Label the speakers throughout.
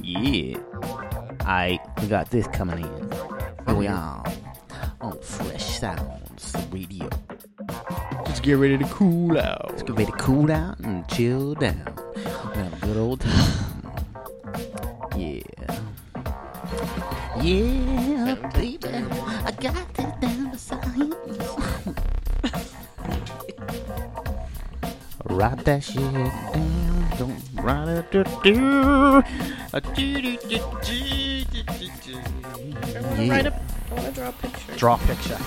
Speaker 1: Yeah. I we got this coming in. Here we are Oh, on Fresh Sounds Radio.
Speaker 2: Just get ready to cool out.
Speaker 1: It's gonna be to cool out and chill down. We're gonna have a good old time. Yeah. Yeah, baby. I got this down to science. Write that shit down. Don't write it. Do, do. A do, do, do, do, do, do, do.
Speaker 3: I want to
Speaker 1: Yeah.
Speaker 3: write a. I want to draw a picture.
Speaker 2: Draw picture.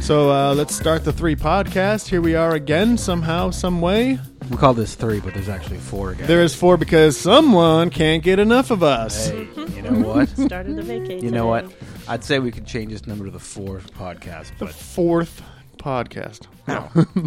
Speaker 2: So uh, let's start the three podcast. Here we are again, somehow, some way.
Speaker 4: We call this three, but there's actually four again.
Speaker 2: There is four because someone can't get enough of us.
Speaker 4: Hey,
Speaker 1: Mm-hmm.
Speaker 4: you know what?
Speaker 3: Started the vacation.
Speaker 4: you know what? I'd say we could change this number to the four podcast,
Speaker 2: The
Speaker 4: but
Speaker 2: fourth podcast.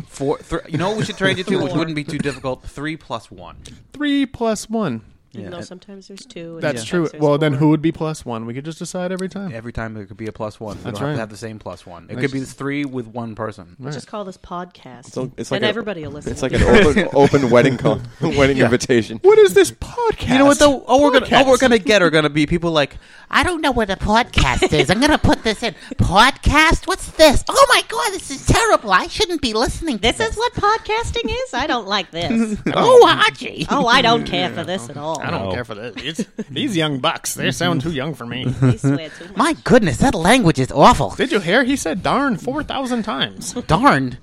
Speaker 4: four. Three, you know what we should change it to, which
Speaker 3: Four.
Speaker 4: wouldn't be too difficult. Three plus one.
Speaker 2: Three plus one.
Speaker 3: Even though
Speaker 4: Yeah.
Speaker 3: sometimes there's two. and
Speaker 2: That's
Speaker 3: sometimes
Speaker 2: true.
Speaker 3: there's
Speaker 2: Well, then
Speaker 3: four.
Speaker 2: who would be plus one? We could just decide every time.
Speaker 4: Every time it could be a plus one. We
Speaker 2: That's
Speaker 4: don't have
Speaker 2: right.
Speaker 4: to have the same plus one. It
Speaker 2: Nice.
Speaker 4: could be three with one person.
Speaker 3: Just call this podcast.
Speaker 5: So it's like
Speaker 3: and
Speaker 5: a-
Speaker 3: everybody will listen.
Speaker 5: It's like an open, open wedding con- wedding invitation.
Speaker 2: What is this podcast?
Speaker 4: You know what though? Oh, we're gonna
Speaker 2: Podcast.
Speaker 4: oh, we're gonna get are gonna be people like
Speaker 1: I don't know what a podcast is. I'm going to put this in. Podcast? What's this? Oh my God, this is terrible. I shouldn't be listening to this.
Speaker 3: this is what podcasting is? I don't like this.
Speaker 1: Oh, Archie.
Speaker 3: Oh, I don't care for this at all.
Speaker 2: I don't
Speaker 4: Oh.
Speaker 2: care for this. It's, these young bucks, they sound too young for me.
Speaker 3: They swear too much.
Speaker 1: My goodness, that language is awful.
Speaker 2: Did you hear? He said darn 4,000 times.
Speaker 1: Darn.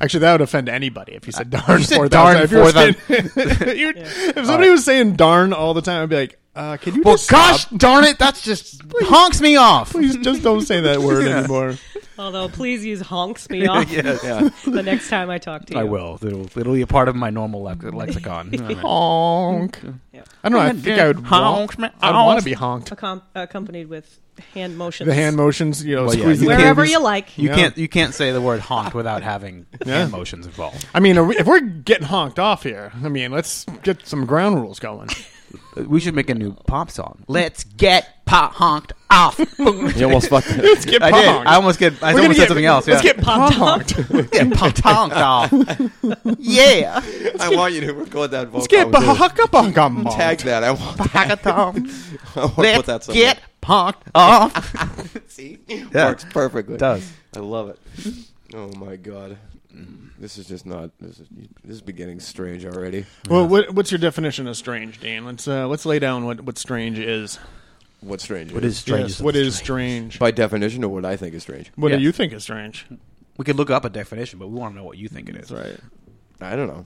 Speaker 2: Actually, that would offend anybody if you said darn
Speaker 4: Uh, said
Speaker 2: 4,000.
Speaker 4: darn
Speaker 2: If, you were saying- you'd- if somebody was saying darn all the time, I'd be like, uh, can you
Speaker 4: Well,
Speaker 2: just
Speaker 4: gosh
Speaker 2: stop?
Speaker 4: darn it, that's just honks me off.
Speaker 2: Please just don't say that word anymore.
Speaker 3: Although, please use honks me off
Speaker 4: yeah,
Speaker 3: the next time I talk to you.
Speaker 4: I will. It'll, it'll be a part of my normal lex- lexicon.
Speaker 2: Honk. I don't know. I think I would
Speaker 4: Honk,
Speaker 2: want,
Speaker 4: man.
Speaker 2: I'd want
Speaker 4: Honk.
Speaker 2: to be honked.
Speaker 3: Accom- accompanied with hand motions.
Speaker 2: The hand motions, you know,
Speaker 4: Well, yeah,
Speaker 2: squeezing
Speaker 4: you
Speaker 2: the
Speaker 4: can't
Speaker 3: Wherever
Speaker 2: candies.
Speaker 3: you like.
Speaker 4: You
Speaker 2: Yeah.
Speaker 4: can't you can't say the word honk without having hand motions involved.
Speaker 2: I mean, are we, if we're getting honked off here, I mean, let's get some ground rules going.
Speaker 4: We should make a new pop song. Let's get pop honked off. Boom.
Speaker 5: You almost fucked it.
Speaker 2: Let's get
Speaker 4: I did.
Speaker 2: honked.
Speaker 4: I almost get. I
Speaker 2: We're gonna
Speaker 4: almost said
Speaker 2: get-
Speaker 4: something else.
Speaker 2: Let's
Speaker 4: yeah.
Speaker 2: get pop honked. Let's
Speaker 4: get pop honked off. yeah.
Speaker 5: I want you to record that vocal.
Speaker 2: get
Speaker 5: I was
Speaker 2: pop
Speaker 5: gonna Tag that. I want, that.
Speaker 4: Hackathon.
Speaker 5: I want to put that
Speaker 4: Let's
Speaker 5: somewhere.
Speaker 4: get honked off.
Speaker 5: See?
Speaker 4: Yeah.
Speaker 5: Works perfectly.
Speaker 4: It does.
Speaker 5: I love it. Oh my god. This is just not. This is, this is beginning strange already.
Speaker 2: Well, what, what's your definition of strange, Dan? Let's uh, let's lay down what, what strange is.
Speaker 5: What's strange?
Speaker 4: What is strange?
Speaker 2: Yes, what is strange?
Speaker 5: by definition or what I think is strange?
Speaker 2: What
Speaker 4: Yeah.
Speaker 2: do you think is strange?
Speaker 4: We could look up a definition, but we want to know what you think it is.
Speaker 2: right.
Speaker 5: I don't know.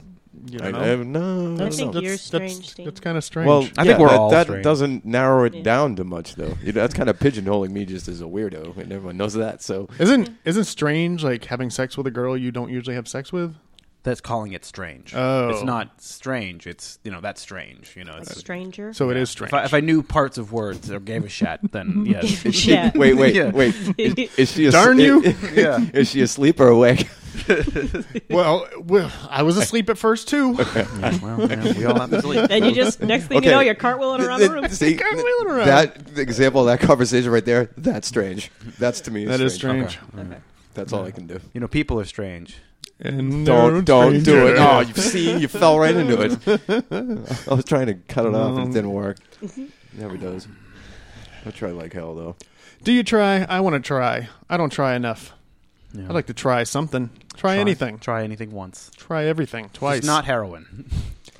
Speaker 2: You
Speaker 5: I,
Speaker 2: don't know?
Speaker 5: I have no.
Speaker 3: I
Speaker 5: don't
Speaker 3: think
Speaker 5: know.
Speaker 3: you're
Speaker 2: That's,
Speaker 3: strange, Dan.
Speaker 2: that's kind of strange.
Speaker 5: Well,
Speaker 2: Well,
Speaker 4: I
Speaker 5: yeah,
Speaker 4: think we're
Speaker 5: that,
Speaker 4: all
Speaker 5: that
Speaker 4: strange.
Speaker 5: doesn't narrow it
Speaker 3: Yeah.
Speaker 5: down to much, though. You know, that's kind of pigeonholing me just as a weirdo, and everyone knows that. So
Speaker 2: isn't isn't strange like having sex with a girl you don't usually have sex with?
Speaker 4: That's calling it strange.
Speaker 2: Oh.
Speaker 4: It's not strange. It's you know that's strange. You know.
Speaker 3: A
Speaker 4: It's,
Speaker 3: stranger.
Speaker 2: So it is strange.
Speaker 4: if, I, if I knew parts of words or gave a shit, then yeah.
Speaker 3: yeah.
Speaker 5: wait, wait,
Speaker 4: Yeah.
Speaker 5: wait. Is, is she a
Speaker 2: Darn you.
Speaker 4: Yeah.
Speaker 5: Is she asleep or awake?
Speaker 2: well, well, I was asleep at first too.
Speaker 4: well, yeah, we all have to sleep.
Speaker 3: Then you just next thing
Speaker 5: Okay.
Speaker 3: you know you're cartwheeling around the room.
Speaker 5: See,
Speaker 2: Cartwheeling around.
Speaker 5: that the example of that conversation right there, that's strange. That's to me.
Speaker 2: that is strange.
Speaker 5: That's all I can do.
Speaker 4: You know, people are strange.
Speaker 2: And no
Speaker 5: Don't don't do it.
Speaker 2: stranger.
Speaker 5: Oh, you see, you fell right into it. I was trying to cut it off and
Speaker 2: Um,
Speaker 5: it didn't work.
Speaker 3: mm-hmm.
Speaker 5: Never does. I try like hell though.
Speaker 2: Do you try? I want to try. I don't try enough.
Speaker 4: Yeah.
Speaker 2: I'd like to try something. Try, anything. Try,
Speaker 4: Try anything once.
Speaker 2: everything twice.
Speaker 4: It's not heroin.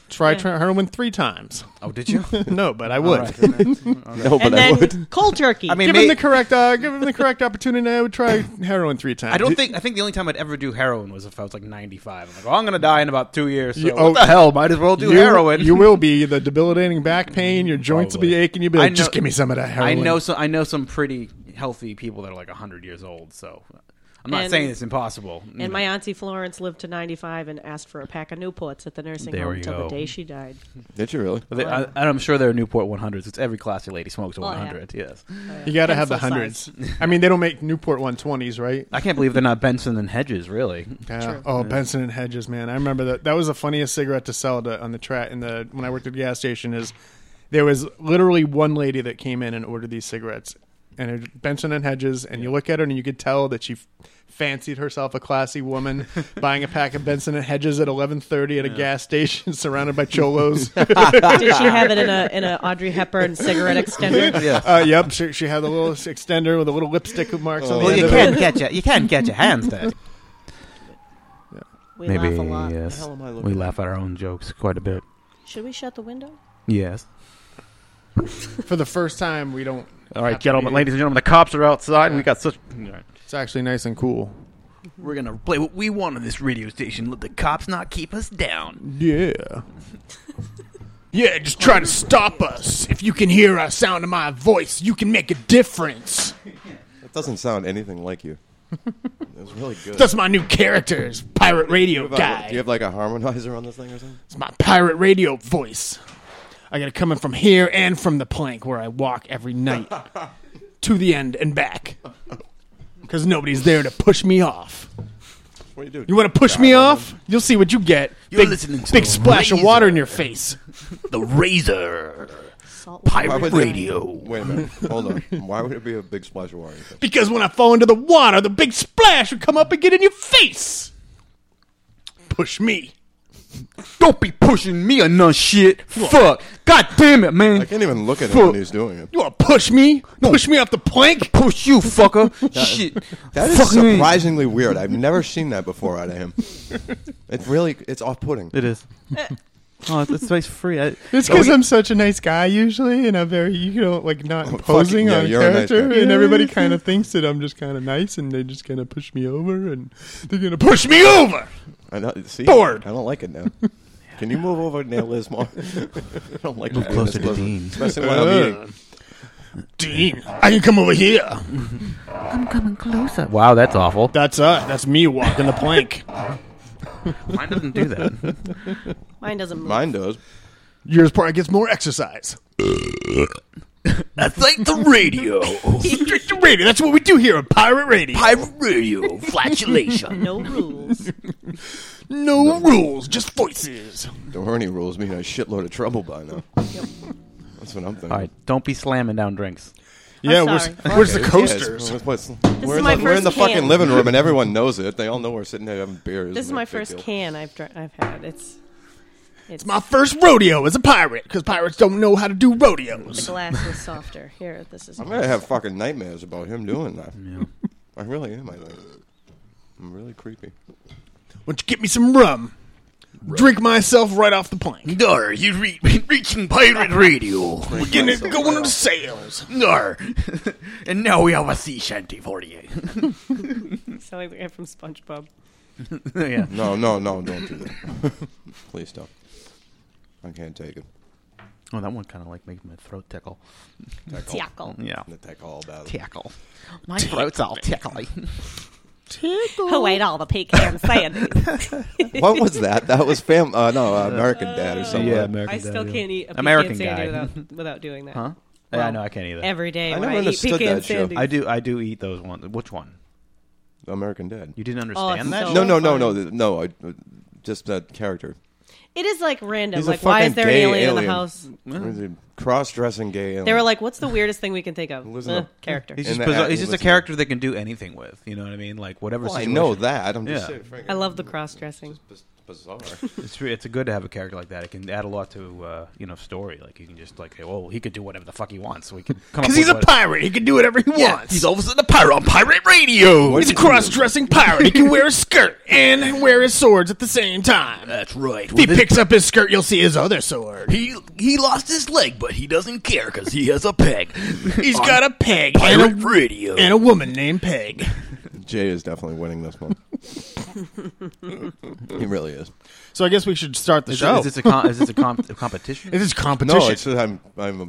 Speaker 2: try,
Speaker 3: Yeah.
Speaker 2: try heroin three times.
Speaker 4: Oh, did you?
Speaker 2: no, but I would.
Speaker 5: No, but
Speaker 3: and
Speaker 5: I
Speaker 3: then
Speaker 5: would.
Speaker 3: cold turkey.
Speaker 4: I mean,
Speaker 2: give
Speaker 4: may-
Speaker 2: him the correct. Uh, give him the correct opportunity. I would try heroin three times.
Speaker 4: I don't think. I think the only time I'd ever do heroin was if I was like 95. I'm like, well, I'm gonna die in about two years. So
Speaker 2: You- oh,
Speaker 4: what the hell? Might as well do
Speaker 2: you,
Speaker 4: heroin.
Speaker 2: You will be the debilitating back pain. Your joints will be
Speaker 4: Probably.
Speaker 2: aching. You'll be
Speaker 4: I
Speaker 2: like,
Speaker 4: know-
Speaker 2: just give me some of that heroin.
Speaker 4: I know some. I know some pretty healthy people that are like 100 years old. So I'm not
Speaker 3: And-
Speaker 4: saying it's impossible. you
Speaker 3: and
Speaker 4: know.
Speaker 3: my auntie Florence lived to 95 and asked for a pack of Newports at the nursing
Speaker 4: There
Speaker 3: home
Speaker 4: you
Speaker 3: until the
Speaker 4: go.
Speaker 3: day she died.
Speaker 5: Did you really?
Speaker 4: But they- I, and I'm sure there are Newport 100s. It's every classy lady smokes a
Speaker 3: Oh, yeah.
Speaker 4: 100. Yes.
Speaker 2: You got to have the
Speaker 3: Pencil
Speaker 2: hundreds.
Speaker 3: size.
Speaker 2: I mean, they don't make Newport 120s, right?
Speaker 4: I can't believe they're not Benson and Hedges. Really.
Speaker 2: Yeah. Oh, Benson and Hedges, man. I remember that. That was the funniest cigarette to sell to, on the track. In the when I worked at the gas station, is there was literally one lady that came in and ordered these cigarettes, and her Benson and Hedges, and you look at her and you could tell that she f- fancied herself a classy woman, buying a pack of Benson and Hedges at eleven thirty at a gas station, surrounded by cholos.
Speaker 3: Did she have it in a in a Audrey Hepburn cigarette extender?
Speaker 4: Yeah.
Speaker 2: uh, yep, she, she had a little s- extender with a little lipstick marks on the
Speaker 4: Well,
Speaker 2: end
Speaker 4: you
Speaker 2: of
Speaker 4: can
Speaker 2: it.
Speaker 4: catch your you can catch your hands dirty.
Speaker 3: We
Speaker 4: Maybe
Speaker 3: laugh a lot.
Speaker 5: The
Speaker 4: yes.
Speaker 5: hell am I looking
Speaker 4: We laugh at our own jokes quite a bit.
Speaker 3: Should we shut the window?
Speaker 4: Yes.
Speaker 2: For the first time, we don't.
Speaker 1: All right,
Speaker 2: Have to
Speaker 1: gentlemen,
Speaker 2: be-
Speaker 1: ladies and gentlemen, the cops are outside, and we got such. All right.
Speaker 2: It's actually nice and cool.
Speaker 4: We're gonna play what we want on this radio station. Let the cops not keep us down.
Speaker 2: Yeah. yeah, just try to stop us. If you can hear our sound of my voice, you can make a difference.
Speaker 5: That doesn't sound anything like you. It was really good.
Speaker 2: That's my new characters, pirate radio
Speaker 5: What about- Do you have like a harmonizer on this thing or something?
Speaker 2: It's my pirate radio voice. I got it coming from here and from the plank where I walk every night to the end and back. Because nobody's there to push me off.
Speaker 5: What do you do?
Speaker 2: You want to push me off? You'll see what you get.
Speaker 4: You're
Speaker 2: big
Speaker 4: listening to
Speaker 2: big
Speaker 4: the
Speaker 2: splash of water
Speaker 4: razor.
Speaker 2: in your face.
Speaker 4: The razor.
Speaker 3: Salt
Speaker 5: Why
Speaker 4: Pirate
Speaker 5: would-
Speaker 4: radio.
Speaker 5: Wait a minute. Hold on. Why would it be a big splash of water?
Speaker 2: Because when I fall into the water, the big splash would come up and get in your face. Push me.
Speaker 4: Don't be pushing me on no shit. Fuck. God damn it, man.
Speaker 5: I can't even look at him when he's doing it.
Speaker 2: You want to push me? Push me off the plank?
Speaker 4: push you, fucker. shit.
Speaker 5: That is
Speaker 4: Fuck me.
Speaker 5: surprisingly weird. I've never seen that before out of him. It really, it's off-putting.
Speaker 1: It is.
Speaker 3: Eh.
Speaker 1: oh, it's, it's nice free. I,
Speaker 2: It's because I'm such a nice guy usually, and I'm very, you know, like not imposing
Speaker 5: yeah,
Speaker 2: on
Speaker 5: you're a nice
Speaker 2: character,
Speaker 5: guy.
Speaker 2: and everybody kind of thinks that I'm just kind of nice, and they just kind of push me over, and they're gonna push me over.
Speaker 5: I don't, see,
Speaker 2: Bored.
Speaker 5: I don't like it now. Can you move over and nail this more? I don't like move
Speaker 4: closer to Dean.
Speaker 5: Especially when I'm eating.
Speaker 2: Dean, I can come over here.
Speaker 4: I'm coming closer. Wow, that's awful.
Speaker 2: That's uh, that's me walking the plank.
Speaker 4: Mine doesn't do that.
Speaker 3: Mine doesn't move.
Speaker 5: Mine does.
Speaker 2: Yours probably gets more exercise.
Speaker 4: That's like the radio.
Speaker 2: radio. That's what we do here on Pirate Radio.
Speaker 4: Pirate radio. Flatulation.
Speaker 3: No rules.
Speaker 2: no rules, just voices.
Speaker 5: The Ernie rules me in a shitload of trouble by now. That's what I'm thinking.
Speaker 4: All right, don't be slamming down drinks.
Speaker 2: Yeah,
Speaker 3: I'm
Speaker 2: where's,
Speaker 3: sorry.
Speaker 2: where's the
Speaker 5: Yeah,
Speaker 2: coasters?
Speaker 5: it's- what's-
Speaker 3: is
Speaker 5: we're in
Speaker 3: my
Speaker 5: the, we're in
Speaker 3: first
Speaker 5: the fucking
Speaker 3: can.
Speaker 5: living room and everyone knows it. They all know we're sitting there having beers.
Speaker 3: This is
Speaker 5: and
Speaker 3: my
Speaker 5: it's a big
Speaker 3: first
Speaker 5: deal.
Speaker 3: can I've dr- I've had. It's it's
Speaker 2: My first rodeo as a pirate, because pirates don't know how to do rodeos.
Speaker 3: glass was softer. Here, this is.
Speaker 5: I'm gonna have fucking nightmares about him doing that. I really am. I think. I'm really creepy.
Speaker 2: Why don't you get me some rum? Drink myself right off the plank.
Speaker 4: Dar, you re- reaching pirate radio.
Speaker 2: We're getting it going on the sails.
Speaker 4: Dar. and now we have a sea shanty for you.
Speaker 3: So I got from SpongeBob.
Speaker 4: Oh. yeah.
Speaker 5: No, no, no, don't do that. Please don't. I can't take it.
Speaker 4: Oh, that one kind of like makes my throat tickle.
Speaker 3: Tickle.
Speaker 4: Yeah.
Speaker 5: I'm gonna take all about it.
Speaker 4: Tickle. My throat's all tickly.
Speaker 3: Who ate all the pecan sandies?
Speaker 5: What was that? That was fam. Uh, no, uh, American Dad or something.
Speaker 3: I still can't eat a
Speaker 4: American
Speaker 3: pecan
Speaker 4: guy.
Speaker 3: sandy without, without doing that.
Speaker 4: Huh?
Speaker 3: Well,
Speaker 4: yeah, I know I can't either.
Speaker 3: Every day
Speaker 5: I
Speaker 3: when
Speaker 5: never
Speaker 3: I eat
Speaker 5: understood
Speaker 3: pecan
Speaker 5: that show.
Speaker 3: sandies.
Speaker 4: I do. I do eat those ones. Which one?
Speaker 5: American Dad.
Speaker 4: You didn't understand
Speaker 3: Oh, it's
Speaker 4: that?
Speaker 3: so-
Speaker 5: No, no, no, no, th- no. I, uh, just that character.
Speaker 3: It is like random.
Speaker 5: He's a
Speaker 3: like, why is
Speaker 5: fucking
Speaker 3: there an
Speaker 5: gay
Speaker 3: alien, in
Speaker 5: alien.
Speaker 3: the house?
Speaker 5: Cross-dressing gay. Alien.
Speaker 3: They were like, "What's the weirdest thing we can think of?"
Speaker 5: Lives in
Speaker 3: Eh,
Speaker 5: a-
Speaker 3: character.
Speaker 4: He's
Speaker 5: And
Speaker 4: just
Speaker 5: the
Speaker 4: bizarre.
Speaker 5: acting
Speaker 4: He's just a
Speaker 5: was-
Speaker 4: character they can do anything with. You know what I mean? Like whatever.
Speaker 5: Well, I
Speaker 4: situation.
Speaker 5: know that. I'm just
Speaker 4: Yeah.
Speaker 5: saying,
Speaker 3: I love the cross-dressing.
Speaker 5: biz- bizarre.
Speaker 4: It's re- it's good to have a character like that. It can add a lot to uh, you know story. Like you can just like, hey, well, he could do whatever the fuck he wants. We can come up
Speaker 2: Because
Speaker 4: with
Speaker 2: he's a
Speaker 4: what-
Speaker 2: pirate. He can do whatever he
Speaker 4: Yeah,
Speaker 2: wants.
Speaker 4: he's all of a sudden a pirate on pirate radio.
Speaker 5: What
Speaker 2: He's a
Speaker 5: did you do?
Speaker 2: cross dressing pirate. He can wear a skirt and wear his swords at the same time.
Speaker 4: That's right.
Speaker 2: If he picks up his skirt, you'll see his other sword.
Speaker 4: he he lost his leg, but he doesn't care because he has a peg.
Speaker 2: He's got a peg and a,
Speaker 4: radio.
Speaker 2: and a woman named Peg.
Speaker 5: Jay is definitely winning this one. he really is.
Speaker 2: So I guess we should start the
Speaker 4: is,
Speaker 2: show.
Speaker 4: is this a com- is this a, com- a competition?
Speaker 2: This is competition.
Speaker 5: No, it's I'm I'm a,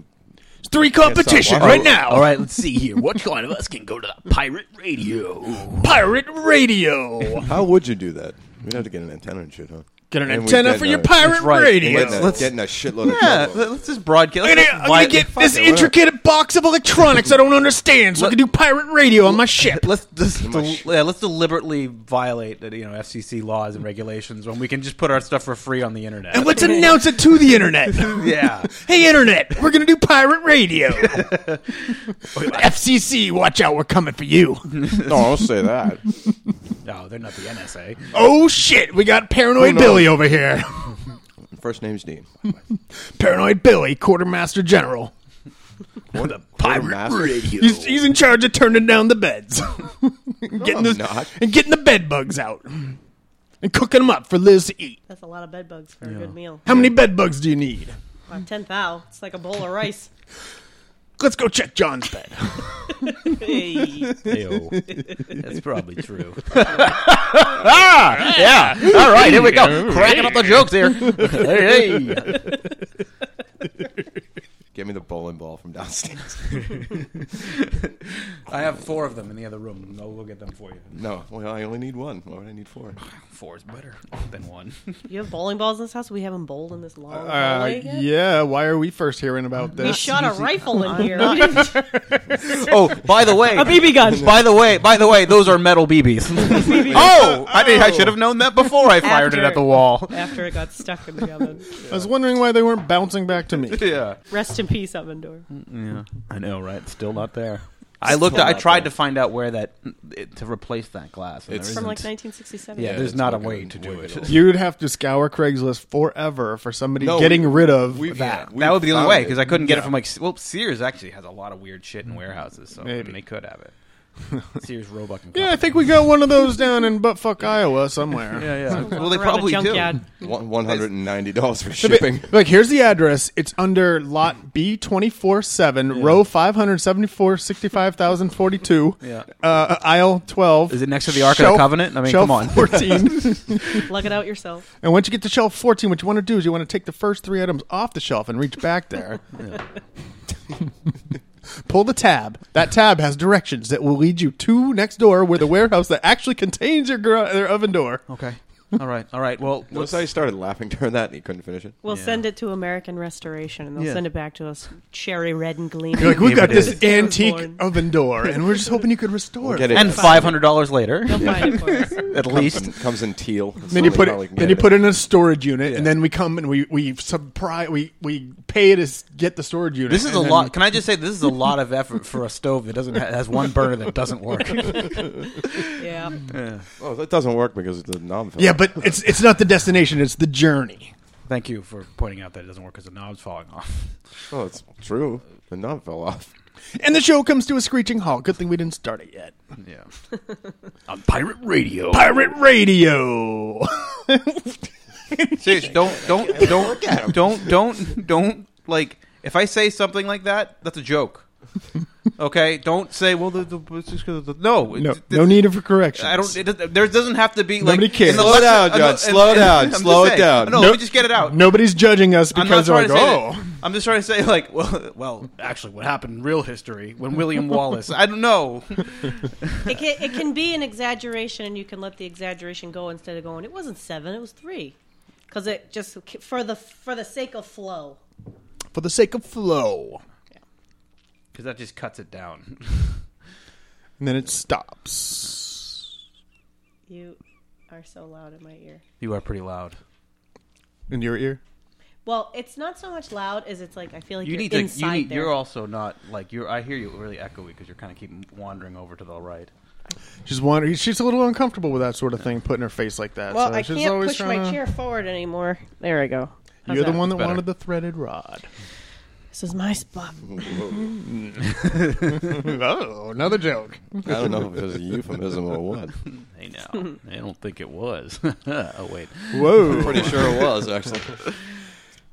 Speaker 2: It's three competition
Speaker 5: watching.
Speaker 2: right now.
Speaker 4: All right, let's see here. Which one of us can go to the pirate radio?
Speaker 2: Pirate radio.
Speaker 5: How would you do that? We'd have to get an antenna and shit, huh?
Speaker 2: Get an
Speaker 5: And we
Speaker 2: antenna
Speaker 5: did
Speaker 2: for your
Speaker 5: that.
Speaker 2: pirate
Speaker 4: That's right.
Speaker 2: radio.
Speaker 5: Getting,
Speaker 4: Let's-
Speaker 5: a,
Speaker 4: let's-
Speaker 5: getting a shitload of
Speaker 4: Yeah,
Speaker 5: trouble.
Speaker 4: let- let's just broadcast.
Speaker 2: I'm gonna, I'm gonna get this intricate box of electronics I don't understand, so I
Speaker 4: Let-
Speaker 2: can do pirate radio on my ship.
Speaker 4: Let's let's, del- yeah, let's deliberately violate the, you know FCC laws and regulations when we can just put our stuff for free on the internet.
Speaker 2: And let's announce it to the internet.
Speaker 4: yeah,
Speaker 2: hey, internet, we're gonna do pirate radio. FCC, watch out, we're coming for you.
Speaker 5: No, I'll say that.
Speaker 4: no, they're not the NSA.
Speaker 2: Oh shit, we got paranoid
Speaker 5: Oh, no.
Speaker 2: Billy over here.
Speaker 5: First name's Dean.
Speaker 2: Paranoid Billy, quartermaster general.
Speaker 5: What the
Speaker 2: Pirate radio. He's, he's in charge of turning down the beds, And getting
Speaker 5: I'm
Speaker 2: those,
Speaker 5: not.
Speaker 2: and getting the bed bugs out, and cooking them up for Liz to eat.
Speaker 3: That's a lot of bed bugs for a good meal.
Speaker 2: How many bed bugs do you need?
Speaker 3: Wow, Ten thou. It's like a bowl of rice.
Speaker 2: Let's go check John's bed.
Speaker 3: Hey.
Speaker 4: That's probably true.
Speaker 1: Ah, yeah. All right, here we go. Cracking up the jokes here.
Speaker 5: Give me the bowling ball from downstairs.
Speaker 4: I have four of them in the other room. I'll go get them for you.
Speaker 5: No, well, I only need one. Why would I need four?
Speaker 4: Four is better than one.
Speaker 3: you have bowling balls in this house? We haven't bowled in this long
Speaker 2: Uh,
Speaker 3: hallway yet?
Speaker 2: yeah, why are we first hearing about this?
Speaker 3: We shot a rifle in here. We didn't-
Speaker 4: oh, by the way,
Speaker 3: a BB gun.
Speaker 4: By the way, by the way, those are metal BBs. oh, I, did- I should have known that before I fired it
Speaker 3: After-
Speaker 4: at the wall.
Speaker 3: After it got stuck in the oven.
Speaker 2: I was wondering why they weren't bouncing back to me.
Speaker 4: Yeah,
Speaker 3: Rest in peace, oven door.
Speaker 2: Mm.
Speaker 4: yeah, I know, right? Still not there. I looked. I
Speaker 5: not
Speaker 4: tried to
Speaker 5: there.
Speaker 4: find out where that it, to replace that glass. and
Speaker 5: It's-
Speaker 4: there
Speaker 3: From
Speaker 4: isn't.
Speaker 3: like 1967.
Speaker 4: yeah, there's
Speaker 5: it's
Speaker 4: not a
Speaker 5: not
Speaker 4: way
Speaker 5: gonna
Speaker 4: to do
Speaker 5: work
Speaker 4: it.
Speaker 5: at all.
Speaker 2: You'd have to scour Craigslist forever for somebody
Speaker 5: No,
Speaker 2: getting
Speaker 5: we-
Speaker 2: rid of
Speaker 5: we've-
Speaker 2: that.
Speaker 5: yeah,
Speaker 4: that would be the only
Speaker 5: found
Speaker 4: way
Speaker 5: it. Mm-hmm.
Speaker 4: because I couldn't get it from like Se- well Sears actually has a lot of weird shit in warehouses so
Speaker 2: Maybe.
Speaker 4: they could have it. Sears Roebuck and
Speaker 2: Yeah, I
Speaker 4: Company.
Speaker 2: think we got one of those down in buttfuck, Iowa somewhere.
Speaker 4: yeah, yeah. Well,
Speaker 3: Walk around
Speaker 4: they
Speaker 3: a
Speaker 4: probably do.
Speaker 3: junkyard.
Speaker 5: One- $190 for
Speaker 2: But-
Speaker 5: shipping.
Speaker 2: Like, here's the address. It's under lot B twenty four seven, row five hundred seventy four, sixty five thousand forty two.
Speaker 4: Yeah.
Speaker 2: Uh, aisle twelve.
Speaker 4: Is it next to the Ark of the Covenant? I mean,
Speaker 2: shelf
Speaker 4: come on.
Speaker 2: Fourteen.
Speaker 3: Lug it out yourself.
Speaker 2: and once you get to shelf fourteen, what you want to do is you want to take the first three items off the shelf and reach back there. Pull the tab. That tab has directions that will lead you to next door, where the warehouse that actually contains your, gar- their oven door.
Speaker 4: Okay. All right. All right. Well,
Speaker 5: Once
Speaker 4: let's,
Speaker 5: I started laughing during that, and he couldn't finish it.
Speaker 3: We'll send it to American Restoration and they'll
Speaker 4: Yeah.
Speaker 3: send it back to us cherry red and gleaming.
Speaker 2: You're like, we
Speaker 4: If
Speaker 2: got
Speaker 4: it
Speaker 2: this
Speaker 4: is.
Speaker 2: antique
Speaker 3: Born.
Speaker 2: oven door, and we're just hoping you could restore
Speaker 5: Get
Speaker 2: it.
Speaker 5: it.
Speaker 4: and five hundred dollars later,
Speaker 3: They'll find it for us.
Speaker 4: at least.
Speaker 5: And comes in teal.
Speaker 2: Then you put it. Then you put it in a storage unit, and then we come and we we surprise we we pay to s- get the storage unit.
Speaker 4: This is
Speaker 2: and
Speaker 4: a
Speaker 2: then-
Speaker 4: lot. Can I just say this is a lot of effort for a stove that doesn't ha- has one burner that doesn't work?
Speaker 3: Yeah.
Speaker 5: Oh, that doesn't work because it's a non
Speaker 2: Yeah, but it's it's not the destination; it's the journey.
Speaker 4: Thank you for pointing out that it doesn't work because the knob's falling off.
Speaker 5: Oh, it's true. The knob fell off.
Speaker 2: And the show comes to a screeching halt. Good thing we didn't start it yet.
Speaker 4: Yeah. On pirate radio.
Speaker 2: Pirate radio.
Speaker 4: Seriously, don't don't don't don't don't don't like if I say something like that, that's a joke. Okay, don't say well. The, the, it's just 'cause of the, no,
Speaker 2: No,
Speaker 4: it- it-
Speaker 2: no need for corrections.
Speaker 4: I don't. It, doesn't- there doesn't have to be like.
Speaker 2: Nobody cares.
Speaker 4: in the
Speaker 5: Slow
Speaker 4: lex-
Speaker 5: down,
Speaker 4: uh, no,
Speaker 5: John,
Speaker 4: and-
Speaker 5: slow
Speaker 4: and-
Speaker 5: down,
Speaker 4: I'm just
Speaker 5: slow it
Speaker 4: saying.
Speaker 5: down.
Speaker 4: No,
Speaker 2: Nope.
Speaker 4: let me just get it out.
Speaker 2: Nobody's judging us
Speaker 4: I'm not
Speaker 2: because
Speaker 4: trying
Speaker 2: they're
Speaker 4: to
Speaker 2: like,
Speaker 4: say.
Speaker 2: oh,
Speaker 4: that- I'm just trying to say like, well, well, actually, what happened in real history when William Wallace? I don't know.
Speaker 3: It can, it can be an exaggeration, and you can let the exaggeration go instead of going. It wasn't seven; it was three, because it just for the for the sake of flow.
Speaker 2: for the sake of flow,
Speaker 4: Because that just cuts it down.
Speaker 2: and then it stops.
Speaker 3: You are so loud in my ear.
Speaker 4: You are pretty loud.
Speaker 2: In your ear.
Speaker 3: Well, it's not so much loud as it's like I feel like
Speaker 4: You
Speaker 3: you are
Speaker 4: need to.
Speaker 3: inside
Speaker 4: You need,
Speaker 3: there.
Speaker 4: you're also not like you're. I hear you really echoey because you're kind of keep wandering over to the right.
Speaker 2: She's wondering. She's a little uncomfortable with that sort of thing, putting her face like that.
Speaker 3: well,
Speaker 2: so
Speaker 3: I
Speaker 2: she's
Speaker 3: can't
Speaker 2: always
Speaker 3: push
Speaker 2: tryna-
Speaker 3: my chair forward anymore. There I go. How's
Speaker 2: You're the
Speaker 3: that?
Speaker 2: one that
Speaker 4: better.
Speaker 2: wanted the threaded rod.
Speaker 3: This is my spot.
Speaker 2: oh, another joke.
Speaker 5: I don't know if it was a euphemism or what.
Speaker 4: Hey now, I don't think it was. oh wait,
Speaker 2: Whoa.
Speaker 5: Pretty sure it was actually.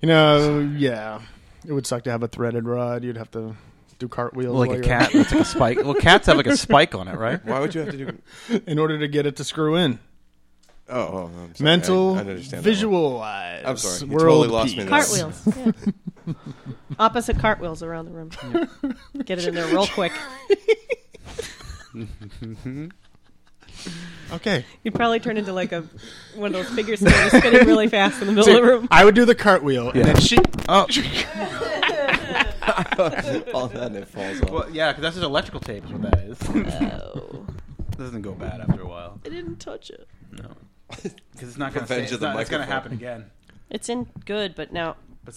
Speaker 2: you know, yeah. It would suck to have a threaded rod. You'd have to do cartwheels
Speaker 4: like
Speaker 2: while
Speaker 4: a
Speaker 2: you're-
Speaker 4: cat. It's like a spike. Well, cats have like a spike on it, right?
Speaker 5: Why would you have to do?
Speaker 2: in order to get it to screw in.
Speaker 5: Oh, oh I'm sorry.
Speaker 2: Mental,
Speaker 5: I, I didn't understand that one.
Speaker 2: visualize.
Speaker 5: I'm sorry. You
Speaker 2: world
Speaker 5: totally lost me
Speaker 2: peace.
Speaker 5: there.
Speaker 3: Cartwheels. Yeah. Opposite cartwheels around the room. Get it in there real quick.
Speaker 1: Okay.
Speaker 3: You probably turn into like a one of those figure skaters spinning really fast in the middle of the room.
Speaker 2: I would do the cartwheel, and then she.
Speaker 4: Oh,
Speaker 5: All that and it falls off.
Speaker 4: well, yeah, 'cause that's just electrical tape. Is what that is. It
Speaker 3: Oh,
Speaker 4: doesn't go bad after a while
Speaker 3: I didn't touch it.
Speaker 4: because it's not going to.
Speaker 5: Revenge
Speaker 4: It's,
Speaker 5: of the
Speaker 4: not- it's going to
Speaker 5: microphone.
Speaker 4: happen again.
Speaker 3: It's in good, but now
Speaker 4: But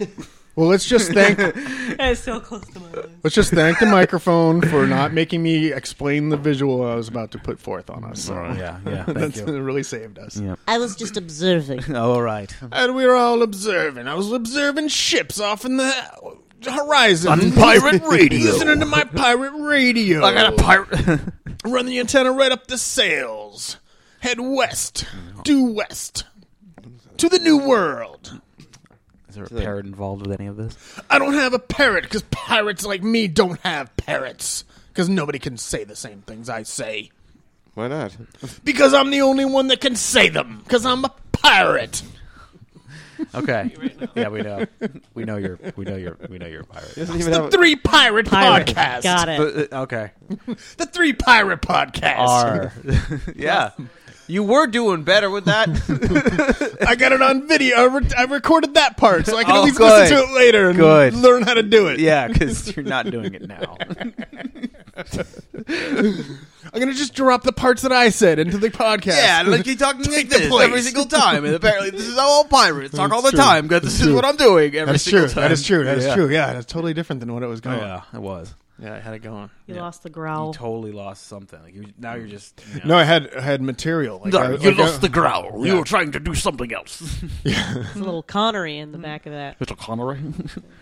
Speaker 4: s-
Speaker 2: Well, let's just thank
Speaker 3: it's so close to my eyes.
Speaker 2: let's just thank the microphone for not making me explain the visual I was about to put forth on us. So
Speaker 4: yeah, yeah. Thank
Speaker 2: that's
Speaker 4: you.
Speaker 2: really saved us.
Speaker 3: I was just observing.
Speaker 4: All right.
Speaker 2: And we were all observing. I was observing ships off in the horizon. On pirate radio. Listening to my pirate radio. I got a
Speaker 4: pirate.
Speaker 2: Run the antenna right up the sails. Head west. Due west. To the new world.
Speaker 4: Is there a parrot involved with any of this?
Speaker 2: I don't have a parrot because pirates like me don't have parrots. Because nobody can say the same things I say.
Speaker 5: Why not?
Speaker 2: Because I'm the only one that can say them. Because I'm a pirate.
Speaker 4: Okay. yeah, we know. We know you're. We know you're. We know you're a pirate.
Speaker 5: Doesn't even
Speaker 2: The
Speaker 5: have.
Speaker 2: Three Pirate,
Speaker 3: Pirate.
Speaker 2: Podcast.
Speaker 3: Got it.
Speaker 4: But, uh, okay.
Speaker 2: The Three Pirate Podcast.
Speaker 4: R. yeah. You were doing better with that.
Speaker 2: I got it on video. I, re- I recorded that part, so I can
Speaker 4: Oh,
Speaker 2: always
Speaker 4: good.
Speaker 2: listen to it later and
Speaker 4: Good.
Speaker 2: learn how to do it.
Speaker 4: yeah, because you're not doing it now.
Speaker 2: I'm gonna just drop the parts that I said into the podcast.
Speaker 4: Yeah, like you talking like
Speaker 2: the
Speaker 4: this
Speaker 2: place.
Speaker 4: every single time, and apparently this is how all pirates talk all the
Speaker 2: true.
Speaker 4: time. 'cause this is
Speaker 2: true.
Speaker 4: what I'm doing every
Speaker 2: that's
Speaker 4: single
Speaker 2: true.
Speaker 4: time.
Speaker 2: That is true. That is
Speaker 4: Yeah.
Speaker 2: true. Yeah, that's totally different than what it was
Speaker 4: Oh,
Speaker 2: going.
Speaker 4: yeah, it was.
Speaker 2: yeah, I had it going.
Speaker 3: You
Speaker 4: Yeah.
Speaker 3: lost the
Speaker 4: You
Speaker 3: growl.
Speaker 4: totally lost something. Like you, now you're just you
Speaker 2: No,
Speaker 4: know.
Speaker 2: I had I had material. Like, I,
Speaker 6: you
Speaker 2: like, uh,
Speaker 6: lost
Speaker 2: I-
Speaker 6: the growl. You were trying to do something else.
Speaker 3: It's a little Connery in the back of that.
Speaker 6: Mr. Connery,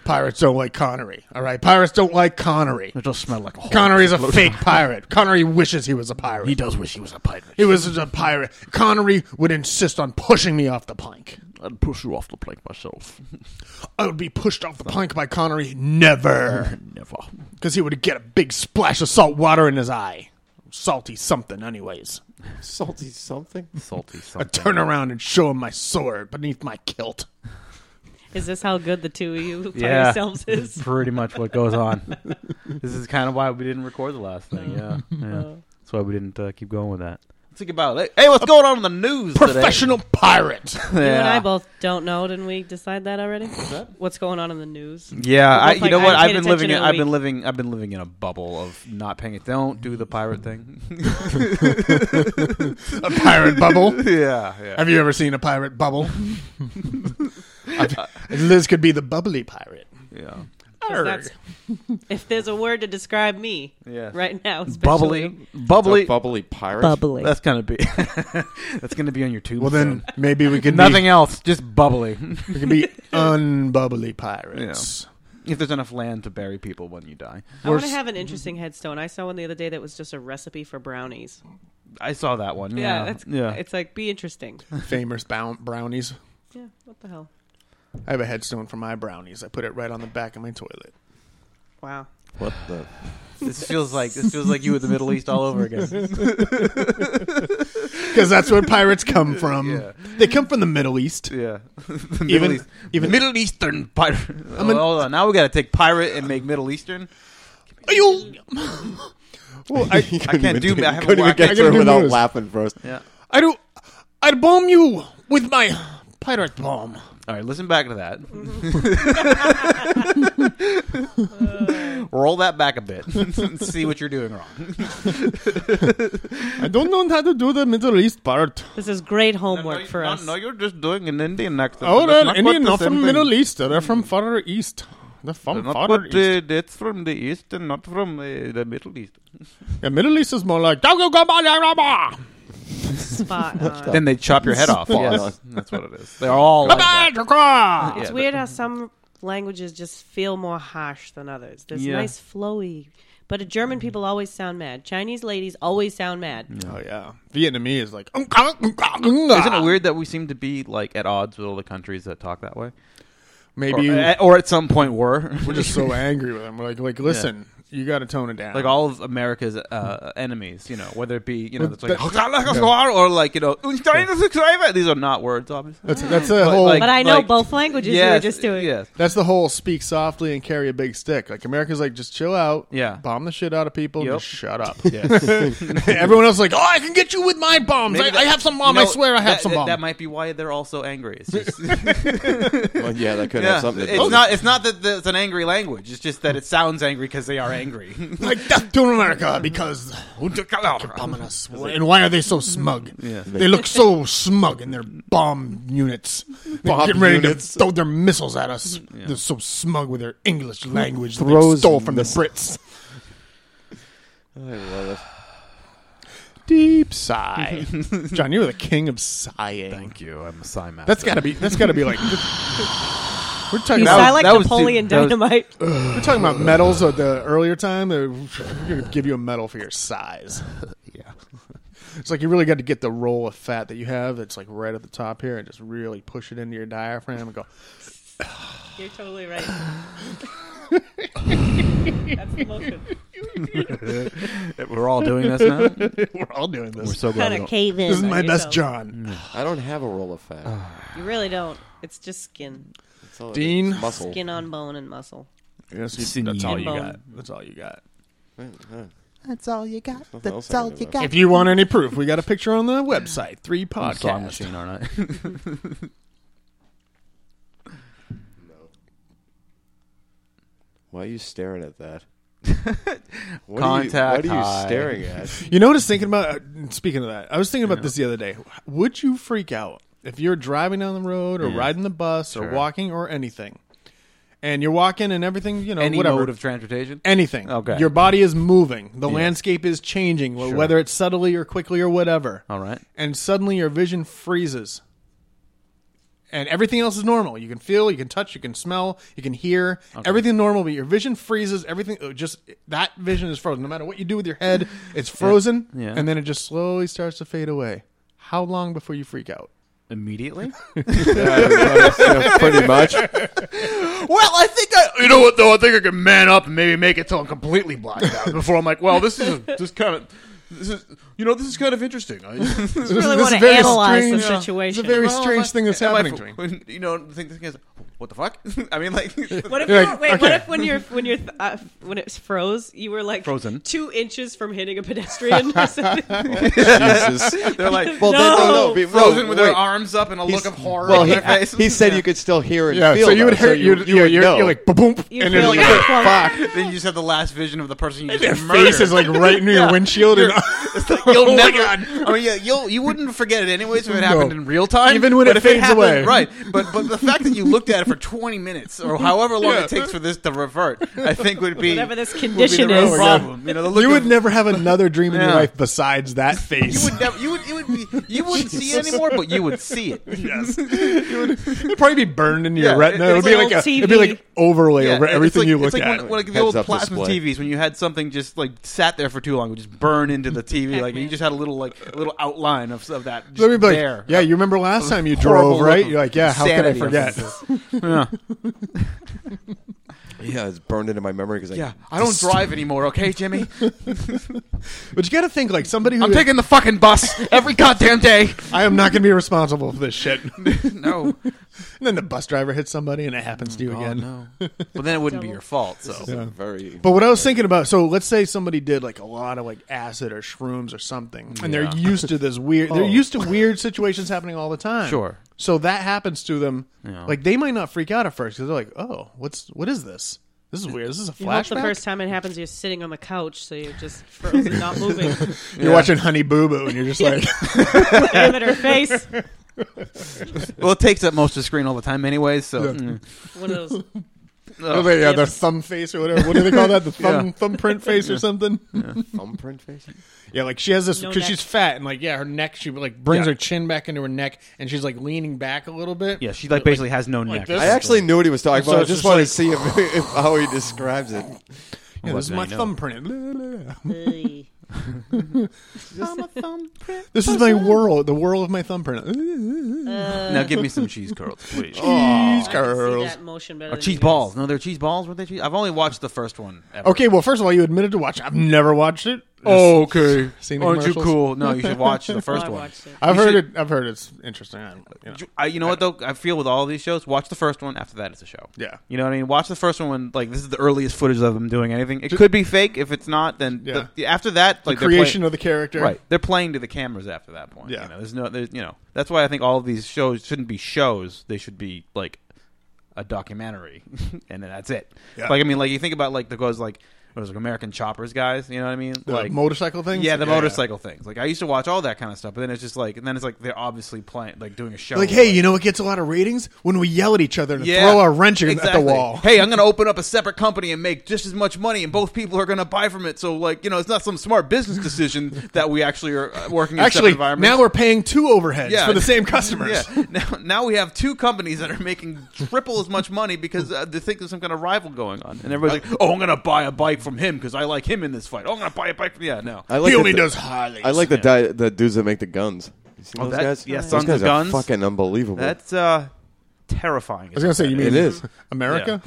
Speaker 2: pirates don't like Connery. All right, pirates don't like Connery.
Speaker 6: it does smell like a. Hole.
Speaker 2: Connery's a fake pirate. Connery wishes he was a pirate.
Speaker 6: He does wish he was a pirate.
Speaker 2: He was a pirate. Connery would insist on pushing me off the plank.
Speaker 6: I'd push you off the plank myself.
Speaker 2: I would be pushed off the plank by Connery. Never.
Speaker 6: Never.
Speaker 2: because he would get a big splash of salt water in his eye. Salty something, anyways.
Speaker 5: Salty something?
Speaker 4: salty.
Speaker 2: I turn around and show him my sword beneath my kilt.
Speaker 3: Is this how good the two of you by
Speaker 4: Yeah.
Speaker 3: yourselves is?
Speaker 4: Pretty much what goes on. this is kind of why we didn't record the last thing. Yeah, yeah. That's why we didn't uh, keep going with that. Think about it. Hey, what's going on in the news?
Speaker 2: Professional pirate.
Speaker 4: Today?
Speaker 3: You and
Speaker 4: Yeah.
Speaker 3: I both don't know. Didn't we decide that already? What's going on in the news?
Speaker 4: Yeah,
Speaker 3: We're
Speaker 4: I,
Speaker 3: both
Speaker 4: you
Speaker 3: like,
Speaker 4: know
Speaker 3: I
Speaker 4: what?
Speaker 3: haven't
Speaker 4: I've
Speaker 3: paid
Speaker 4: been
Speaker 3: attention
Speaker 4: living. In,
Speaker 3: in a
Speaker 4: I've been
Speaker 3: week.
Speaker 4: living. I've been living in a bubble of not paying. it- Don't do the pirate thing.
Speaker 2: a pirate bubble.
Speaker 4: yeah, yeah.
Speaker 2: Have you ever seen a pirate bubble? Liz could be the bubbly pirate.
Speaker 4: Yeah.
Speaker 3: 'Cause that's- if there's a word to describe me
Speaker 4: Yes.
Speaker 3: right now, especially,
Speaker 4: Bubbly,
Speaker 5: A
Speaker 4: bubbly.
Speaker 5: bubbly pirate?
Speaker 3: bubbly.
Speaker 4: That's gonna be. that's gonna be on your tube.
Speaker 2: Well, then maybe we could
Speaker 4: nothing
Speaker 2: Be,
Speaker 4: else, just bubbly.
Speaker 2: we could be unbubbly pirates.
Speaker 4: if there's enough land to bury people when you die,
Speaker 3: I want to have an interesting headstone. I saw one the other day that was just a recipe for brownies.
Speaker 4: I saw that one.
Speaker 3: Yeah,
Speaker 4: Yeah,
Speaker 3: that's,
Speaker 4: yeah.
Speaker 3: It's like be interesting.
Speaker 2: Famous bound brownies.
Speaker 3: yeah, what the hell?
Speaker 2: I have a headstone for my brownies. I put it right on the back of my toilet.
Speaker 3: Wow.
Speaker 5: What the?
Speaker 4: this feels like this feels like you in the Middle East all over again.
Speaker 2: Because that's where pirates come from.
Speaker 4: Yeah.
Speaker 2: They come from the Middle East.
Speaker 4: yeah, The Middle
Speaker 2: Even
Speaker 4: East.
Speaker 2: even
Speaker 4: Middle Eastern pirate.
Speaker 2: an-
Speaker 4: hold on, now we gotta take pirate and make Middle Eastern.
Speaker 2: Are you? well, I,
Speaker 5: He couldn't
Speaker 4: can't
Speaker 5: even
Speaker 4: do ma- I have a
Speaker 5: couldn't even
Speaker 4: whack- I
Speaker 5: get
Speaker 2: can
Speaker 5: through
Speaker 2: do
Speaker 5: without
Speaker 2: moves.
Speaker 5: laughing first.
Speaker 4: Yeah.
Speaker 2: I do. I'd bomb you with my pirate bomb.
Speaker 4: All right, listen back to that.
Speaker 3: Mm-hmm.
Speaker 4: Roll that back a bit. and See what you're doing wrong.
Speaker 2: I don't know how to do the Middle East part.
Speaker 3: This is great homework for
Speaker 4: no,
Speaker 3: us.
Speaker 4: No, you're just doing an Indian accent.
Speaker 2: Oh,
Speaker 4: That's
Speaker 2: they're
Speaker 4: not
Speaker 2: Indian,
Speaker 4: quite
Speaker 2: not
Speaker 4: the same
Speaker 2: from
Speaker 4: thing.
Speaker 2: Middle East. They're from Far East. They're from
Speaker 4: Not
Speaker 2: Far
Speaker 4: quite,
Speaker 2: East.
Speaker 4: uh, that's from the East and not from uh, the Middle East.
Speaker 2: Yeah, Middle East is more like. That's
Speaker 3: Spot on.
Speaker 4: Then they chop your head off.
Speaker 5: Spot
Speaker 4: Yes,
Speaker 5: on.
Speaker 4: that's what it is. They're all like that. Yeah,
Speaker 3: It's
Speaker 4: but-
Speaker 3: weird how some languages just feel more harsh than others. There's
Speaker 4: Yeah. Mm-hmm.
Speaker 3: nice flowy. But German people always sound mad. Chinese ladies always sound mad.
Speaker 2: Oh yeah, Vietnamese is like.
Speaker 4: Isn't
Speaker 2: Isn't
Speaker 4: it weird that we seem to be like at odds with all the countries that talk that way?
Speaker 2: Maybe
Speaker 4: Or,
Speaker 2: you,
Speaker 4: at- or at some point were.
Speaker 2: we're just so angry with them. We're like, like, listen, you got to tone it down.
Speaker 4: Like all of America's uh, enemies, you know, whether it be you know,
Speaker 2: But
Speaker 4: that's like
Speaker 2: that-
Speaker 4: or like you know, these are not words, obviously.
Speaker 2: that's that's a whole.
Speaker 4: like-
Speaker 3: But I know
Speaker 4: like-
Speaker 3: both languages you were
Speaker 4: Yes,
Speaker 3: just doing.
Speaker 4: Yes,
Speaker 2: that's the whole speak softly and carry a big stick. Like America's like just chill out,
Speaker 4: Yeah.
Speaker 2: bomb the shit out of people,
Speaker 4: Yep.
Speaker 2: just shut up. Everyone else is like, oh, I can get you with my bombs. I,
Speaker 4: Maybe
Speaker 2: I
Speaker 4: that-
Speaker 2: have some bomb.
Speaker 4: No,
Speaker 2: I swear I have
Speaker 4: that-
Speaker 2: some
Speaker 4: that-
Speaker 2: bomb.
Speaker 4: That might be why they're all so angry. It's just
Speaker 5: Well, yeah, that could
Speaker 4: yeah.
Speaker 5: have something. To do
Speaker 4: It's
Speaker 5: with
Speaker 4: not. It's not that the- it's an angry language. It's just that it sounds angry because they are angry.
Speaker 2: like death to America because ominous. And why are they so smug? They look so smug in their bomb units. They're
Speaker 5: Bomb
Speaker 2: getting ready
Speaker 5: units.
Speaker 2: to throw their missiles at us. They're so smug with their English language that they
Speaker 5: Throws
Speaker 2: stole from the
Speaker 5: missiles.
Speaker 2: Brits.
Speaker 5: it. I love it.
Speaker 2: Deep sigh. John, you are the king of sighing.
Speaker 4: Thank you. I'm a sign master.
Speaker 2: That's gotta be. That's gotta be like. We're talking
Speaker 3: You
Speaker 2: about
Speaker 3: sound
Speaker 4: was-
Speaker 3: like
Speaker 4: that was
Speaker 3: Napoleon
Speaker 4: too- that was-
Speaker 3: Dynamite.
Speaker 2: we're talking about medals of the earlier time. They're going to give you a medal for your size. yeah, it's like you really got to get the roll of fat that you have. That's like right at the top here, and just really push it into your diaphragm and go.
Speaker 3: You're totally right. That's the motion.
Speaker 4: We're all doing this now.
Speaker 2: We're all doing this.
Speaker 4: We're so Mm. glad.
Speaker 3: Kind
Speaker 4: we
Speaker 3: of
Speaker 4: don't-
Speaker 3: cave in.
Speaker 2: this is
Speaker 3: on
Speaker 2: my best
Speaker 3: yourself.
Speaker 2: John.
Speaker 5: I don't have a roll of fat.
Speaker 3: You really don't. It's just skin,
Speaker 5: That's all it is.
Speaker 2: Dean?
Speaker 5: muscle.
Speaker 3: skin on bone and muscle.
Speaker 2: Yes, you-
Speaker 4: Sinew.
Speaker 2: that's all you
Speaker 3: Bone.
Speaker 2: got. That's all you got.
Speaker 1: That's all you got.
Speaker 5: Nothing else
Speaker 1: That's
Speaker 5: I can
Speaker 1: all
Speaker 5: do
Speaker 1: you
Speaker 5: about
Speaker 1: got.
Speaker 2: If you want any proof, we got a picture on the website. Three
Speaker 4: I'm a
Speaker 2: podcasts.
Speaker 4: song machine, aren't I?
Speaker 5: Why are you staring at that? What
Speaker 4: Contact
Speaker 5: Are you, what are
Speaker 4: high.
Speaker 5: you staring at?
Speaker 2: You know what I was thinking about? uh, Speaking of that, I was thinking about this the other day. Would you freak out if you're driving down the road or riding the bus or
Speaker 4: Sure.
Speaker 2: walking or anything, and you're walking and everything, you know,
Speaker 4: Any
Speaker 2: whatever,
Speaker 4: mode of transportation.
Speaker 2: anything?
Speaker 4: Okay.
Speaker 2: your body is moving, the landscape is changing, wh-
Speaker 4: Sure.
Speaker 2: whether it's subtly or quickly or whatever,
Speaker 4: all right.
Speaker 2: and suddenly your vision freezes. And everything else is normal. You can feel, you can touch, you can smell, you can hear. Everything normal, but your vision freezes. Everything uh, just that vision is frozen. No matter what you do with your head, it's frozen,
Speaker 4: Yeah.
Speaker 2: and then it just slowly starts to fade away. How long before you freak out?
Speaker 4: Immediately.
Speaker 5: Yeah, pretty much.
Speaker 6: Well, I think I. You know what though? I think I can man up and maybe make it till I'm completely blacked out before I'm like, well, this is just kind of. This is, you know, this is kind of interesting. I,
Speaker 2: This,
Speaker 3: really
Speaker 2: this
Speaker 3: wanna
Speaker 2: is very
Speaker 3: analyze the
Speaker 2: strange-
Speaker 3: situation.
Speaker 2: It's a very
Speaker 3: Well,
Speaker 2: strange
Speaker 4: my-
Speaker 2: thing that's
Speaker 4: am I
Speaker 2: happening to
Speaker 4: fo-
Speaker 2: me.
Speaker 4: when- You know, the thing, the thing is, what the fuck? I mean, like,
Speaker 3: What if
Speaker 2: You're
Speaker 3: you
Speaker 2: like,
Speaker 3: wait? What
Speaker 2: okay.
Speaker 3: if when you're when you're th- uh, when it's froze, you were like
Speaker 4: Frozen.
Speaker 3: two inches from hitting a pedestrian or something?
Speaker 5: Jesus.
Speaker 4: they're like
Speaker 5: Well, then, no,
Speaker 3: No.
Speaker 5: no, be- no,
Speaker 4: frozen with their
Speaker 5: wait.
Speaker 4: arms up and a
Speaker 5: He's-
Speaker 4: look of horror
Speaker 5: Well,
Speaker 4: on
Speaker 5: he,
Speaker 4: their face.
Speaker 5: he said you could still hear and
Speaker 2: Yeah,
Speaker 5: feel.
Speaker 2: so you would hear
Speaker 5: though,
Speaker 2: you,
Speaker 5: you,
Speaker 2: you are
Speaker 5: would
Speaker 2: you're,
Speaker 5: know.
Speaker 2: you're like boom,
Speaker 3: You
Speaker 2: and
Speaker 3: feel
Speaker 2: it's
Speaker 3: like
Speaker 2: like,
Speaker 3: a plunk.
Speaker 2: fuck.
Speaker 4: then you just have the last vision of the person you
Speaker 2: Their
Speaker 4: just murdered.
Speaker 2: face is like right near your windshield, and
Speaker 4: It's like, you'll
Speaker 2: Oh my
Speaker 4: never. I mean, yeah, you'll you wouldn't forget it anyways if it
Speaker 2: No.
Speaker 4: happened in real time.
Speaker 2: Even when
Speaker 4: but
Speaker 2: it
Speaker 4: if
Speaker 2: fades
Speaker 4: happened-
Speaker 2: away.
Speaker 4: right? But but the fact that you looked at it for twenty minutes or however long
Speaker 2: Yeah.
Speaker 4: it takes for this to revert, I think would be
Speaker 3: Whatever this
Speaker 4: would be the
Speaker 3: condition
Speaker 4: real
Speaker 2: is.
Speaker 4: problem. You know, the look
Speaker 2: you would
Speaker 4: of-
Speaker 2: never have another dream in your
Speaker 4: Yeah.
Speaker 2: life besides that
Speaker 4: You
Speaker 2: face.
Speaker 4: would never. You would. It would be. You wouldn't see it anymore, but you would see it.
Speaker 2: Yes. It'd probably be burned into your
Speaker 4: Yeah,
Speaker 2: retina. It
Speaker 4: it-
Speaker 2: would
Speaker 4: it's
Speaker 2: be
Speaker 3: like
Speaker 2: like a,
Speaker 3: old
Speaker 2: it'd be
Speaker 3: TV.
Speaker 2: like overlay
Speaker 4: Yeah,
Speaker 2: over
Speaker 4: it's
Speaker 2: everything
Speaker 4: like-
Speaker 2: you look
Speaker 4: it's like
Speaker 2: at.
Speaker 4: When, like the
Speaker 5: Heads
Speaker 4: old
Speaker 5: up
Speaker 4: plasma
Speaker 5: display.
Speaker 4: TVs, when you had something just like sat there for too long, it would just burn into the TV. like you just had a little like a little outline of, of that. Just
Speaker 2: Let me be like,
Speaker 4: there.
Speaker 2: yeah, you remember last time you
Speaker 4: Horrible
Speaker 2: drove, right?
Speaker 4: look of
Speaker 2: You're like, yeah, how could I
Speaker 4: insanity.
Speaker 2: forget?
Speaker 5: Yeah, it's burned into my memory because I.
Speaker 4: Yeah, I don't drive anymore. Okay, Jimmy,
Speaker 2: But you got to think like somebody who
Speaker 4: I'm taking the fucking bus every goddamn day.
Speaker 2: I am not going to be responsible for this shit. and
Speaker 4: No,
Speaker 2: then the bus driver hits somebody, and it happens to you
Speaker 4: Oh,
Speaker 2: again.
Speaker 4: but then it wouldn't be your fault. So
Speaker 5: It's a Very.
Speaker 2: But what I was thinking about, so let's say somebody did like a lot of like acid or shrooms or something, and they're used to this weird. They're used to weird situations happening all the time.
Speaker 4: Oh. Sure.
Speaker 2: So that happens to them.
Speaker 4: Yeah.
Speaker 2: Like they might not freak out at first because they're like, "Oh, what's what is this? This is weird. Is this a
Speaker 3: You hope the
Speaker 2: flashback?"
Speaker 3: first time it happens, you're sitting on the couch, so you're just frozen, not moving.
Speaker 2: You're watching Honey Boo Boo, and you're just like,
Speaker 3: Aim at her face.
Speaker 4: well, it takes up most of the screen all the time, anyways. So mm.
Speaker 3: One of those. uh,
Speaker 2: oh, they, yeah, their thumb face or whatever. What do they call that? The thumb
Speaker 4: Yeah.
Speaker 2: thumbprint face or something.
Speaker 5: thumbprint face.
Speaker 2: Yeah, like she has this
Speaker 3: No
Speaker 2: because
Speaker 3: neck.
Speaker 2: she's fat and like yeah, her neck. She like brings
Speaker 4: Yeah.
Speaker 2: her chin back into her neck, and she's like leaning back a little bit.
Speaker 4: yeah, she like basically has no
Speaker 2: like
Speaker 4: neck.
Speaker 2: this?
Speaker 5: I actually knew what he was talking
Speaker 2: So
Speaker 5: about. I
Speaker 2: it's
Speaker 5: just
Speaker 2: just
Speaker 5: wanted
Speaker 2: like-
Speaker 5: to see if, if how he describes it.
Speaker 2: Yeah, this is
Speaker 4: now
Speaker 2: my
Speaker 4: you know.
Speaker 2: thumbprint. La, la, la.
Speaker 3: Ugh.
Speaker 2: This is my whirl, the whirl of my thumbprint.
Speaker 4: now give me some cheese curls, please.
Speaker 3: Oh.
Speaker 2: Cheese
Speaker 3: I
Speaker 2: curls.
Speaker 3: can see that motion better
Speaker 4: Or
Speaker 3: than you
Speaker 4: cheese
Speaker 3: guys.
Speaker 4: balls. No, they're cheese balls. Were they cheese? I've only watched the first one. Ever.
Speaker 2: Okay, well, first of all, you admitted to watch. I've never watched it.
Speaker 4: Oh, okay.
Speaker 2: Seen the
Speaker 4: Aren't you
Speaker 2: commercials?
Speaker 4: cool? No, you should watch the
Speaker 3: Oh,
Speaker 4: first
Speaker 3: I
Speaker 4: one.
Speaker 3: watched it.
Speaker 2: I've
Speaker 4: You
Speaker 2: heard
Speaker 4: should-
Speaker 2: it. I've heard it's interesting. I don't- you know.
Speaker 4: I, you know what though? I feel with all these shows, watch the first one. After that, it's a show.
Speaker 2: Yeah.
Speaker 4: You know what I mean? Watch the first one when like this is the earliest footage of them doing anything. It could be fake. If it's not, then
Speaker 2: Yeah.
Speaker 4: the, after that, like they're
Speaker 2: Creation
Speaker 4: playing-
Speaker 2: of the character.
Speaker 4: Right. They're playing to the cameras after that point.
Speaker 2: Yeah.
Speaker 4: You know, there's no, there's, you know, that's why I think all of these shows shouldn't be shows. They should be like a documentary, and then that's it.
Speaker 2: Yeah.
Speaker 4: Like I mean, like you think about like the goes like what is it, like American Choppers guys. You know what I mean?
Speaker 2: The
Speaker 4: like
Speaker 2: motorcycle things.
Speaker 4: Yeah, the motorcycle things. Like I used to watch all that kind of stuff, but then it's just like, and then it's like they're obviously playing, like doing a show.
Speaker 2: Like, hey, you know what gets a lot of ratings when we yell at each other and
Speaker 4: Yeah.
Speaker 2: throw our wrench in- at
Speaker 4: Exactly.
Speaker 2: the wall.
Speaker 4: Hey, I'm going to open up a separate company and make just as much money, and both people are going to buy from it. So, like, you know, it's not some smart business decision that we actually are uh, working in separate
Speaker 2: Actually,
Speaker 4: environments.
Speaker 2: now we're paying two overheads
Speaker 4: Yeah.
Speaker 2: for the same customers.
Speaker 4: Yeah. Now, now we have two companies that are making triple as much money because uh, they think there's some kind of rival going on, and everybody's like, "Oh, I'm going to buy a bike from him because I like him in this fight. Oh, I'm going to buy a bike from yeah, no."
Speaker 5: I like
Speaker 2: he
Speaker 5: that
Speaker 2: only
Speaker 5: the-
Speaker 2: does Harley.
Speaker 5: I like the di- the dudes that make the guns. You seen
Speaker 4: Oh,
Speaker 5: those
Speaker 4: that-
Speaker 5: guys?
Speaker 4: yeah,
Speaker 5: those
Speaker 4: Sons
Speaker 5: guys
Speaker 4: of Guns.
Speaker 5: are fucking unbelievable.
Speaker 4: That's uh, terrifying.
Speaker 2: I was gonna say you mean
Speaker 5: It is.
Speaker 2: America.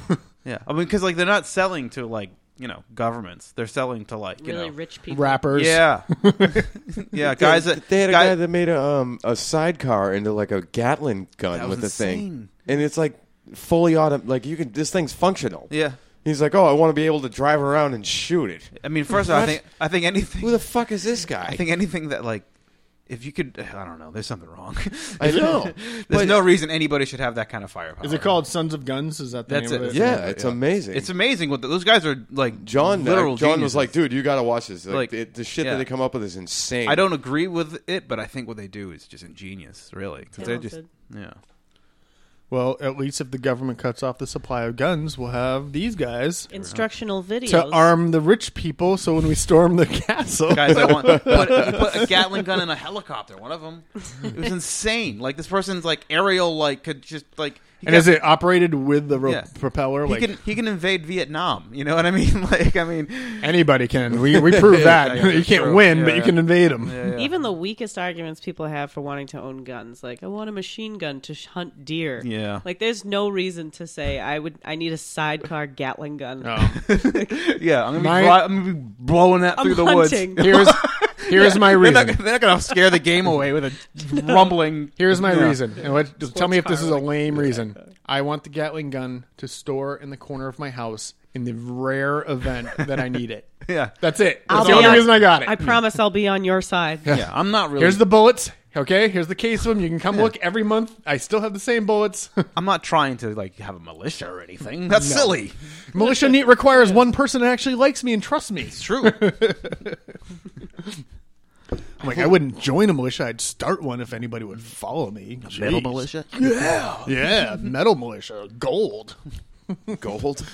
Speaker 4: yeah. I mean, because like they're not selling to like you know governments; they're selling to like you
Speaker 3: Really
Speaker 4: know.
Speaker 3: rich people.
Speaker 2: Rappers.
Speaker 4: Yeah, yeah, guys.
Speaker 5: They,
Speaker 4: that-
Speaker 5: they had a
Speaker 4: guy-
Speaker 5: guy that made a um, a sidecar into like a Gatlin gun
Speaker 4: That was
Speaker 5: with the
Speaker 4: insane.
Speaker 5: thing, and it's like fully auto. Like you can, this thing's functional.
Speaker 4: Yeah.
Speaker 5: He's like, oh, I want to be able to drive around and shoot it.
Speaker 4: I mean, first off, I
Speaker 5: What?
Speaker 4: think I think anything.
Speaker 5: Who the fuck is this guy?
Speaker 4: I think anything that like, if you could, I don't know. There's something wrong.
Speaker 5: I know.
Speaker 4: There's no reason anybody should have that kind of firepower.
Speaker 2: Is it called Sons of Guns? Is that the
Speaker 4: That's
Speaker 2: name
Speaker 4: it.
Speaker 2: of it?
Speaker 5: yeah, it's amazing.
Speaker 4: It's amazing what the, those guys are like.
Speaker 5: John.
Speaker 4: literal
Speaker 5: uh, John
Speaker 4: geniuses.
Speaker 5: was like, dude, you got to watch this. Like,
Speaker 4: Like,
Speaker 5: the, the shit
Speaker 4: yeah.
Speaker 5: that they come up with is insane.
Speaker 4: I don't agree with it, but I think what they do is just ingenious, really. 'Cause they're just,
Speaker 3: Talented.
Speaker 4: yeah.
Speaker 2: Well, at least if the government cuts off the supply of guns, we'll have these guys
Speaker 3: Instructional videos.
Speaker 2: to arm the rich people. So when we storm the castle,
Speaker 4: Guys, I want put, you put a Gatling gun in a helicopter. One of them, it was insane. Like this person's like aerial, like could just like. he
Speaker 2: and
Speaker 4: got-
Speaker 2: is it operated with the ro-
Speaker 4: Yeah.
Speaker 2: propeller?
Speaker 4: He
Speaker 2: Like
Speaker 4: can he can invade Vietnam. You know what I mean? Like I mean,
Speaker 2: anybody can. We we prove that
Speaker 4: Yeah, yeah,
Speaker 2: you can't
Speaker 4: true.
Speaker 2: win, but
Speaker 4: Yeah,
Speaker 2: you
Speaker 4: yeah.
Speaker 2: can invade them.
Speaker 3: Even the weakest arguments people have for wanting to own guns, like I want a machine gun to sh- hunt deer.
Speaker 4: Yeah.
Speaker 3: Like there's no reason to say I would. I need a sidecar Gatling gun.
Speaker 4: yeah. I'm gonna,
Speaker 2: My-
Speaker 4: be, blo- I'm gonna be blowing that
Speaker 3: I'm
Speaker 4: through the
Speaker 3: hunting.
Speaker 4: woods.
Speaker 2: Here's here's my
Speaker 4: They're not,
Speaker 2: reason.
Speaker 4: they're not gonna scare the game away with a rumbling.
Speaker 2: Here's my
Speaker 4: Yeah.
Speaker 2: reason. And what, just tell me if this is a lame reason. I want the Gatling gun to store in the corner of my house in the rare event that I need it.
Speaker 4: Yeah.
Speaker 2: That's it. That's
Speaker 3: I'll
Speaker 2: the
Speaker 3: be
Speaker 2: only
Speaker 3: on-
Speaker 2: reason I got it.
Speaker 3: I promise I'll be on your side.
Speaker 4: Yeah, I'm not really.
Speaker 2: Here's the bullets. Okay, here's the case of them. You can come look every month. I still have the same bullets.
Speaker 4: I'm not trying to like have a militia or anything. That's silly.
Speaker 2: Militia neat requires one person that actually likes me and trusts me.
Speaker 4: It's true.
Speaker 2: I'm like, I wouldn't join a militia. I'd start one if anybody would follow me. Jeez. Yeah, yeah, metal militia, gold,
Speaker 5: gold.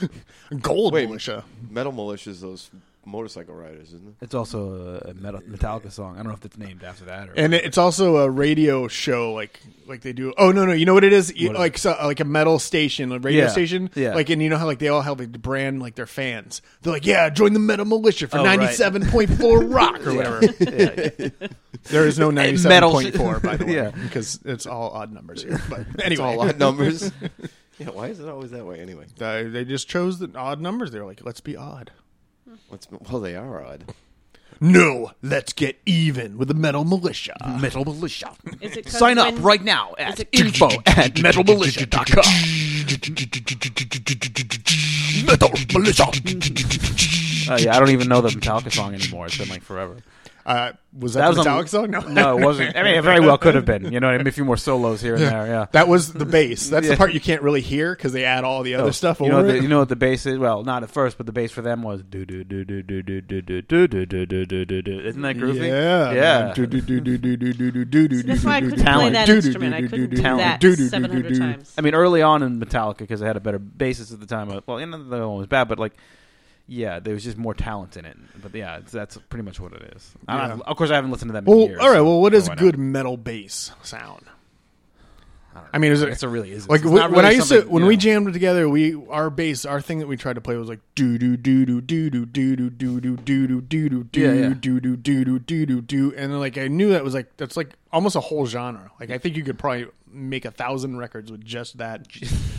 Speaker 2: gold
Speaker 5: Wait.
Speaker 2: militia.
Speaker 5: Metal militias, those motorcycle riders, isn't it?
Speaker 4: It's also a metal, Metallica song. I don't know if it's named after that. Or
Speaker 2: And it- it's also a radio show, like like they do. Oh no, no, you know what it is? You- like so, uh, like a metal station, a radio
Speaker 4: Yeah,
Speaker 2: station.
Speaker 4: yeah.
Speaker 2: Like and you know how like they all have like the brand like their fans. They're like, yeah, join the metal militia for
Speaker 4: Oh, right.
Speaker 2: ninety seven point four rock or whatever. There is no ninety seven point four by the way,
Speaker 4: Yeah.
Speaker 2: because it's all odd numbers here. But
Speaker 4: Oh,
Speaker 2: anyway,
Speaker 5: All odd numbers. yeah, why is it always that way anyway?
Speaker 2: Uh, they just chose the odd numbers. They're like, let's be odd.
Speaker 5: What's, well, they are odd.
Speaker 2: No, let's get even with the metal militia.
Speaker 1: Mm-hmm.
Speaker 4: metal militia.
Speaker 3: Is it 'cause
Speaker 4: Sign up
Speaker 3: when-
Speaker 4: right now at
Speaker 3: it-
Speaker 4: info at metalmilitia.com.
Speaker 6: Metal militia.
Speaker 4: Uh, yeah, I don't even know the Metallica song anymore. It's been like forever.
Speaker 2: Uh, was that, the Metallic song? No,
Speaker 4: no, it wasn't. I mean, it very well could have been. You know, what I mean, a few more solos here and there. Yeah.
Speaker 2: That was the bass. That's
Speaker 4: Yeah. Oh,
Speaker 2: the part you can't really hear because they add all the other stuff
Speaker 4: You
Speaker 2: over
Speaker 4: know, the,
Speaker 2: it.
Speaker 4: you know what the bass is? Well, not at first, but the bass for them was do do do do do do do do do do do do do do do. Isn't that groovy?
Speaker 2: yeah,
Speaker 4: yeah.
Speaker 2: Do do do do do do do do do do.
Speaker 3: That's why I couldn't play
Speaker 4: Talent.
Speaker 3: that instrument. I couldn't do
Speaker 4: Talent.
Speaker 3: that
Speaker 2: Do, do, do,
Speaker 3: 700
Speaker 2: do.
Speaker 3: times.
Speaker 4: I mean, early on in Metallica, because they had a better bassist at the time. uh, Well, you know, the other one was bad, but like, yeah, there was just more talent in it. But yeah, it's, that's pretty much what it is. I don't
Speaker 2: Yeah.
Speaker 4: have- of course, I haven't listened to that.
Speaker 2: Well,
Speaker 4: years,
Speaker 2: all right. Well, what
Speaker 4: so
Speaker 2: is
Speaker 4: I don't-
Speaker 2: good metal bass sound?
Speaker 4: I
Speaker 2: I mean, it was a,
Speaker 4: It's a really is
Speaker 2: like
Speaker 4: it's
Speaker 2: when,
Speaker 4: not
Speaker 2: when I
Speaker 4: really
Speaker 2: used to
Speaker 4: something,
Speaker 2: when
Speaker 4: you
Speaker 2: we
Speaker 4: know.
Speaker 2: jammed together, we our bass our thing that we tried to play was like do do do do do do do do do do do do do do
Speaker 4: Yeah, yeah.
Speaker 2: do do do do do do do do and then, like I knew that was like that's like almost a whole genre. Like I think you could probably make a thousand records with just that.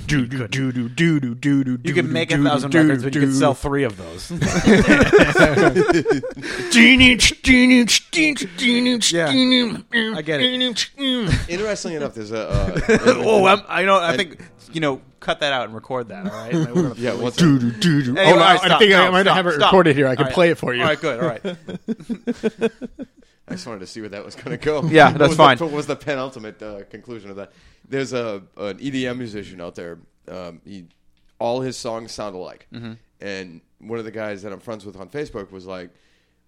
Speaker 2: Do do do do do do do do.
Speaker 4: you could make a thousand records, but you could sell three of those. I get
Speaker 2: it.
Speaker 5: Interestingly enough, there's a. Uh,
Speaker 4: oh, I'm, I know. I think you know. Cut that out and record that. All right. Like, we're gonna-
Speaker 5: yeah, what's
Speaker 2: Do do do do. Oh,
Speaker 4: Anyway, all
Speaker 2: I
Speaker 4: right,
Speaker 2: I
Speaker 4: stop,
Speaker 2: think I
Speaker 4: no,
Speaker 2: might
Speaker 4: stop,
Speaker 2: have it
Speaker 4: stop.
Speaker 2: recorded here. I could
Speaker 4: All right.
Speaker 2: play it for you.
Speaker 4: All right. Good. All right.
Speaker 5: I just wanted to see where that was going to go.
Speaker 4: Yeah,
Speaker 5: What
Speaker 4: that's
Speaker 5: was
Speaker 4: fine.
Speaker 5: The, what was the penultimate uh, conclusion of that? There's a an EDM musician out there. Um, he all his songs sound alike,
Speaker 4: Mm-hmm.
Speaker 5: and one of the guys that I'm friends with on Facebook was like,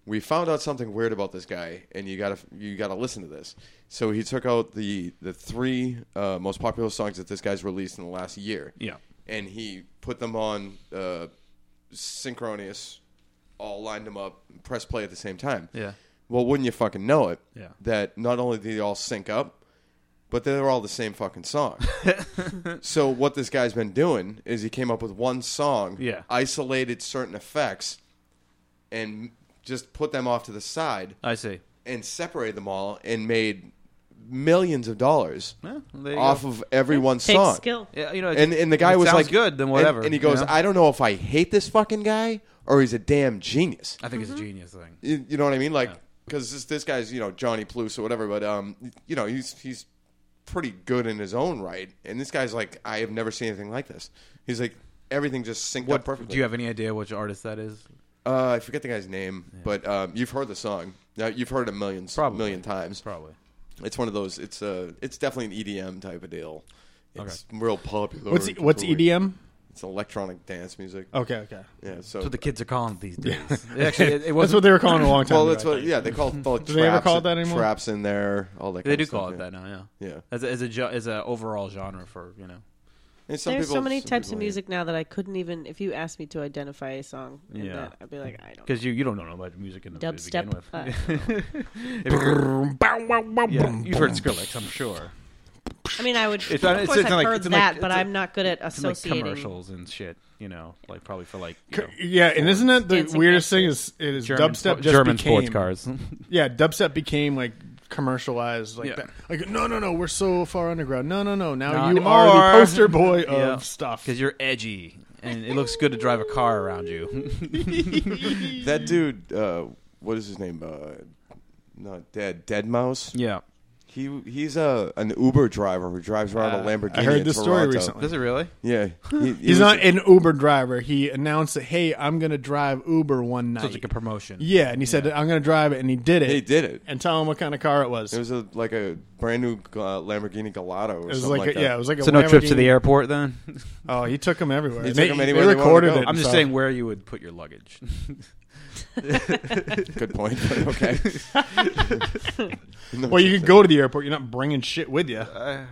Speaker 5: "We found out something weird about this guy, and you gotta you gotta listen to this." So he took out the the three uh, most popular songs that this guy's released in the last year.
Speaker 4: Yeah.
Speaker 5: and he put them on uh, synchronous, all lined them up, press play at the same time.
Speaker 4: Yeah.
Speaker 5: Well, wouldn't you fucking know it?
Speaker 4: Yeah.
Speaker 5: That not only do they all sync up, but they're all the same fucking song. so what this guy's been doing is he came up with one song,
Speaker 4: Yeah.
Speaker 5: isolated certain effects, and just put them off to the side
Speaker 4: I see.
Speaker 5: and separated them all and made millions of dollars
Speaker 4: Yeah, well, there you
Speaker 5: off
Speaker 4: go.
Speaker 5: of every one
Speaker 3: Takes
Speaker 5: song.
Speaker 3: skill.
Speaker 4: Yeah, you know,
Speaker 5: And and the
Speaker 4: if
Speaker 5: guy
Speaker 4: it
Speaker 5: was
Speaker 4: sounds
Speaker 5: like
Speaker 4: good, then
Speaker 5: and-
Speaker 4: whatever.
Speaker 5: And, he goes,
Speaker 4: you know?
Speaker 5: I don't know if I hate this fucking guy or he's a damn genius.
Speaker 4: I think it's a
Speaker 2: Mm-hmm.
Speaker 4: genius thing.
Speaker 5: You, you know what I mean? Like, because this, this guy's you know Johnny Pluse or whatever, but um, you know he's he's pretty good in his own right, and this guy's like, I have never seen anything like this. He's like everything just synced up
Speaker 4: What
Speaker 5: perfectly.
Speaker 4: do you have any idea which artist that is?
Speaker 5: Uh, I forget the guy's name, but um, you've heard the song. Now you've heard it millions,
Speaker 4: Probably.
Speaker 5: million times.
Speaker 4: Probably.
Speaker 5: It's one of those. It's uh, it's definitely an EDM type of deal. It's real popular.
Speaker 2: What's E, what's EDM?
Speaker 5: It's electronic dance music.
Speaker 2: Okay, okay.
Speaker 5: Yeah, so
Speaker 4: That's what the kids are calling it these days. Actually, it, it
Speaker 2: That's what
Speaker 4: wasn't.
Speaker 2: they were calling it a long time.
Speaker 5: well,
Speaker 2: ago,
Speaker 5: that's
Speaker 2: I
Speaker 5: what
Speaker 2: think.
Speaker 5: yeah they call it. like,
Speaker 2: Do they ever
Speaker 5: traps
Speaker 2: call it
Speaker 5: in-
Speaker 2: that anymore?
Speaker 5: Traps in there, all that.
Speaker 4: They,
Speaker 5: kind
Speaker 4: do
Speaker 5: of stuff,
Speaker 4: call it
Speaker 5: yeah.
Speaker 4: that now. Yeah.
Speaker 5: Yeah.
Speaker 4: As a, as a jo- as a overall genre for you know.
Speaker 5: And some
Speaker 3: There's so
Speaker 5: people-
Speaker 3: many
Speaker 5: some
Speaker 3: types of
Speaker 5: people hate it.
Speaker 3: music now that I couldn't even. If you asked me to identify a song, in
Speaker 4: Yeah.
Speaker 3: that, I'd be like, I don't. know.
Speaker 4: Because you, you don't know much music in the to begin
Speaker 3: Dubstep. Uh,
Speaker 4: with. yeah, you've heard Skrillex, I'm sure.
Speaker 3: I mean, I would.
Speaker 4: It's on-
Speaker 3: of
Speaker 4: it's-
Speaker 3: course,
Speaker 4: it's in
Speaker 3: I've
Speaker 4: like-
Speaker 3: heard
Speaker 4: it's in like-
Speaker 3: that,
Speaker 4: it's
Speaker 3: but
Speaker 4: in-
Speaker 3: I'm not good at
Speaker 4: It's in, like
Speaker 3: associating.
Speaker 4: commercials and shit. You know, like probably for like you know,
Speaker 2: yeah, and isn't that the
Speaker 3: Dancing
Speaker 2: weirdest
Speaker 3: Dancing.
Speaker 2: thing? Is it is
Speaker 4: German,
Speaker 2: dubstep
Speaker 4: spo-
Speaker 2: just
Speaker 4: German
Speaker 2: became,
Speaker 4: sports cars.
Speaker 2: Yeah, dubstep became like commercialized like
Speaker 4: Yeah.
Speaker 2: that. Like no, no, no, we're so far underground. No, no, no. Now
Speaker 4: Not
Speaker 2: you are the
Speaker 4: anymore.
Speaker 2: poster boy of
Speaker 4: Yeah.
Speaker 2: stuff.
Speaker 4: Because you're edgy and it looks good to drive a car around you.
Speaker 5: That dude, uh, what is his name? Uh, not dead, dead mouse.
Speaker 4: yeah.
Speaker 5: He he's a an Uber driver who drives around a
Speaker 4: Uh,
Speaker 5: Lamborghini.
Speaker 2: I heard
Speaker 5: in
Speaker 2: this story
Speaker 5: Toronto.
Speaker 2: recently.
Speaker 4: Does it really?
Speaker 5: Yeah, he- he
Speaker 2: He's
Speaker 5: was-
Speaker 2: not an Uber driver. He announced that hey, I'm gonna drive Uber one
Speaker 4: So it's
Speaker 2: night.
Speaker 4: like a promotion.
Speaker 2: yeah, and he said I'm gonna drive it, and he did it.
Speaker 5: He did it.
Speaker 2: And tell him what kind of car it was.
Speaker 5: It was a, like a brand new uh, Lamborghini Gallardo or
Speaker 2: It was
Speaker 5: something
Speaker 2: like,
Speaker 5: like,
Speaker 2: a,
Speaker 5: that.
Speaker 2: yeah, it was like a
Speaker 4: So no trip to
Speaker 2: Lamborghini.
Speaker 4: the airport then?
Speaker 2: Oh, he took him everywhere.
Speaker 5: He
Speaker 2: they,
Speaker 5: took 'em anywhere
Speaker 2: they
Speaker 5: they wanted to
Speaker 2: recorded
Speaker 5: go.
Speaker 2: it.
Speaker 4: I'm just
Speaker 2: so-
Speaker 4: saying where you would put your luggage.
Speaker 5: Good point. but okay. No,
Speaker 2: Well, you
Speaker 5: it's-
Speaker 2: could go to the airport. You're not bringing shit with you.
Speaker 4: Uh,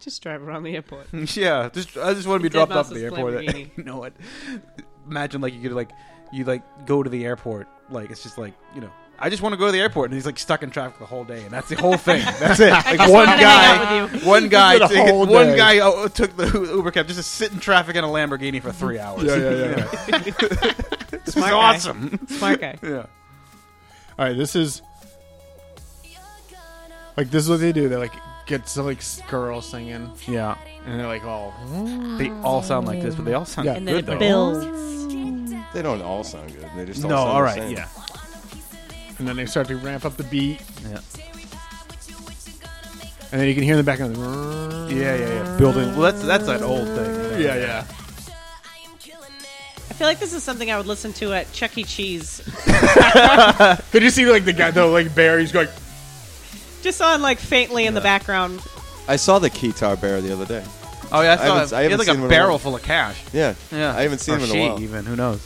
Speaker 3: Just drive around the airport.
Speaker 4: yeah. Just I just want to be
Speaker 3: Dead
Speaker 4: dropped off
Speaker 3: Mouse's
Speaker 4: at the airport.
Speaker 3: Lamborghini.
Speaker 4: you know what? Imagine like you could like you like go to the airport, like it's just like, you know, I just want to go to the airport, and he's like stuck in traffic the whole day, and that's the whole thing. That's it. Like
Speaker 3: just
Speaker 4: one
Speaker 3: wanted to hang out
Speaker 4: guy,
Speaker 3: with
Speaker 4: one guy,
Speaker 2: did a
Speaker 4: took-
Speaker 2: whole
Speaker 4: one
Speaker 2: day.
Speaker 4: guy oh, took the Uber cab just to sit in traffic in a Lamborghini for three hours.
Speaker 2: yeah, yeah.
Speaker 4: It's awesome.
Speaker 3: Smart guy.
Speaker 4: Yeah.
Speaker 2: All right, this is like this is what they do. They like get some like s- girls singing,
Speaker 4: Yeah.
Speaker 2: and they're like, "Oh,
Speaker 4: They all sound like this, but they all sound
Speaker 2: Yeah.
Speaker 3: And then
Speaker 4: good though.
Speaker 3: it builds.
Speaker 5: They don't all sound good. They just all
Speaker 4: no,
Speaker 5: sound
Speaker 4: all
Speaker 5: the
Speaker 4: right,
Speaker 5: same.
Speaker 4: yeah.
Speaker 2: and then they start to ramp up the beat,
Speaker 4: Yeah.
Speaker 2: and then you can hear in the background, "Rrrr."
Speaker 4: Yeah, yeah, yeah. Building. Well, that's that's an old thing. you know?
Speaker 2: yeah, yeah.
Speaker 3: I feel like this is something I would listen to at Chuck E. Cheese,
Speaker 2: Could you see like the guy though, like Barry's going,
Speaker 3: just on like faintly in the background.
Speaker 5: I saw the Keytar Bear the other day.
Speaker 4: Oh yeah, I saw.
Speaker 5: haven't- I
Speaker 4: he had
Speaker 5: haven't
Speaker 4: like a
Speaker 5: seen one in a
Speaker 4: barrel
Speaker 5: while.
Speaker 4: full of cash.
Speaker 5: Yeah,
Speaker 4: Yeah.
Speaker 5: I haven't seen
Speaker 4: or
Speaker 5: him in
Speaker 4: she,
Speaker 5: a while.
Speaker 4: Even who knows?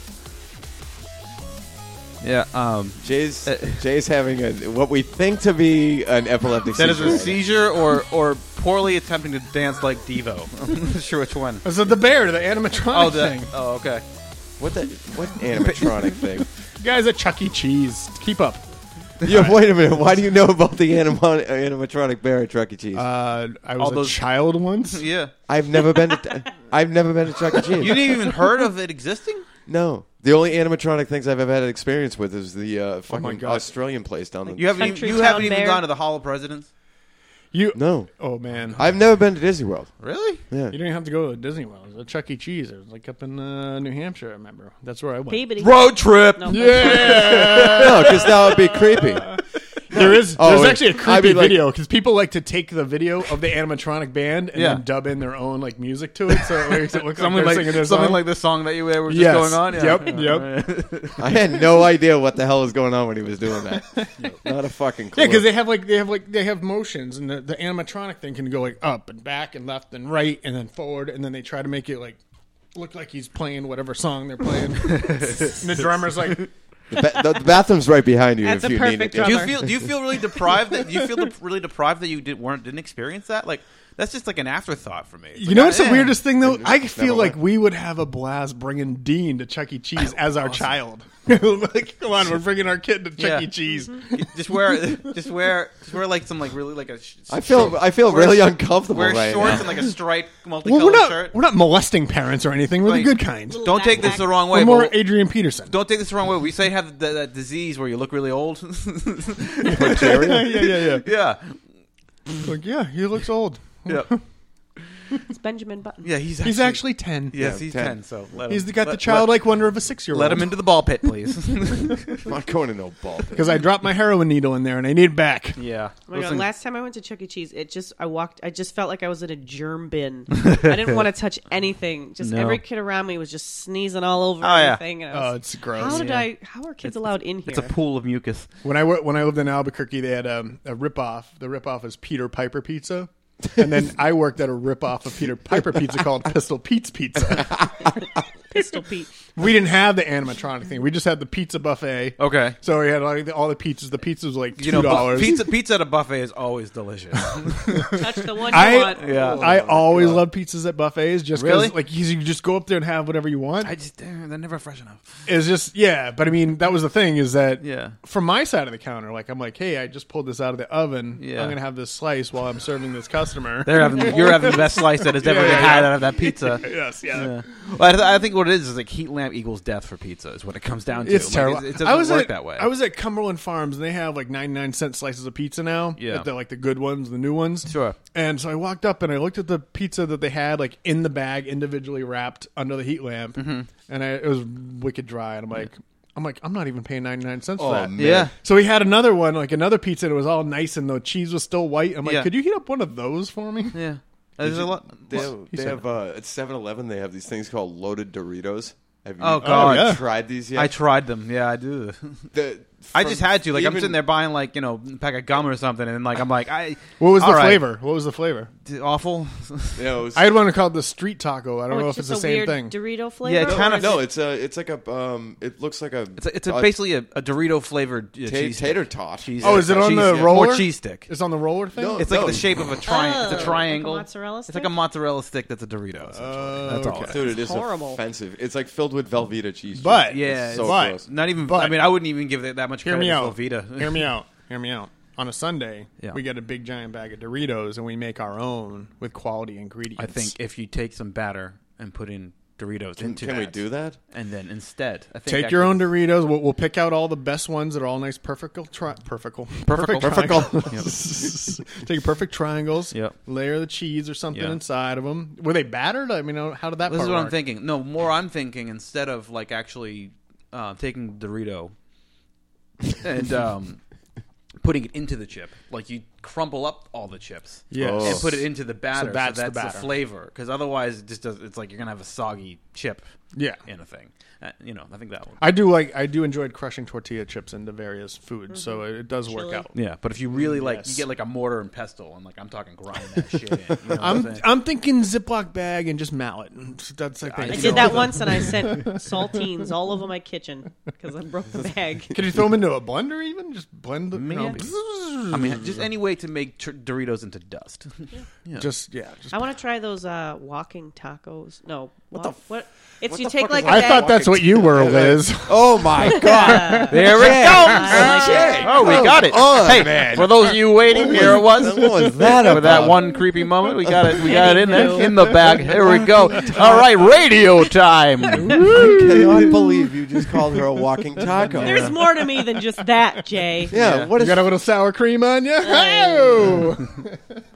Speaker 4: Yeah. Um.
Speaker 5: Jay's
Speaker 4: Uh,
Speaker 5: Jay's having a what we think to be an epileptic.
Speaker 4: That is
Speaker 5: seizure
Speaker 4: a
Speaker 5: right
Speaker 4: seizure or or poorly attempting to dance like Devo. I'm not sure which one.
Speaker 2: "Is it the bear, the animatronic
Speaker 4: Oh, the,
Speaker 2: thing?"
Speaker 4: oh, okay.
Speaker 5: now. What the what animatronic thing?
Speaker 2: Guys at Chuck E. Cheese, keep up.
Speaker 5: Yeah, wait a minute. Why do you know about the animo- animatronic bear at Chuck E. Cheese?
Speaker 2: Uh, I was
Speaker 4: All
Speaker 2: a
Speaker 4: those-
Speaker 2: child once.
Speaker 4: Yeah.
Speaker 5: I've never been to. I've never been to Chuck E. Cheese.
Speaker 4: You didn't even heard of it existing?
Speaker 5: no, the only animatronic things I've ever had an experience with is the uh, fucking
Speaker 2: God.
Speaker 5: Australian place down the.
Speaker 4: You haven't
Speaker 3: Country
Speaker 4: even, you
Speaker 3: Town
Speaker 4: haven't even
Speaker 3: Bear.
Speaker 4: gone to the Hall of Presidents?
Speaker 2: You
Speaker 5: no,
Speaker 2: Oh man,
Speaker 5: I've never been to Disney World.
Speaker 4: Really?
Speaker 5: Yeah,
Speaker 2: you didn't have to go to Disney World. It was a Chuck E. Cheese. It was like up in uh, New Hampshire. I remember. That's where I went.
Speaker 3: Peabody.
Speaker 4: Road trip.
Speaker 3: No.
Speaker 5: no, because that would be creepy.
Speaker 2: There is.
Speaker 5: Oh,
Speaker 2: there's
Speaker 5: it-
Speaker 2: actually a creepy
Speaker 5: I mean, like-
Speaker 2: video because people like to take the video of the animatronic band and
Speaker 4: Yeah.
Speaker 2: then dub in their own like music to it, so it makes it look like
Speaker 4: Something
Speaker 2: they're
Speaker 4: like
Speaker 2: singing their
Speaker 4: something
Speaker 2: song.
Speaker 4: like the song that you uh, were just
Speaker 2: Yes.
Speaker 4: going on. Yeah.
Speaker 2: Yep.
Speaker 4: Yeah.
Speaker 2: Yep.
Speaker 5: I had no idea what the hell was going on when he was doing that. Not a fucking clue.
Speaker 2: Yeah, because they have like they have like they have motions, and the, the animatronic thing can go like up and back and left and right and then forward, and then they try to make it like look like he's playing whatever song they're playing. and the drummer's like,
Speaker 5: the, ba- the- the bathroom's right behind you.
Speaker 3: That's
Speaker 5: if
Speaker 3: a
Speaker 5: you
Speaker 3: perfect
Speaker 5: need it.
Speaker 4: Do you
Speaker 3: Bummer.
Speaker 4: feel do you feel really deprived that do you feel de- really deprived that you did, weren't didn't experience that? Like that's just like an afterthought for me. It's
Speaker 2: you
Speaker 4: like,
Speaker 2: know what's the
Speaker 4: eh.
Speaker 2: weirdest thing though? I feel
Speaker 5: never
Speaker 2: like
Speaker 5: went.
Speaker 2: we would have a blast bringing Dean to Chuck E. Cheese as our child. like, come on, we're bringing our kid to Chuck
Speaker 4: Yeah.
Speaker 2: E. Cheese.
Speaker 4: Mm-hmm. Just wear just wear just wear like some like really like a sh-
Speaker 5: I feel I feel
Speaker 4: Wear-
Speaker 5: really uncomfortable
Speaker 4: wear
Speaker 5: right
Speaker 4: shorts
Speaker 5: now.
Speaker 4: and like a striped multicolored
Speaker 2: Well, we're not
Speaker 4: shirt.
Speaker 2: we're not molesting parents or anything. We're
Speaker 4: Like-
Speaker 2: the good kind.
Speaker 3: Little
Speaker 4: Don't take this the
Speaker 3: backpack.
Speaker 4: wrong way.
Speaker 2: We're more
Speaker 4: but-
Speaker 2: Adrian Peterson.
Speaker 4: don't take this the wrong way. We say have that, that disease where you look really old.
Speaker 2: yeah, yeah, yeah,
Speaker 4: yeah.
Speaker 2: yeah. Like, yeah, he looks old.
Speaker 4: Yeah.
Speaker 3: It's Benjamin Button.
Speaker 4: Yeah, he's actually,
Speaker 2: He's actually ten.
Speaker 4: yes,
Speaker 5: Yeah,
Speaker 4: he's 10.
Speaker 5: 10.
Speaker 4: so let
Speaker 2: He's
Speaker 4: him-
Speaker 2: got the
Speaker 4: let-
Speaker 2: childlike wonder of a six-year-old.
Speaker 4: Let, let him into the ball pit, please.
Speaker 5: I'm not going to no ball. pit.
Speaker 2: because I dropped my heroin needle in there and I need it back.
Speaker 4: yeah.
Speaker 3: Oh my God, last time I went to Chuck E. Cheese, it just I walked. I just felt like I was in a germ bin. I didn't want to touch anything. Just every kid around me was just sneezing all over
Speaker 4: Oh, yeah.
Speaker 3: everything. And I
Speaker 2: Oh,
Speaker 3: was,
Speaker 2: it's gross.
Speaker 3: how did I? How are kids allowed in here?
Speaker 4: it's a pool of mucus.
Speaker 2: When I wo- when I lived in Albuquerque, they had um, a ripoff. The ripoff is Peter Piper Pizza. And then I worked at a ripoff of Peter Piper Pizza called Pistol Pete's Pizza.
Speaker 3: Pistol Pete.
Speaker 2: We didn't have the animatronic thing. We just had the pizza buffet.
Speaker 4: Okay.
Speaker 2: So we had like the, all the pizzas. The pizza was like $2.
Speaker 4: Oh. You know, bu- pizza pizza at a buffet is always delicious.
Speaker 3: Touch the one you
Speaker 2: I
Speaker 3: want. Oh,
Speaker 4: Yeah.
Speaker 2: I always love pizzas at buffets just because
Speaker 4: Oh Really?
Speaker 2: like you you just go up there and have whatever you want.
Speaker 4: I just they're, they're never fresh enough.
Speaker 2: It's just yeah, but I mean that was the thing is that
Speaker 4: Yeah.
Speaker 2: from my side of the counter, like I'm like, hey, I just pulled this out of the oven.
Speaker 4: Yeah.
Speaker 2: I'm gonna have this slice while I'm serving this customer.
Speaker 4: They're having you're having the best slice that has ever been had out of that pizza.
Speaker 2: yes, yeah.
Speaker 4: Yeah. Well, I, th- I think what it is is like heat lamp equals death for pizza is what it comes down to.
Speaker 2: It's
Speaker 4: Like,
Speaker 2: terrible.
Speaker 4: It, it doesn't
Speaker 2: I was
Speaker 4: work
Speaker 2: at,
Speaker 4: that way.
Speaker 2: I was at Cumberland Farms and they have like 99 cent slices of pizza now.
Speaker 4: Yeah.
Speaker 2: But They're like the good ones, the new ones.
Speaker 4: Sure.
Speaker 2: And so I walked up and I looked at the pizza that they had like in the bag, individually wrapped under the heat lamp.
Speaker 4: Mm-hmm.
Speaker 2: And I, it was wicked dry. And I'm like, I'm like, I'm not even paying 99 cents for
Speaker 5: Oh,
Speaker 2: that.
Speaker 5: man.
Speaker 4: yeah.
Speaker 2: So we had another one, like another pizza, and it was all nice, and the cheese was still white. I'm like,
Speaker 4: Yeah.
Speaker 2: could you heat up one of those for me?
Speaker 4: Yeah. There's a lot.
Speaker 5: They have,
Speaker 2: He
Speaker 5: they
Speaker 2: said-
Speaker 5: have uh, at 7-Eleven, they have these things called loaded Doritos. Have you
Speaker 4: Oh, God.
Speaker 5: have you
Speaker 2: yeah.
Speaker 5: tried these yet?
Speaker 4: I tried them. Yeah, I do.
Speaker 5: The-
Speaker 4: I
Speaker 5: from-
Speaker 4: just had to. Like I'm
Speaker 5: even-
Speaker 4: sitting there buying like you know a pack of gum or something, and like I'm like I.
Speaker 2: What was the
Speaker 4: all right,
Speaker 2: flavor? What was the flavor?
Speaker 4: d- Awful.
Speaker 5: You know, it was-
Speaker 2: I had one called the street taco. I don't
Speaker 3: Oh,
Speaker 2: know
Speaker 3: it's
Speaker 2: if it's
Speaker 3: just
Speaker 2: the
Speaker 3: a
Speaker 2: same
Speaker 3: weird
Speaker 2: thing.
Speaker 3: Dorito flavor.
Speaker 4: it kinda-
Speaker 3: or is
Speaker 5: no,
Speaker 3: it-
Speaker 5: it's a it's like a um, it looks like a
Speaker 4: It's a, it's a,
Speaker 5: uh,
Speaker 4: basically a, a Dorito flavored uh,
Speaker 5: ta-
Speaker 4: cheese stick.
Speaker 5: tater tot.
Speaker 4: Cheese
Speaker 2: Oh,
Speaker 4: stick.
Speaker 2: is it on
Speaker 4: Cheese-
Speaker 2: the
Speaker 4: yeah,
Speaker 2: roller?
Speaker 4: Or cheese stick.
Speaker 2: It's on the roller thing.
Speaker 5: No,
Speaker 4: It's
Speaker 5: no.
Speaker 4: like the shape of a triangle.
Speaker 3: Oh,
Speaker 4: it's
Speaker 3: like
Speaker 4: a
Speaker 3: a
Speaker 4: triangle.
Speaker 3: mozzarella
Speaker 4: It's like a
Speaker 3: stick?
Speaker 4: mozzarella stick that's a Dorito. essentially.
Speaker 2: Oh,
Speaker 4: that's all. it is.
Speaker 5: Dude, it is
Speaker 3: horrible.
Speaker 5: offensive. It's like filled with Velveeta cheese.
Speaker 2: But
Speaker 4: Yeah,
Speaker 5: It's so
Speaker 2: but
Speaker 5: gross.
Speaker 4: Not even.
Speaker 2: But-
Speaker 4: I mean, I wouldn't even give it that much
Speaker 2: hear
Speaker 4: credit
Speaker 2: me
Speaker 4: to
Speaker 2: out.
Speaker 4: Velveeta.
Speaker 2: hear me out. Hear me out. On a Sunday,
Speaker 4: Yeah.
Speaker 2: we get a big giant bag of Doritos and we make our own with quality ingredients.
Speaker 4: I think if you take some batter and put in Doritos into
Speaker 5: Can we
Speaker 4: that,
Speaker 5: do that?
Speaker 4: And then instead, I think
Speaker 2: Take
Speaker 4: that
Speaker 2: your own
Speaker 4: could-
Speaker 2: Doritos. We'll, we'll pick out all the best ones that are all nice, perfect, tri- perfect,
Speaker 4: Perfect.
Speaker 2: triangles. Take perfect triangles.
Speaker 4: Yep.
Speaker 2: Layer the cheese or something
Speaker 4: Yeah.
Speaker 2: inside of them. Were they battered? I mean, how did that?
Speaker 4: This
Speaker 2: part
Speaker 4: is what I'm
Speaker 2: work?
Speaker 4: thinking. No, more I'm thinking instead of like actually uh, taking Dorito and um, putting it into the chip, like you crumple up all the chips.
Speaker 2: Yes.
Speaker 4: And put it into the batter, so
Speaker 2: that's
Speaker 4: that's,
Speaker 2: the
Speaker 4: the,
Speaker 2: batter.
Speaker 4: flavor. Because otherwise, it just does. It's like you're gonna have a soggy chip
Speaker 2: Yeah.
Speaker 4: in a thing. Uh, you know, I think that one.
Speaker 2: I do like I do enjoy crushing tortilla chips into various foods, so it, it does work
Speaker 3: Mm-hmm. Chili.
Speaker 2: out.
Speaker 4: Yeah, but if you really like,
Speaker 2: yes.
Speaker 4: you get like a mortar and pestle, and like I'm talking grind that shit. In, you know what I'm
Speaker 2: I'm
Speaker 4: saying?
Speaker 2: I'm thinking Ziploc bag and just mallet. That's like
Speaker 3: I
Speaker 2: thing.
Speaker 3: did that once, and I sent saltines all over my kitchen because I broke the bag.
Speaker 2: Can you throw them into a blender even? Just blend them. You know,
Speaker 4: Maybe. I mean, just any way way to make tr- Doritos into dust.
Speaker 2: Just yeah. Just,
Speaker 3: I want to try those uh, walking tacos. No, what?
Speaker 5: the
Speaker 3: Walk, what? It's
Speaker 5: what
Speaker 3: you
Speaker 5: the
Speaker 3: take
Speaker 5: fuck
Speaker 3: like
Speaker 5: is
Speaker 3: a
Speaker 5: that?
Speaker 2: I
Speaker 3: bag-
Speaker 2: thought that's what you were, Liz.
Speaker 5: Oh my god!
Speaker 4: there we
Speaker 3: I like it.
Speaker 1: Oh, we got it.
Speaker 5: on,
Speaker 1: hey,
Speaker 5: man.
Speaker 1: for those of you waiting, here it was.
Speaker 5: What was that
Speaker 1: For that
Speaker 5: about?
Speaker 1: one creepy moment, we got it. We got it in there, in the back. Here we go. All right, radio time.
Speaker 5: I cannot believe you just called her a walking taco.
Speaker 3: There's more to me than just that, Jay.
Speaker 5: yeah, what
Speaker 2: You
Speaker 5: is
Speaker 2: got a little sour cream on you? Oh!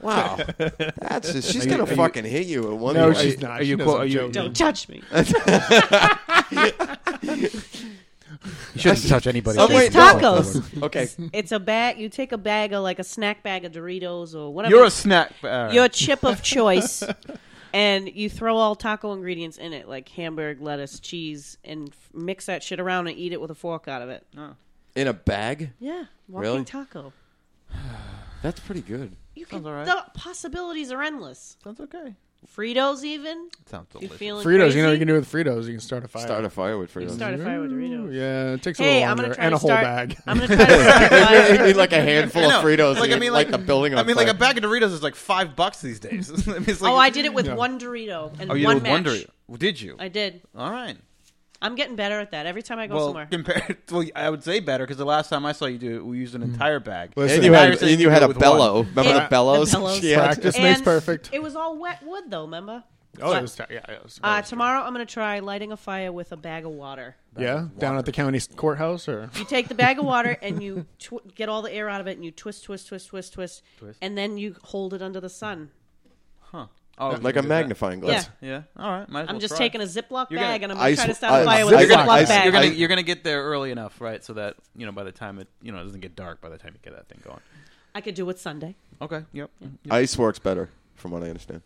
Speaker 5: wow? That's just, she's gonna fucking hit you at one.
Speaker 2: No,
Speaker 5: point.
Speaker 2: she's not.
Speaker 1: Are
Speaker 2: She
Speaker 1: you
Speaker 2: knows
Speaker 1: quote-
Speaker 2: I'm
Speaker 1: are you-
Speaker 2: joking.
Speaker 3: Don't touch me.
Speaker 1: You shouldn't touch anybody.
Speaker 5: Oh,
Speaker 1: Jason.
Speaker 5: wait,
Speaker 3: These tacos.
Speaker 5: okay.
Speaker 3: It's a bag. You take a bag of like a snack bag of Doritos or whatever.
Speaker 1: You're a snack. Uh,
Speaker 3: your chip of choice, and you throw all taco ingredients in it, like hamburg, lettuce, cheese, and f- mix that shit around and eat it with a fork out of it.
Speaker 5: In a bag?
Speaker 3: Yeah, walking
Speaker 5: Really?
Speaker 3: taco.
Speaker 5: That's pretty good.
Speaker 3: You can.
Speaker 1: alright.
Speaker 3: The possibilities are endless.
Speaker 1: that's okay.
Speaker 3: Fritos, even.
Speaker 1: Sounds
Speaker 3: You
Speaker 1: delicious.
Speaker 3: feeling
Speaker 2: Fritos.
Speaker 3: Crazy?
Speaker 2: You know what you can do with Fritos? You can start a fire.
Speaker 5: Start a fire with Fritos.
Speaker 3: Start a fire with Doritos.
Speaker 2: yeah, it takes
Speaker 3: Hey,
Speaker 2: a
Speaker 3: I'm gonna
Speaker 2: little longer
Speaker 3: try
Speaker 2: and
Speaker 3: to
Speaker 2: a whole
Speaker 3: start,
Speaker 2: bag.
Speaker 3: I'm gonna try to start a
Speaker 5: you
Speaker 3: fire.
Speaker 5: need like a handful
Speaker 4: I
Speaker 5: of
Speaker 4: know.
Speaker 5: Fritos.
Speaker 4: Like,
Speaker 5: and
Speaker 4: I
Speaker 5: you
Speaker 4: mean,
Speaker 5: light
Speaker 4: like-
Speaker 5: the building on
Speaker 4: I mean,
Speaker 5: fire.
Speaker 4: like a bag of Doritos is like five bucks these days. I mean, it's like,
Speaker 3: Oh, I did it with one Dorito and
Speaker 4: Oh, you
Speaker 3: one
Speaker 4: did
Speaker 3: match.
Speaker 4: one Dorito. Well, Did you?
Speaker 3: I did.
Speaker 4: All right.
Speaker 3: I'm getting better at that every time I go
Speaker 4: well,
Speaker 3: somewhere.
Speaker 4: compared, well, I would say better because the last time I saw you do it, we used an entire bag.
Speaker 2: Listen,
Speaker 5: and Mm. you had,
Speaker 4: Obviously,
Speaker 5: and you
Speaker 4: you
Speaker 5: had
Speaker 4: do
Speaker 5: a
Speaker 4: it with
Speaker 5: bellow.
Speaker 4: one.
Speaker 5: Remember
Speaker 3: Yeah.
Speaker 5: the bellows?
Speaker 3: The bellows.
Speaker 5: Yeah.
Speaker 2: Practice makes perfect.
Speaker 3: It was all wet wood though. Remember?
Speaker 2: Oh,
Speaker 3: But,
Speaker 2: it was. Yeah, it was.
Speaker 3: uh, tomorrow I'm gonna try lighting a fire with a bag of water.
Speaker 2: yeah, down at the county courthouse, or
Speaker 3: You take the bag of water and you tw- get all the air out of it, and you twist, twist, twist, twist, twist, and then you hold it under the sun.
Speaker 4: Oh, you
Speaker 5: Like
Speaker 4: can
Speaker 5: a
Speaker 4: do that.
Speaker 5: magnifying glass.
Speaker 3: Yeah.
Speaker 4: Yeah. All right. Might as
Speaker 3: I'm
Speaker 4: well
Speaker 3: just
Speaker 4: try.
Speaker 3: taking a Ziploc
Speaker 4: You're gonna-
Speaker 3: bag and I'm gonna
Speaker 5: I
Speaker 3: try to
Speaker 5: s-
Speaker 3: start a
Speaker 5: I-
Speaker 3: fire with a
Speaker 5: You're
Speaker 4: gonna-
Speaker 3: Ziploc
Speaker 5: I s-
Speaker 3: bag.
Speaker 4: You're gonna
Speaker 5: I-
Speaker 4: you're gonna get there early enough, right? So that you know by the time it you know it doesn't get dark by the time you get that thing going.
Speaker 3: I could do it Sunday.
Speaker 4: Okay. Yep.
Speaker 5: Ice works better, from what I understand.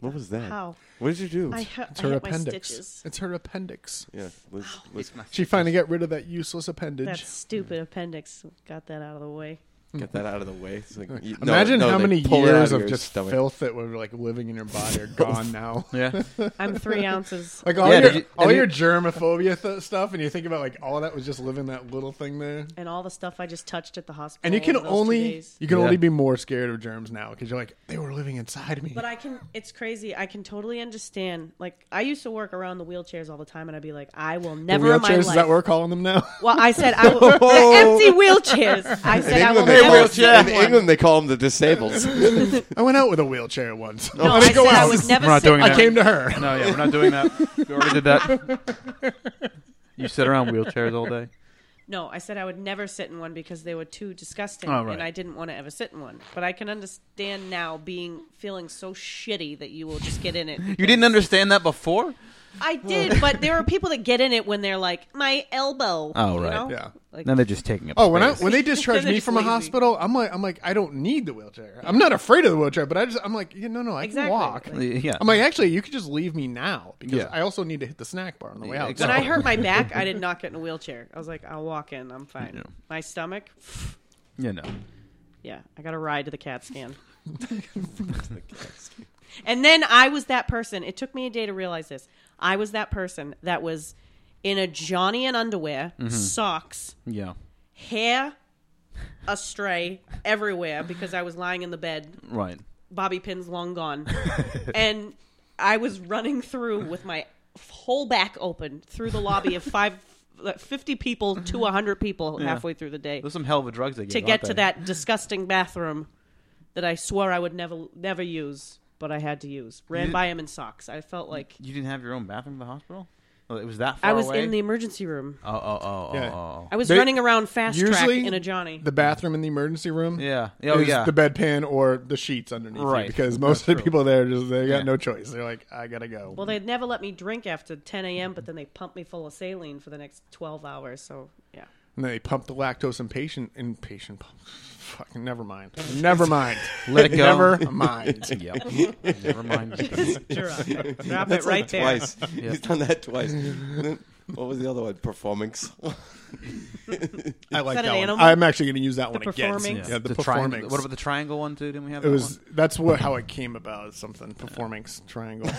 Speaker 5: What was that?
Speaker 3: How?
Speaker 5: What did you do?
Speaker 3: I, hu-
Speaker 2: Mm. it's
Speaker 3: I
Speaker 2: her
Speaker 3: hit my
Speaker 2: appendix.
Speaker 3: stitches.
Speaker 2: It's her appendix.
Speaker 5: yeah. Liz, Liz,
Speaker 2: She finally got rid of that useless appendage.
Speaker 3: That stupid appendix got that out of the way.
Speaker 5: get that out of the way. It's like, you- no,
Speaker 2: Imagine
Speaker 5: no,
Speaker 2: how
Speaker 5: they
Speaker 2: many
Speaker 5: pull it out
Speaker 2: years
Speaker 5: your
Speaker 2: of just
Speaker 5: stomach.
Speaker 2: filth that were like living in your body are gone now.
Speaker 4: Yeah.
Speaker 3: I'm three ounces.
Speaker 2: Like all
Speaker 4: Yeah,
Speaker 2: your
Speaker 4: did you-
Speaker 2: all
Speaker 4: have
Speaker 2: your germophobia th- stuff, and you think about like all that was just living that little thing there.
Speaker 3: And all the stuff I just touched at the hospital.
Speaker 2: And you can
Speaker 3: over those two
Speaker 2: only
Speaker 3: days.
Speaker 2: you can
Speaker 4: Yeah.
Speaker 2: only be more scared of germs now because you're like they were living inside me.
Speaker 3: But I can. It's crazy. I can totally understand. Like I used to work around the wheelchairs all the time, and I'd be like, I will
Speaker 2: The
Speaker 3: never in my
Speaker 2: wheelchairs
Speaker 3: life.
Speaker 2: is that what we're calling them now?
Speaker 3: Well, I said I will. the empty wheelchairs. I said I will
Speaker 5: they
Speaker 3: never.
Speaker 5: call-
Speaker 3: sit
Speaker 5: in England, they call them the disabled.
Speaker 2: I went out with a wheelchair once.
Speaker 3: No, I
Speaker 2: Let it
Speaker 3: said
Speaker 2: go
Speaker 3: I
Speaker 2: out.
Speaker 3: would never
Speaker 4: We're not
Speaker 3: sit
Speaker 4: doing
Speaker 2: I
Speaker 4: that.
Speaker 2: came to her.
Speaker 4: No. Yeah. We're not doing that. We already did that. You sit around wheelchairs all day.
Speaker 3: No, I said I would never sit in one because they were too disgusting,
Speaker 4: Oh, right.
Speaker 3: and I didn't want to ever sit in one. But I can understand now being feeling so shitty that you will just get in it.
Speaker 4: You didn't understand that before.
Speaker 3: I did, but there are people that get in it when they're like my elbow.
Speaker 4: Oh,
Speaker 3: you
Speaker 4: right.
Speaker 3: know?
Speaker 2: Yeah.
Speaker 3: Like,
Speaker 4: they're just taking up.
Speaker 2: Oh, when I when they discharged
Speaker 3: They're
Speaker 2: me
Speaker 3: just
Speaker 2: from
Speaker 3: lazy.
Speaker 2: a hospital, I'm like I'm like I don't need the wheelchair. I'm not afraid of the wheelchair, but I just I'm like yeah, no no I
Speaker 3: Exactly.
Speaker 2: can walk.
Speaker 3: Like,
Speaker 4: yeah.
Speaker 2: I'm like actually you could just leave me now because
Speaker 4: Yeah.
Speaker 2: I also need to hit the snack bar on the way
Speaker 4: Yeah,
Speaker 2: out.
Speaker 3: when
Speaker 4: exactly.
Speaker 3: I hurt my back, I did not get in a wheelchair. I was like, I'll walk in. I'm fine.
Speaker 4: Yeah.
Speaker 3: My stomach.
Speaker 4: you know.
Speaker 3: Yeah, I got a ride to the CAT scan. and then I was that person. It took me a day to realize this. I was that person that was in a Johnny and underwear, socks,
Speaker 4: Yeah.
Speaker 3: hair astray everywhere because I was lying in the bed,
Speaker 4: Right.
Speaker 3: bobby pins long gone. and I was running through with my whole back open through the lobby of five, 50 people to 100 people halfway through the day
Speaker 4: There's some hell of a drugs they give.
Speaker 3: to
Speaker 4: aren't
Speaker 3: get to
Speaker 4: they?
Speaker 3: that disgusting bathroom that I swore I would never never use, but I had to use. Ran
Speaker 4: You-
Speaker 3: by him in socks. I felt like
Speaker 4: You didn't have your own bathroom in the hospital. Oh, It was that far
Speaker 3: I was
Speaker 4: away?
Speaker 3: in the emergency room.
Speaker 4: Oh, oh, oh, oh,
Speaker 2: Yeah.
Speaker 4: oh, oh.
Speaker 3: I was
Speaker 2: They-
Speaker 3: running around fast track
Speaker 2: usually
Speaker 3: in a Johnny.
Speaker 2: the bathroom in the emergency room.
Speaker 4: Yeah. Oh,
Speaker 2: is
Speaker 4: yeah.
Speaker 2: The bedpan or the sheets underneath, you,
Speaker 4: Right.
Speaker 2: because most of the people there just they got
Speaker 4: Yeah.
Speaker 2: no choice. They're like, I gotta go.
Speaker 3: well, they'd never let me drink after 10 a.m., but then they pumped me full of saline for the next 12 hours. So yeah,
Speaker 2: and then they pump the lactose impatient impatient. pump. Fucking never mind. Never mind.
Speaker 4: Let it go.
Speaker 2: Never mind.
Speaker 4: Yep. Never mind.
Speaker 3: drop, drop it right there.
Speaker 5: Twice. He's done that twice. What was the other one? Performance.
Speaker 2: I like
Speaker 3: that an
Speaker 2: that, one.
Speaker 3: animal?
Speaker 2: I'm actually going to use that one again.
Speaker 3: performings?
Speaker 2: Yeah, the,
Speaker 4: the
Speaker 2: performings.
Speaker 4: triangle. What about the triangle one too? Didn't we have
Speaker 2: It
Speaker 4: that
Speaker 2: was
Speaker 4: one?
Speaker 2: that's what how it came about. Something performance triangle.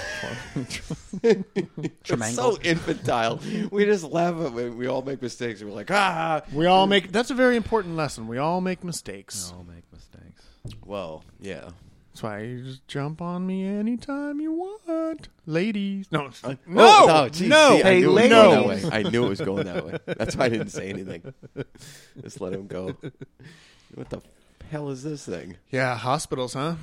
Speaker 4: Triangle.
Speaker 5: so infantile. We just laugh at it. We all make mistakes. We're like, ah.
Speaker 2: we all make that's a very important lesson. We all make mistakes.
Speaker 4: I'll make mistakes.
Speaker 5: Well, yeah.
Speaker 2: That's why you just jump on me anytime you want, ladies. No, no,
Speaker 5: Oh, geez,
Speaker 2: no.
Speaker 5: see, I
Speaker 2: Hey,
Speaker 5: knew it was going
Speaker 2: ladies.
Speaker 5: that way. I knew it was going that way. That's why I didn't say anything. Just let him go. What the hell is this thing?
Speaker 2: yeah, hospitals, huh?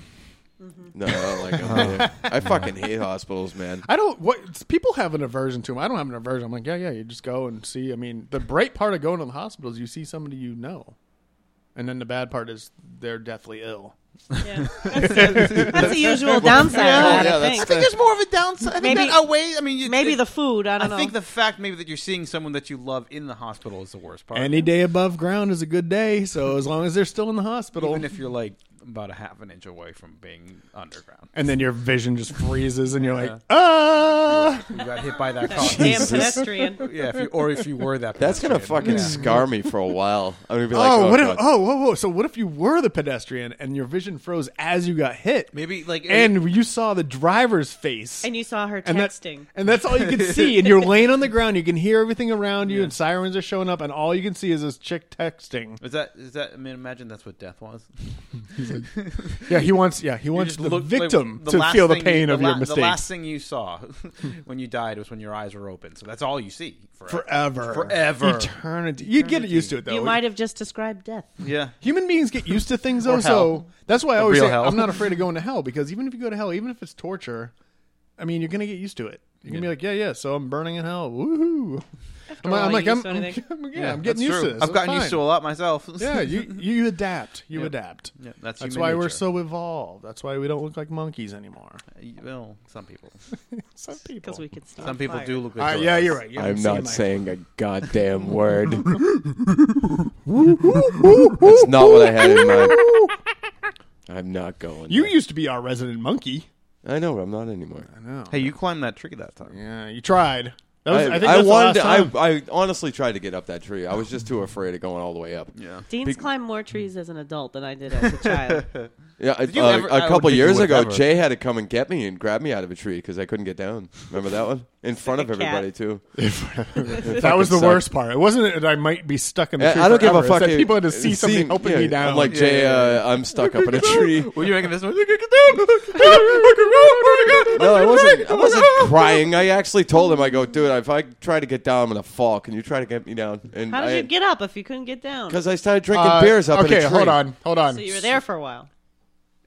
Speaker 5: No, I don't like 'em either. I fucking hate hospitals, man.
Speaker 2: I don't. What people have an aversion to 'em. I don't have an aversion. I'm like, yeah, yeah. You just go and see. I mean, the bright part of going to the hospital is you see somebody you know, and then the bad part is they're deathly ill.
Speaker 3: Yeah. That's, the, that's the usual downside. of that,
Speaker 5: yeah,
Speaker 3: I
Speaker 5: that's
Speaker 3: think.
Speaker 5: the-
Speaker 4: there's more of a downside. I
Speaker 3: Maybe-
Speaker 4: that outweighs- I mean, you-
Speaker 3: Maybe
Speaker 4: it-
Speaker 3: the food. I don't know.
Speaker 4: I think the fact maybe that you're seeing someone that you love in the hospital is the worst part.
Speaker 2: Any day above ground is a good day. So as long as they're still in the hospital,
Speaker 4: even if you're like about a half an inch away from being underground,
Speaker 2: and then your vision just freezes, and you're like, ah.
Speaker 4: you got hit by that
Speaker 3: That
Speaker 4: car.
Speaker 3: damn
Speaker 5: Jesus.
Speaker 3: pedestrian.
Speaker 4: yeah, if you, or if you were that.
Speaker 5: That's gonna
Speaker 4: pedestrian.
Speaker 5: fucking scar me for a while. I'm gonna be like,
Speaker 2: oh,
Speaker 5: oh,
Speaker 2: what if?
Speaker 5: God.
Speaker 2: Oh, whoa, whoa. So what if you were the pedestrian and your vision froze as you got hit?
Speaker 4: Maybe like
Speaker 2: and you saw the driver's face,
Speaker 3: And you saw her
Speaker 2: and that-
Speaker 3: texting.
Speaker 2: and that's all you can see. And you're laying on the ground, you can hear everything around you, and sirens are showing up, and all you can see is this chick texting.
Speaker 4: Is that is that? I mean, imagine that's what death was.
Speaker 2: Yeah, he wants. Yeah, he
Speaker 4: You
Speaker 2: wants
Speaker 4: just
Speaker 2: the
Speaker 4: look- like,
Speaker 2: victim
Speaker 4: the
Speaker 2: to
Speaker 4: last
Speaker 2: feel the
Speaker 4: thing-
Speaker 2: pain of
Speaker 4: la-
Speaker 2: your
Speaker 4: The
Speaker 2: mistakes
Speaker 4: last thing you saw when you died was when your eyes were open. So that's all you see forever.
Speaker 2: forever,
Speaker 4: Forever.
Speaker 2: eternity. You'd get used to it though.
Speaker 3: You might have just described death.
Speaker 4: Yeah.
Speaker 2: Human beings get used to things though,
Speaker 4: Or hell.
Speaker 2: so that's why I always
Speaker 4: real
Speaker 2: say
Speaker 4: hell.
Speaker 2: I'm not afraid of going to hell because even if you go to hell, even if it's torture, I mean you're gonna get used to it. You're gonna be like, yeah, yeah. So I'm burning in hell. Woohoo! I'm,
Speaker 3: a
Speaker 2: like-
Speaker 3: while,
Speaker 2: I'm like,
Speaker 3: you
Speaker 2: I'm,
Speaker 3: used to
Speaker 2: I'm-
Speaker 3: anything.
Speaker 2: I'm- yeah, I'm getting used to this.
Speaker 4: I've
Speaker 2: It's
Speaker 4: gotten used
Speaker 2: fine.
Speaker 4: to a lot myself.
Speaker 2: Yeah, you you adapt. You adapt.
Speaker 4: Yeah, that's
Speaker 2: That's
Speaker 4: human
Speaker 2: why we're
Speaker 4: nature.
Speaker 2: so evolved. That's why we don't look like monkeys anymore.
Speaker 4: well. Some people.
Speaker 2: Some people.
Speaker 3: Because we could start
Speaker 4: Some people
Speaker 3: fire.
Speaker 4: do look.
Speaker 2: All right,
Speaker 4: like
Speaker 2: yeah,
Speaker 4: us.
Speaker 2: you're right. You
Speaker 5: I'm
Speaker 2: haven't seen
Speaker 5: not
Speaker 2: my-
Speaker 5: saying a goddamn word. That's not what I had in mind. I'm not going.
Speaker 2: You
Speaker 5: there.
Speaker 2: used to be our resident monkey.
Speaker 5: I know, but I'm not anymore.
Speaker 2: No.
Speaker 4: Hey, you climbed that tree that time.
Speaker 2: Yeah, you tried. That was,
Speaker 5: I,
Speaker 2: I, think
Speaker 5: I
Speaker 2: that's the
Speaker 5: wanted.
Speaker 2: last time.
Speaker 5: to, I, I honestly tried to get up that tree. I was just too afraid of going all the way up.
Speaker 4: Yeah.
Speaker 3: Dean's climbed more trees as an adult than I did as a child.
Speaker 5: Yeah, I-
Speaker 4: you
Speaker 5: uh,
Speaker 4: ever- I
Speaker 5: a
Speaker 4: don't
Speaker 5: couple
Speaker 4: think you
Speaker 5: years
Speaker 4: would
Speaker 5: ago,
Speaker 4: ever.
Speaker 5: Jay had to come and get me and grab me out of a tree because I couldn't get down. Remember that one? In front of
Speaker 3: a cat.
Speaker 5: everybody too.
Speaker 2: That was the
Speaker 5: sucked.
Speaker 2: worst part. It wasn't that I might be stuck in the tree.
Speaker 5: I, I don't give
Speaker 2: forever.
Speaker 5: a
Speaker 2: It's that
Speaker 5: fuck. if-
Speaker 2: People had to see
Speaker 5: it
Speaker 2: something
Speaker 5: seemed-
Speaker 2: helping
Speaker 5: yeah,
Speaker 2: me down.
Speaker 5: I'm like Jay. Uh, I'm stuck up in a tree.
Speaker 4: Were you making this one?
Speaker 5: No, I wasn't. I wasn't crying. I actually told him, I go, dude, if I try to get down, I'm gonna fall. Can you try to get me down? And
Speaker 3: How did
Speaker 5: I,
Speaker 3: you get up if you couldn't get down?
Speaker 5: Because I started drinking
Speaker 2: Uh,
Speaker 5: beers up
Speaker 2: okay,
Speaker 5: in a tree.
Speaker 2: hold on, hold on.
Speaker 3: So you were there for a while.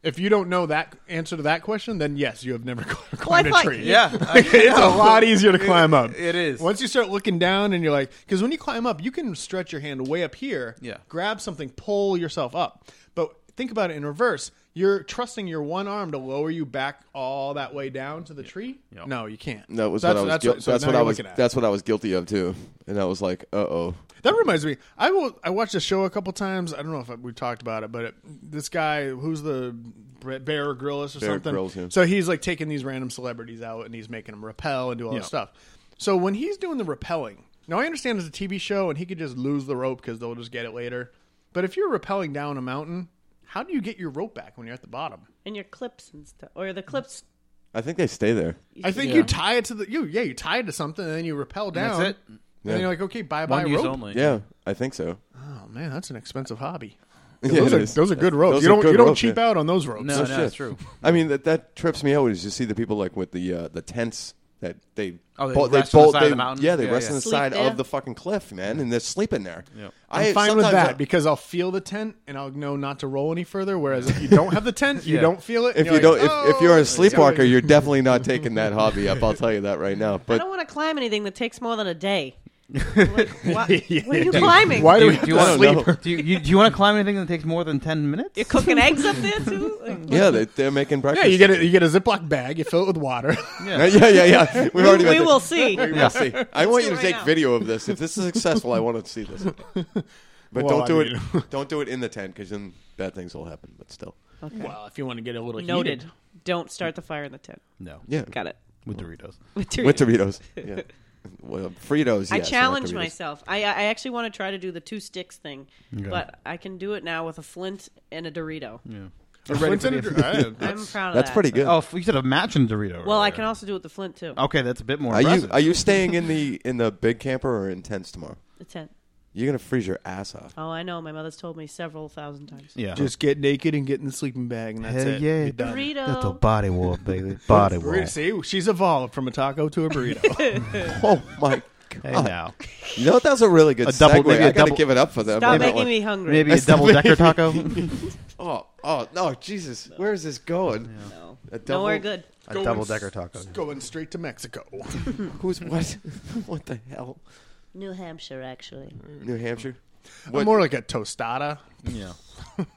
Speaker 2: If you don't know that answer to that question, then yes, you have never cl-
Speaker 3: I
Speaker 2: climbed a
Speaker 3: thought-
Speaker 2: tree.
Speaker 4: Yeah.
Speaker 2: it's a lot easier to climb up.
Speaker 4: it is.
Speaker 2: Once you start looking down and you're like, because when you climb up, you can stretch your hand way up here,
Speaker 4: Yeah.
Speaker 2: grab something, pull yourself up. But think about it in reverse. You're trusting your one arm to lower you back all that way down to the tree.
Speaker 4: Yeah.
Speaker 2: No, you can't.
Speaker 5: That was
Speaker 2: that's,
Speaker 5: what I was.
Speaker 2: That's,
Speaker 5: guil-
Speaker 2: so
Speaker 5: that's
Speaker 2: now
Speaker 5: what I
Speaker 2: you're
Speaker 5: was.
Speaker 2: looking at.
Speaker 5: That's what I was guilty of too. And I was like, uh oh.
Speaker 2: That reminds me. I will. I watched a show a couple times. I don't know if we talked about it, but it, this guy who's the Bre- Bear Grylls or
Speaker 5: Bear
Speaker 2: something.
Speaker 5: Grylls, yeah.
Speaker 2: So he's like taking these random celebrities out and he's making them rappel and do all this stuff. So when he's doing the rappelling, now I understand it's a TV show and he could just lose the rope because they'll just get it later. But if you're rappelling down a mountain, how do you get your rope back when you're at the bottom?
Speaker 3: And your clips and stuff. Or the clips.
Speaker 5: I think they stay there.
Speaker 2: I think you tie it to the you yeah you tie it to something and then you rappel down.
Speaker 4: that's it.
Speaker 2: And
Speaker 5: Yeah.
Speaker 2: then you're like okay bye bye
Speaker 4: One use
Speaker 2: rope.
Speaker 4: only.
Speaker 5: Yeah, I think so.
Speaker 2: Oh man, that's an expensive hobby.
Speaker 5: Yeah,
Speaker 2: those,
Speaker 5: it
Speaker 2: are,
Speaker 5: is.
Speaker 2: those are good ropes.
Speaker 5: Those
Speaker 2: you
Speaker 5: are
Speaker 2: don't
Speaker 5: good
Speaker 2: you don't
Speaker 5: ropes,
Speaker 2: cheap
Speaker 5: yeah.
Speaker 2: out on those ropes.
Speaker 4: No, no, that's
Speaker 5: shit.
Speaker 4: true.
Speaker 5: I mean, that that trips me out is you see the people like with the uh, the tents that they
Speaker 4: Oh, they
Speaker 5: bo-
Speaker 4: rest on the side of
Speaker 5: they,
Speaker 4: the mountain?
Speaker 5: Yeah, they
Speaker 4: Yeah,
Speaker 5: rest
Speaker 4: yeah.
Speaker 5: on the
Speaker 3: Sleep
Speaker 5: side
Speaker 3: there?
Speaker 5: of the fucking cliff, man, and they're sleeping there.
Speaker 4: Yep.
Speaker 2: I'm fine with
Speaker 5: sometimes
Speaker 2: that
Speaker 5: I-
Speaker 2: because I'll feel the tent and I'll know not to roll any further. Whereas if you don't have the tent, you
Speaker 4: Yeah.
Speaker 2: don't feel it. and
Speaker 5: if you
Speaker 2: you're
Speaker 5: don't,
Speaker 2: like,
Speaker 5: if, if you're
Speaker 2: "Oh."
Speaker 5: a sleepwalker, you're definitely not taking that hobby up. I'll tell you that right now.
Speaker 3: I
Speaker 5: But
Speaker 3: don't want to climb anything that takes more than a day. Like, what, what are you climbing?
Speaker 2: why do
Speaker 4: Do
Speaker 2: we
Speaker 4: you,
Speaker 2: have
Speaker 4: do you
Speaker 2: to sleep?
Speaker 4: want to do you, you, do you want to climb anything that takes more than ten minutes?
Speaker 3: You're cooking eggs up there, too? Like,
Speaker 5: yeah, they, they're making breakfast.
Speaker 2: Yeah, you get a, you get a Ziploc bag, you fill it with water.
Speaker 5: yeah, yeah, yeah. yeah. We've already
Speaker 3: we
Speaker 5: been
Speaker 3: will see.
Speaker 5: there. We'll see. I want
Speaker 3: do
Speaker 5: you
Speaker 3: it
Speaker 5: to
Speaker 3: right
Speaker 5: take
Speaker 3: now.
Speaker 5: video of this. If this is successful, I want to see this. But
Speaker 2: Well,
Speaker 5: don't do
Speaker 2: I mean-
Speaker 5: it. Don't do it in the tent because then bad things will happen. But still,
Speaker 2: Well, if you want to get a little
Speaker 3: Noted. Don't start the fire in the tent.
Speaker 4: No.
Speaker 5: yeah,
Speaker 3: Got it.
Speaker 4: With Doritos.
Speaker 3: With
Speaker 5: with Doritos. Yeah. Well, Fritos. Yes,
Speaker 3: I
Speaker 5: that could
Speaker 3: challenge
Speaker 5: be this-
Speaker 3: myself. I I actually want to try to do the two sticks thing, but I can do it now with a flint and a Dorito.
Speaker 2: Flint and a- I-
Speaker 3: I'm proud of that.
Speaker 5: That's pretty Um, good.
Speaker 1: Oh, you said a match in Dorito.
Speaker 3: Well, I
Speaker 1: earlier.
Speaker 3: can also do it with the flint too.
Speaker 1: Okay, that's a bit more.
Speaker 5: are you
Speaker 1: impressive.
Speaker 5: are you staying in the in the big camper or in tents tomorrow?
Speaker 3: The tent.
Speaker 5: You're gonna freeze your ass off.
Speaker 3: Oh, I know. My mother's told me several thousand times.
Speaker 1: Yeah.
Speaker 2: Just get naked and get in the sleeping bag, and that's
Speaker 1: Hell
Speaker 2: it.
Speaker 1: yeah.
Speaker 2: You're done.
Speaker 3: Dorito.
Speaker 1: that's a body war, baby. Body war.
Speaker 2: Burrito. See, she's evolved from a taco to a burrito.
Speaker 5: Oh my god!
Speaker 1: Hey now,
Speaker 5: You know what? That's a really good
Speaker 1: A double-
Speaker 5: segue.
Speaker 1: maybe a
Speaker 5: I gotta
Speaker 1: double-
Speaker 5: give it up for them.
Speaker 3: Stop
Speaker 5: on that
Speaker 3: making
Speaker 5: one.
Speaker 3: me hungry.
Speaker 1: maybe a double decker taco.
Speaker 5: Oh, oh no, Jesus! Where is this going?
Speaker 3: No.
Speaker 5: A double-
Speaker 3: Nowhere good.
Speaker 1: a double decker taco.
Speaker 2: Going straight to Mexico.
Speaker 5: Who's what? what the hell?
Speaker 3: New Hampshire, actually.
Speaker 5: New Hampshire.
Speaker 2: But
Speaker 5: What?
Speaker 2: More like a tostada.
Speaker 1: Yeah.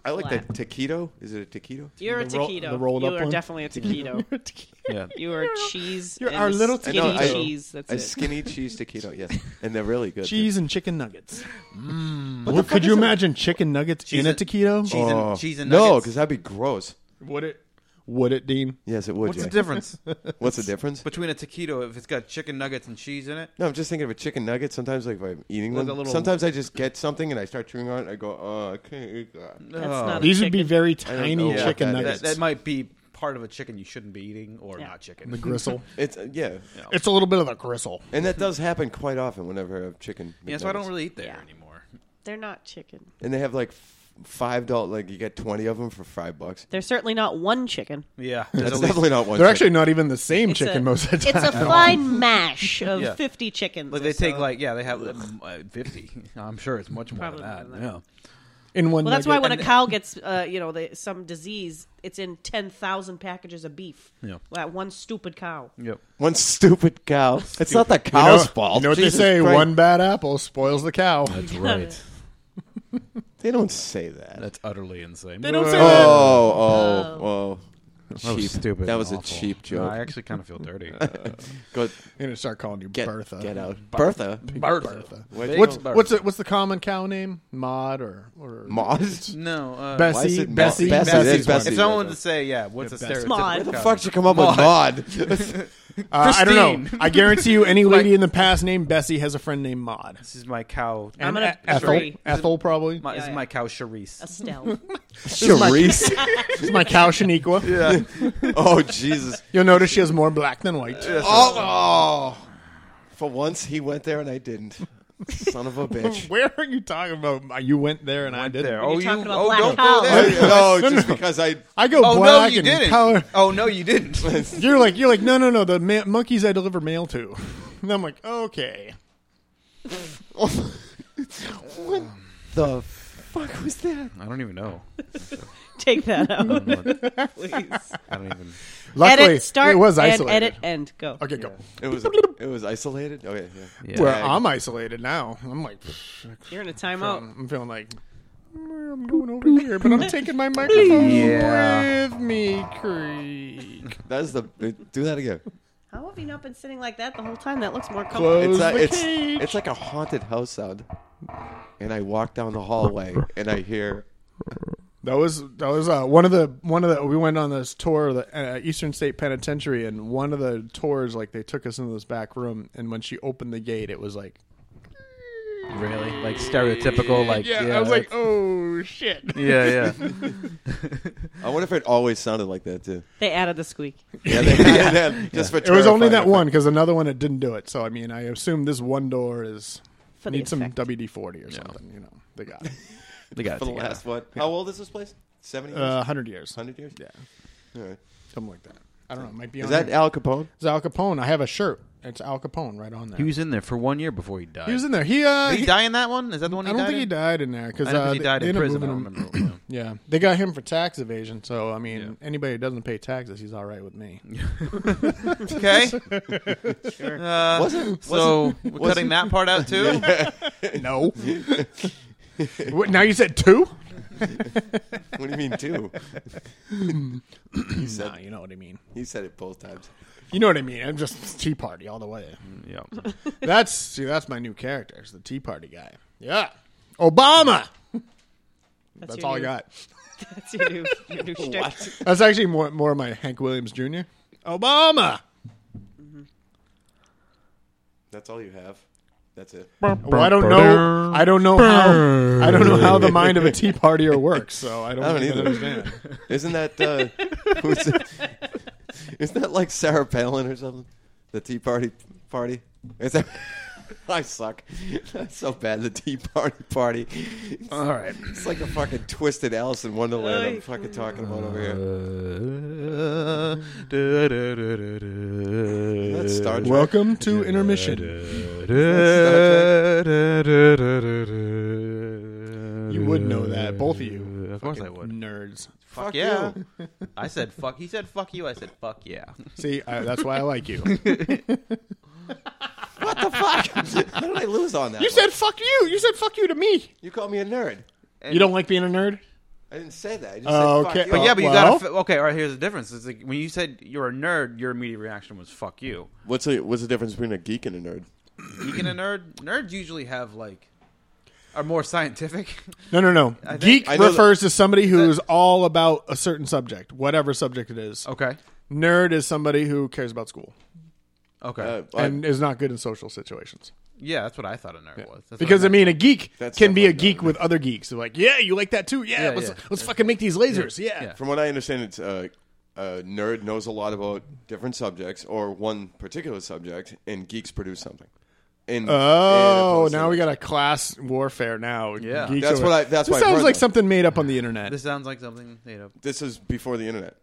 Speaker 5: I like that taquito. Is it a taquito?
Speaker 3: You're a
Speaker 2: The roll-
Speaker 3: taquito.
Speaker 2: the rolled
Speaker 3: you
Speaker 2: up
Speaker 3: are
Speaker 2: one?
Speaker 3: definitely a taquito.
Speaker 1: Yeah.
Speaker 3: you are cheese.
Speaker 2: You're
Speaker 3: and
Speaker 2: our little
Speaker 3: skinny
Speaker 5: I know, I-
Speaker 3: cheese. That's
Speaker 5: a
Speaker 3: it.
Speaker 5: skinny cheese taquito. Yes, and they're really good.
Speaker 2: Cheese and chicken nuggets.
Speaker 5: Mm.
Speaker 2: Well, could you imagine chicken nuggets in a
Speaker 4: and-
Speaker 2: taquito?
Speaker 4: cheese and,
Speaker 5: Oh,
Speaker 4: cheese and
Speaker 5: no,
Speaker 4: nuggets.
Speaker 5: because that'd be gross.
Speaker 2: Would it? Would it, Dean?
Speaker 5: Yes, it would.
Speaker 4: what's the
Speaker 5: Jay.
Speaker 4: difference
Speaker 5: What's the difference?
Speaker 4: between a taquito if it's got chicken nuggets and cheese in it?
Speaker 5: No, I'm just thinking of a chicken nugget. Sometimes, like if I'm eating
Speaker 4: Like
Speaker 5: them,
Speaker 4: a little-
Speaker 5: sometimes I just get something and I start chewing on it. And I go, oh, I can't eat that.
Speaker 3: That's not a
Speaker 2: These would be
Speaker 3: chicken.
Speaker 2: very
Speaker 5: don't
Speaker 2: tiny
Speaker 5: know what
Speaker 2: chicken
Speaker 5: that is.
Speaker 2: nuggets.
Speaker 4: That, that might be part of a chicken you shouldn't be eating or
Speaker 3: Yeah.
Speaker 4: not chicken.
Speaker 2: the gristle.
Speaker 5: It's uh, yeah.
Speaker 2: It's a little bit of a gristle.
Speaker 5: and that does happen quite often whenever I have chicken.
Speaker 4: yeah, so I don't
Speaker 5: McNuggets.
Speaker 4: really eat there
Speaker 3: Yeah.
Speaker 4: anymore.
Speaker 3: They're not chicken.
Speaker 5: And they have like f- five dollar. Like you get twenty of them for five bucks.
Speaker 3: They're certainly not one chicken.
Speaker 4: Yeah,
Speaker 5: That's definitely not one.
Speaker 2: They're
Speaker 5: chicken.
Speaker 2: actually not even the same chicken
Speaker 3: a,
Speaker 2: most of the time.
Speaker 3: It's a fine mash of
Speaker 4: Yeah.
Speaker 3: 50 chickens.
Speaker 4: like
Speaker 3: or
Speaker 4: they take
Speaker 3: so.
Speaker 4: like yeah they have um, uh, fifty. I'm sure it's much more than
Speaker 3: Probably
Speaker 4: that.
Speaker 3: more than
Speaker 2: in one.
Speaker 3: Well, that's why
Speaker 2: nugget.
Speaker 3: when a cow gets, uh, you know, the, some disease, it's in 10,000 packages of beef.
Speaker 4: Yeah.
Speaker 3: That one stupid cow.
Speaker 4: Yeah. Yep.
Speaker 5: One stupid cow. It's not the
Speaker 2: You know-
Speaker 5: cow's fault.
Speaker 2: You know what
Speaker 5: Jesus
Speaker 2: they say?
Speaker 5: Christ.
Speaker 2: One bad apple spoils the cow.
Speaker 4: That's right.
Speaker 5: They don't say that.
Speaker 4: That's utterly insane.
Speaker 2: They don't say
Speaker 5: oh,
Speaker 2: that.
Speaker 5: oh, oh.
Speaker 4: That was stupid.
Speaker 5: That
Speaker 4: and
Speaker 5: was a
Speaker 4: awful.
Speaker 5: cheap
Speaker 4: No,
Speaker 5: joke.
Speaker 4: I actually kind of feel dirty.
Speaker 5: Go
Speaker 2: I'm gonna start calling you
Speaker 5: get
Speaker 2: Bertha.
Speaker 5: get out, Bertha.
Speaker 2: Bertha.
Speaker 5: Wait,
Speaker 2: What's
Speaker 4: Bertha.
Speaker 2: what's the, what's the common cow name? Maud or or
Speaker 5: Moz?
Speaker 4: No, uh,
Speaker 5: Why is
Speaker 2: Bessie?
Speaker 5: it Maud?
Speaker 2: Bessie.
Speaker 5: Bessie,
Speaker 2: Bessie's
Speaker 5: that's
Speaker 2: one.
Speaker 5: Bessie.
Speaker 4: If someone to say, yeah, what's a
Speaker 2: Bessie.
Speaker 4: stereotypical
Speaker 3: Maud.
Speaker 5: Where the
Speaker 4: cow?
Speaker 5: fuck did you come up with Maud?
Speaker 2: Uh, I don't know.
Speaker 4: Christine.
Speaker 2: I guarantee you, any lady in the past named Bessie has a friend named Maud.
Speaker 4: This is my cow.
Speaker 3: I'm
Speaker 2: And
Speaker 3: gonna
Speaker 2: E- Ethel.
Speaker 3: agree.
Speaker 2: Ethel probably.
Speaker 4: My, this
Speaker 3: Yeah,
Speaker 4: is
Speaker 3: yeah.
Speaker 4: my cow, Charisse.
Speaker 3: Estelle.
Speaker 5: Charisse.
Speaker 2: This is my cow Shaniqua.
Speaker 5: oh Jesus.
Speaker 2: You'll notice she has more black than white.
Speaker 5: Oh, oh. For once he went there and I didn't. Son of a bitch.
Speaker 2: Where are you talking about? You went there and I didn't.
Speaker 4: There.
Speaker 3: You're
Speaker 4: Oh, you.
Speaker 3: talking about
Speaker 4: oh,
Speaker 3: black
Speaker 4: don't
Speaker 3: cows.
Speaker 4: go there.
Speaker 5: no, just because I
Speaker 2: I go
Speaker 4: Oh no,
Speaker 2: black
Speaker 4: you
Speaker 2: and
Speaker 4: didn't.
Speaker 2: color.
Speaker 4: Oh no, you didn't.
Speaker 2: You're like you're like no no no the ma- monkeys I deliver mail to, and I'm like okay.
Speaker 5: What the fuck was that?
Speaker 4: I don't even know.
Speaker 3: Take that out,
Speaker 4: I
Speaker 3: please.
Speaker 4: don't even.
Speaker 2: Luckily,
Speaker 3: edit, start,
Speaker 2: it was
Speaker 3: and
Speaker 2: isolated.
Speaker 3: edit, end, go.
Speaker 2: Okay, go.
Speaker 5: It was it was isolated? Okay, yeah.
Speaker 4: Yeah.
Speaker 2: Well, I'm isolated now. I'm like,
Speaker 3: You're in a timeout.
Speaker 2: I'm feeling like I'm going over here, but I'm taking my microphone
Speaker 4: Yeah.
Speaker 2: with me, Creek.
Speaker 5: That's the do that again.
Speaker 3: How have you not been sitting like that the whole time? That looks more
Speaker 2: Close.
Speaker 3: comfortable.
Speaker 2: Close
Speaker 5: It's like
Speaker 2: the
Speaker 5: it's,
Speaker 2: cage.
Speaker 5: it's like a haunted house sound. And I walk down the hallway and I hear
Speaker 2: That was that was uh, one of the one of the we went on this tour of the uh, Eastern State Penitentiary, and one of the tours like they took us into this back room, and when she opened the gate, it was like
Speaker 4: Really? Like stereotypical? Like
Speaker 2: yeah, I was like
Speaker 4: that's-
Speaker 2: oh shit.
Speaker 4: yeah, yeah.
Speaker 5: I wonder if it always sounded like that too.
Speaker 3: They added the squeak.
Speaker 5: Yeah, they, yeah, just for
Speaker 2: It was only
Speaker 5: terrifying
Speaker 2: that
Speaker 5: effect.
Speaker 2: one because another one it didn't do it. So I mean, I assume this one door is
Speaker 3: For the
Speaker 2: needs some
Speaker 3: effect.
Speaker 2: WD forty or something. You know, they got it.
Speaker 4: They got it
Speaker 5: For the
Speaker 4: together.
Speaker 5: last one. How old is this place? Seventy years?
Speaker 2: uh, hundred years,
Speaker 5: Hundred years?
Speaker 2: yeah,
Speaker 5: All right.
Speaker 2: something like that. I don't know. It might be
Speaker 5: Is
Speaker 2: on
Speaker 5: that
Speaker 2: there.
Speaker 5: Al Capone?
Speaker 2: It's Al Capone. I have a shirt. It's Al Capone right on there.
Speaker 4: He was in there for one year before he died.
Speaker 2: He was in there. He uh,
Speaker 4: Did he
Speaker 2: he-
Speaker 4: die in that one? Is that the one
Speaker 2: I
Speaker 4: he
Speaker 2: don't
Speaker 4: died
Speaker 2: think he
Speaker 4: in?
Speaker 2: died in there because
Speaker 4: I know 'cause
Speaker 2: uh,
Speaker 4: he
Speaker 2: they-
Speaker 4: died
Speaker 2: they
Speaker 4: in
Speaker 2: ended up
Speaker 4: prison. I
Speaker 2: moving
Speaker 4: don't
Speaker 2: him.
Speaker 4: remember. Yeah.
Speaker 2: Yeah, they got him for tax evasion. So I mean, anybody who doesn't pay taxes, he's all right with me.
Speaker 4: Okay. Uh, so we're cutting that part out too.
Speaker 2: no. what, now you said two?
Speaker 5: What do you mean two?
Speaker 2: Nah, you know what I mean.
Speaker 5: He said it both times.
Speaker 2: You know what I mean. I'm just Tea Party all the way.
Speaker 4: yeah.
Speaker 2: That's see, that's my new character. It's the Tea Party guy. Yeah, Obama. That's,
Speaker 3: your
Speaker 2: all I
Speaker 3: new-
Speaker 2: got.
Speaker 3: That's your new, your new shtick.
Speaker 2: That's actually more more of my Hank Williams Jr. Obama.
Speaker 5: That's all you have. That's it.
Speaker 2: Well, I don't know. I don't know how. I don't know how the mind of a Tea Partier works. So I don't,
Speaker 5: I don't
Speaker 2: even
Speaker 5: either.
Speaker 2: understand.
Speaker 5: Isn't that uh, who's it? Isn't that like Sarah Palin or something? The Tea Party party. Is that? I suck. That's so bad. The Tea Party party.
Speaker 6: All right.
Speaker 5: It's like a fucking twisted Alice in Wonderland. I'm fucking talking about over here. That's Star Trek.
Speaker 2: Welcome to intermission. You would know that, both of you.
Speaker 4: Of course I
Speaker 2: Fucking
Speaker 4: would.
Speaker 2: Nerds.
Speaker 5: Fuck
Speaker 4: yeah.
Speaker 5: you.
Speaker 4: I said fuck. He said fuck you. I said fuck yeah.
Speaker 2: See, I, that's why I like you.
Speaker 5: How did I lose on that?
Speaker 2: you
Speaker 5: one?
Speaker 2: said "fuck you." You said "fuck you" to me.
Speaker 5: you called me a nerd.
Speaker 2: You don't like being a nerd.
Speaker 5: I didn't say that. I just
Speaker 2: Oh,
Speaker 5: said
Speaker 2: okay.
Speaker 5: fuck you.
Speaker 4: But yeah, but you
Speaker 2: Well-
Speaker 4: gotta. F- okay, all right. Here's the difference. It's like when you said you're a nerd, your immediate reaction was "fuck you."
Speaker 5: What's the what's the difference between a geek and a nerd?
Speaker 4: Geek and a nerd. Nerds usually have like are more scientific.
Speaker 2: No, no, no.
Speaker 4: think-
Speaker 2: Geek
Speaker 5: I know that-
Speaker 2: refers to somebody who is all about a certain subject, whatever subject it is.
Speaker 4: Okay.
Speaker 2: Nerd is somebody who cares about school
Speaker 4: Okay.
Speaker 5: Uh,
Speaker 2: and is not good in social situations.
Speaker 4: yeah, that's what I thought a nerd was. That's what
Speaker 2: Because I
Speaker 4: meant.
Speaker 2: mean, a geek
Speaker 5: That's
Speaker 2: can be a
Speaker 5: definitely
Speaker 2: geek with other geeks. They're like, yeah, you like that too. Yeah,
Speaker 4: Yeah,
Speaker 2: let's
Speaker 4: yeah.
Speaker 2: let's fucking make these lasers. Yeah.
Speaker 4: Yeah.
Speaker 5: From what I understand, it's uh, a nerd knows a lot about different subjects or one particular subject, and geeks produce something. And,
Speaker 2: Oh, now we got a class warfare. Now,
Speaker 4: Yeah.
Speaker 2: Geeks
Speaker 5: That's
Speaker 2: over-
Speaker 5: what I- that's
Speaker 2: this
Speaker 5: what I've
Speaker 2: sounds
Speaker 5: heard,
Speaker 2: like
Speaker 5: though.
Speaker 2: something made up on the internet.
Speaker 4: this sounds like something you know.
Speaker 5: This is before the internet.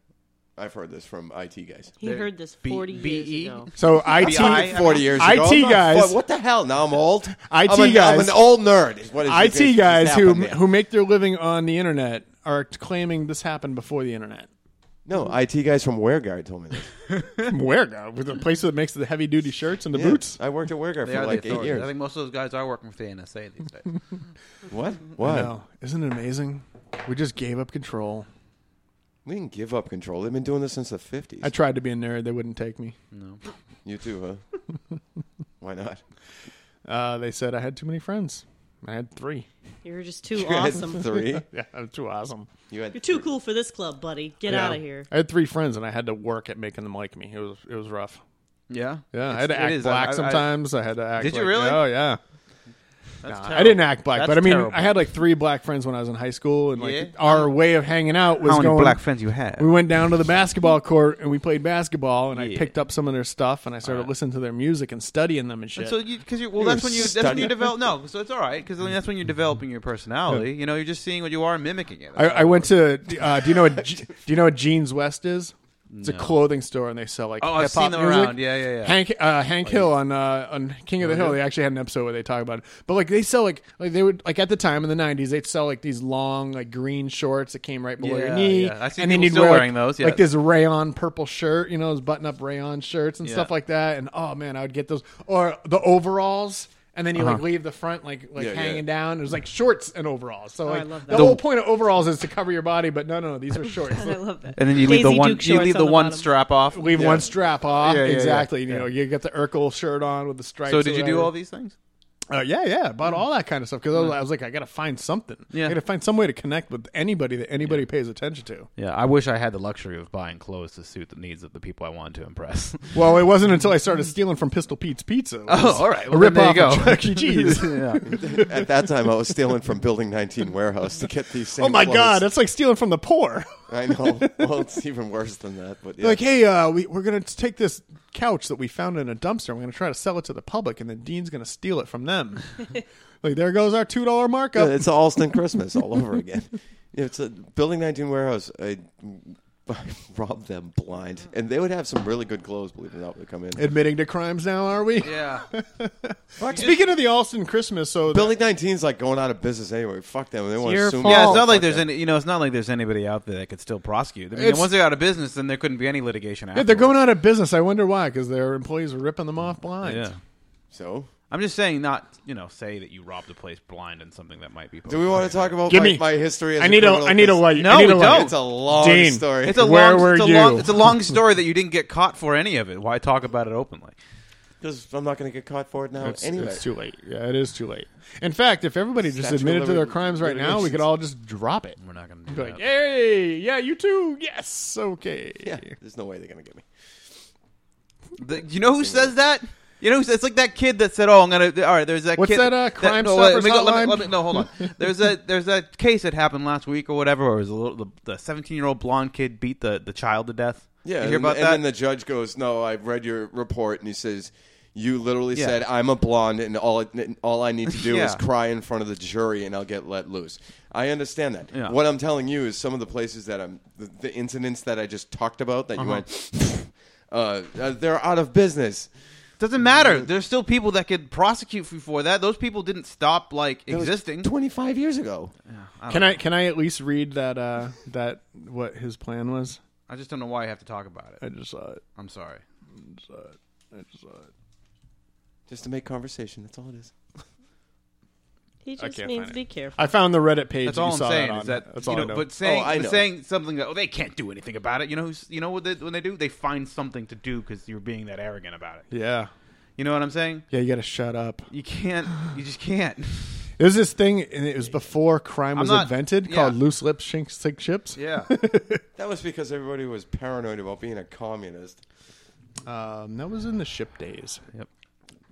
Speaker 5: I've heard this from IT guys.
Speaker 3: He
Speaker 4: There-
Speaker 3: heard this
Speaker 2: E.
Speaker 4: B-
Speaker 3: forty years
Speaker 4: BE?
Speaker 3: ago.
Speaker 2: So IT,
Speaker 4: I-
Speaker 5: Forty years
Speaker 2: IT
Speaker 5: ago, I'm not-
Speaker 2: guys-
Speaker 5: What, what the hell? Now I'm old. IT I'm an,
Speaker 2: IT guys-
Speaker 5: I'm an old nerd. is what is- is-
Speaker 2: IT
Speaker 5: is
Speaker 2: guys who
Speaker 5: happening.
Speaker 2: who make their living on the internet are claiming this happened before the internet.
Speaker 5: no IT guys from WearGuard told me this.
Speaker 2: Where now? With the place that makes the heavy duty shirts and the
Speaker 5: Yeah,
Speaker 2: boots.
Speaker 5: I worked at WearGuard
Speaker 4: They
Speaker 5: for
Speaker 4: are
Speaker 5: like
Speaker 4: the
Speaker 5: eight
Speaker 4: authorities.
Speaker 5: years.
Speaker 4: I think most of those guys are working for the NSA these days.
Speaker 5: what? Why?
Speaker 2: No, isn't it amazing? We just gave up control.
Speaker 5: We didn't give up control. They've been doing this since the fifties.
Speaker 2: I tried to be a nerd; they wouldn't take me.
Speaker 5: You too, huh? Why not?
Speaker 2: Uh, they said I had too many friends. I had three.
Speaker 3: You were just too
Speaker 5: You had
Speaker 3: awesome.
Speaker 5: Three.
Speaker 2: Yeah, I was too awesome.
Speaker 5: You had
Speaker 3: You're too cool for this club, buddy. Get
Speaker 2: Yeah.
Speaker 3: out of here.
Speaker 2: I had three friends, and I had to work at making them like me. It was it was rough.
Speaker 4: yeah.
Speaker 2: Yeah, I
Speaker 4: It's-
Speaker 2: had to
Speaker 4: it
Speaker 2: act
Speaker 4: is. I-
Speaker 2: black
Speaker 4: I- I-
Speaker 2: sometimes. I, had to act.
Speaker 4: Did you
Speaker 2: like-
Speaker 4: really?
Speaker 2: Oh yeah. Nah,
Speaker 4: that's
Speaker 2: I
Speaker 4: terrible.
Speaker 2: didn't act black,
Speaker 4: That's
Speaker 2: but I mean,
Speaker 4: terrible.
Speaker 2: I had like three black friends when I was in high school, and like
Speaker 4: Yeah?
Speaker 2: our way of hanging out was
Speaker 4: How many
Speaker 2: going.
Speaker 4: black friends you had?
Speaker 2: we went down to the basketball court and we played basketball, and I
Speaker 4: Yeah.
Speaker 2: picked up some of their stuff, and I started listening to their music and studying them and shit.
Speaker 4: So you, because you, well,
Speaker 5: You're
Speaker 4: that's when you, that's when you
Speaker 5: stunning.
Speaker 4: develop. No, so it's all right because that's when you're developing your personality. You know, you're just seeing what you are and mimicking it.
Speaker 2: I, I went to. Uh, do you know what? G- do you know what Jeans West is? It's a clothing store, and they sell like
Speaker 4: Oh, I've
Speaker 2: hip-hop
Speaker 4: seen them
Speaker 2: music.
Speaker 4: around. Yeah, yeah, yeah.
Speaker 2: Hank uh, Hank Hill on uh, on King of the Hill. They actually had an episode where they talk about it. But like they sell like like they would like at the time in the nineties they'd sell like these long like green shorts that came right below your
Speaker 4: Yeah,
Speaker 2: knee.
Speaker 4: yeah. I see
Speaker 2: and then
Speaker 4: people
Speaker 2: you'd
Speaker 4: still
Speaker 2: wear, like-
Speaker 4: wearing those,
Speaker 2: Like
Speaker 4: yeah.
Speaker 2: this rayon purple shirt, you know, those button up rayon shirts and
Speaker 4: Yeah.
Speaker 2: stuff like that. And oh man, I would get those or the overalls. And then you
Speaker 4: Uh-huh.
Speaker 2: like leave the front like like
Speaker 5: Yeah, yeah.
Speaker 2: hanging down. It was like shorts and overalls. So like
Speaker 3: Oh, I love
Speaker 2: the
Speaker 3: that.
Speaker 2: whole point of overalls is to cover your body, but no, no, no these are shorts.
Speaker 3: I love that.
Speaker 4: and then you leave the
Speaker 3: Daisy
Speaker 4: one,
Speaker 3: Duke
Speaker 4: you
Speaker 3: shorts
Speaker 4: leave the,
Speaker 3: on
Speaker 4: one
Speaker 3: bottom.
Speaker 4: strap off.
Speaker 2: Leave one strap off.
Speaker 4: Yeah, yeah, yeah.
Speaker 2: exactly. You know, you get the Urkel shirt on with the stripes.
Speaker 4: So
Speaker 2: or
Speaker 4: did you do
Speaker 2: whatever.
Speaker 4: all these things?
Speaker 2: Uh, yeah, yeah, about all that kind of stuff. Because I, was, I was like, I gotta find something.
Speaker 4: Yeah.
Speaker 2: I gotta find some way to connect with anybody that anybody pays attention to.
Speaker 4: Yeah, I wish I had the luxury of buying clothes to suit the needs of the people I wanted to impress.
Speaker 2: Well, it wasn't until I started stealing from Pistol Pete's Pizza. It
Speaker 4: oh,
Speaker 2: was
Speaker 4: all right.
Speaker 2: a
Speaker 4: Well, then there you
Speaker 2: ripoff
Speaker 4: go.
Speaker 2: of Chuck E. Cheese.
Speaker 4: yeah.
Speaker 5: At that time, I was stealing from Building 19 warehouse to get these. Same
Speaker 2: oh my
Speaker 5: clothes.
Speaker 2: god, that's like stealing from the poor.
Speaker 5: I know. Well, it's even worse than that. But yeah.
Speaker 2: Like, hey, uh, we, we're gonna take this couch that we found in a dumpster. and We're gonna try to sell it to the public, and then Dean's gonna steal it from them. like, there goes our two dollar markup.
Speaker 5: Yeah, it's an Alston Christmas all over again. Yeah, It's a Building 19 warehouse. I, I robbed them blind, and they would have some really good clothes. Believe it or not, would come in.
Speaker 2: Admitting to crimes now, are we?
Speaker 4: yeah.
Speaker 2: Speaking of the Alston Christmas, so
Speaker 5: Building 19 is like going out of business anyway. Fuck them. They want
Speaker 2: your
Speaker 5: to sue me.
Speaker 2: fault.
Speaker 4: Yeah, it's
Speaker 2: Oh,
Speaker 4: not like
Speaker 5: Fuck
Speaker 4: there's
Speaker 5: them.
Speaker 4: any, you know, it's not like there's anybody out there that could still prosecute. I mean,
Speaker 2: It's-
Speaker 4: once they're out of business, then there couldn't be any litigation.
Speaker 2: Yeah, they're going out of business. I wonder why, because their employees were ripping them off blind.
Speaker 4: Yeah,
Speaker 5: So,
Speaker 4: I'm just saying, not you know, say that you robbed a place blind and something that might be.
Speaker 5: do we want to talk about
Speaker 2: Give
Speaker 5: my,
Speaker 2: me-
Speaker 5: my history? As
Speaker 2: I need a,
Speaker 5: criminal?
Speaker 2: I need a
Speaker 5: 'Cause
Speaker 2: light.
Speaker 4: No,
Speaker 2: I need a
Speaker 4: we
Speaker 2: light.
Speaker 4: don't.
Speaker 5: It's a long
Speaker 2: Dean,
Speaker 5: story.
Speaker 4: It's a
Speaker 2: Where
Speaker 4: long,
Speaker 2: were
Speaker 4: it's a
Speaker 2: you?
Speaker 4: long, it's a long story that you didn't get caught for any of it. Why talk about it openly?
Speaker 5: because I'm not going to get caught for it now.
Speaker 2: It's,
Speaker 5: anyway,
Speaker 2: it's too late. Yeah, it is too late. In fact, if everybody just
Speaker 5: Statute of
Speaker 2: admitted to their
Speaker 5: limit-
Speaker 2: crimes right now, we could all just drop it.
Speaker 4: We're not going to do
Speaker 2: Be
Speaker 4: that.
Speaker 2: like, hey, yeah, you too. Yes, okay.
Speaker 5: yeah, there's no way they're going to get me.
Speaker 4: The- you know who says that? You know, it's like that kid that said, "Oh, I'm gonna." All right, there's that.
Speaker 2: What's
Speaker 4: kid
Speaker 2: that, uh, Crime
Speaker 4: no, wait,
Speaker 2: Stoppers
Speaker 4: let me go- let me-
Speaker 2: hotline?
Speaker 4: let me- no, hold on. There's that. There's that case that happened last week or whatever. Or was a little, the the 17 year old blonde kid beat the, the child to death.
Speaker 5: Yeah,
Speaker 4: you
Speaker 5: and,
Speaker 4: hear about
Speaker 5: and
Speaker 4: that?
Speaker 5: then the judge goes, "No, I've read your report," and he says, "You literally
Speaker 4: Yeah.
Speaker 5: said I'm a blonde, and all it, and all I need to do is
Speaker 4: Yeah.
Speaker 5: cry in front of the jury, and I'll get let loose." I understand that.
Speaker 4: Yeah.
Speaker 5: What I'm telling you is some of the places that I'm, the, the incidents that I just talked about that
Speaker 4: Uh-huh.
Speaker 5: you went, uh, uh, they're out of business.
Speaker 4: Doesn't
Speaker 2: Mm-hmm.
Speaker 4: matter. There's still people that could prosecute you for that. Those people didn't stop like
Speaker 5: That was
Speaker 4: existing.
Speaker 5: 25 years ago.
Speaker 2: Can I can I at least read that uh that what his plan was?
Speaker 4: I just don't know why you have to talk about
Speaker 2: I
Speaker 4: it.
Speaker 2: just saw it.
Speaker 4: I'm sorry.
Speaker 2: I just saw it.
Speaker 5: Just to make conversation. That's all it is.
Speaker 3: He just
Speaker 2: can't
Speaker 3: means
Speaker 2: find it.
Speaker 3: be careful.
Speaker 2: I found the Reddit page.
Speaker 4: That's
Speaker 2: that
Speaker 4: all
Speaker 2: you
Speaker 4: I'm
Speaker 2: saw
Speaker 4: saying
Speaker 2: that
Speaker 4: is
Speaker 2: on.
Speaker 4: that
Speaker 2: that's
Speaker 4: you
Speaker 2: all
Speaker 4: know,
Speaker 2: I know.
Speaker 4: but saying
Speaker 5: Oh, I
Speaker 4: but
Speaker 5: know.
Speaker 4: saying something that oh they can't do anything about it. You know who's, you know what they, when they do they find something to do because you're being that arrogant about it.
Speaker 2: yeah,
Speaker 4: You know what I'm saying?
Speaker 2: yeah, you got to shut up.
Speaker 4: You can't. You just can't.
Speaker 2: There's this thing, and it was before crime was
Speaker 4: not-
Speaker 2: invented,
Speaker 4: yeah.
Speaker 2: called loose lips, shinks, sink chips.
Speaker 4: Yeah.
Speaker 5: That was because everybody was paranoid about being a communist.
Speaker 2: Um, that was in the ship days
Speaker 4: yep.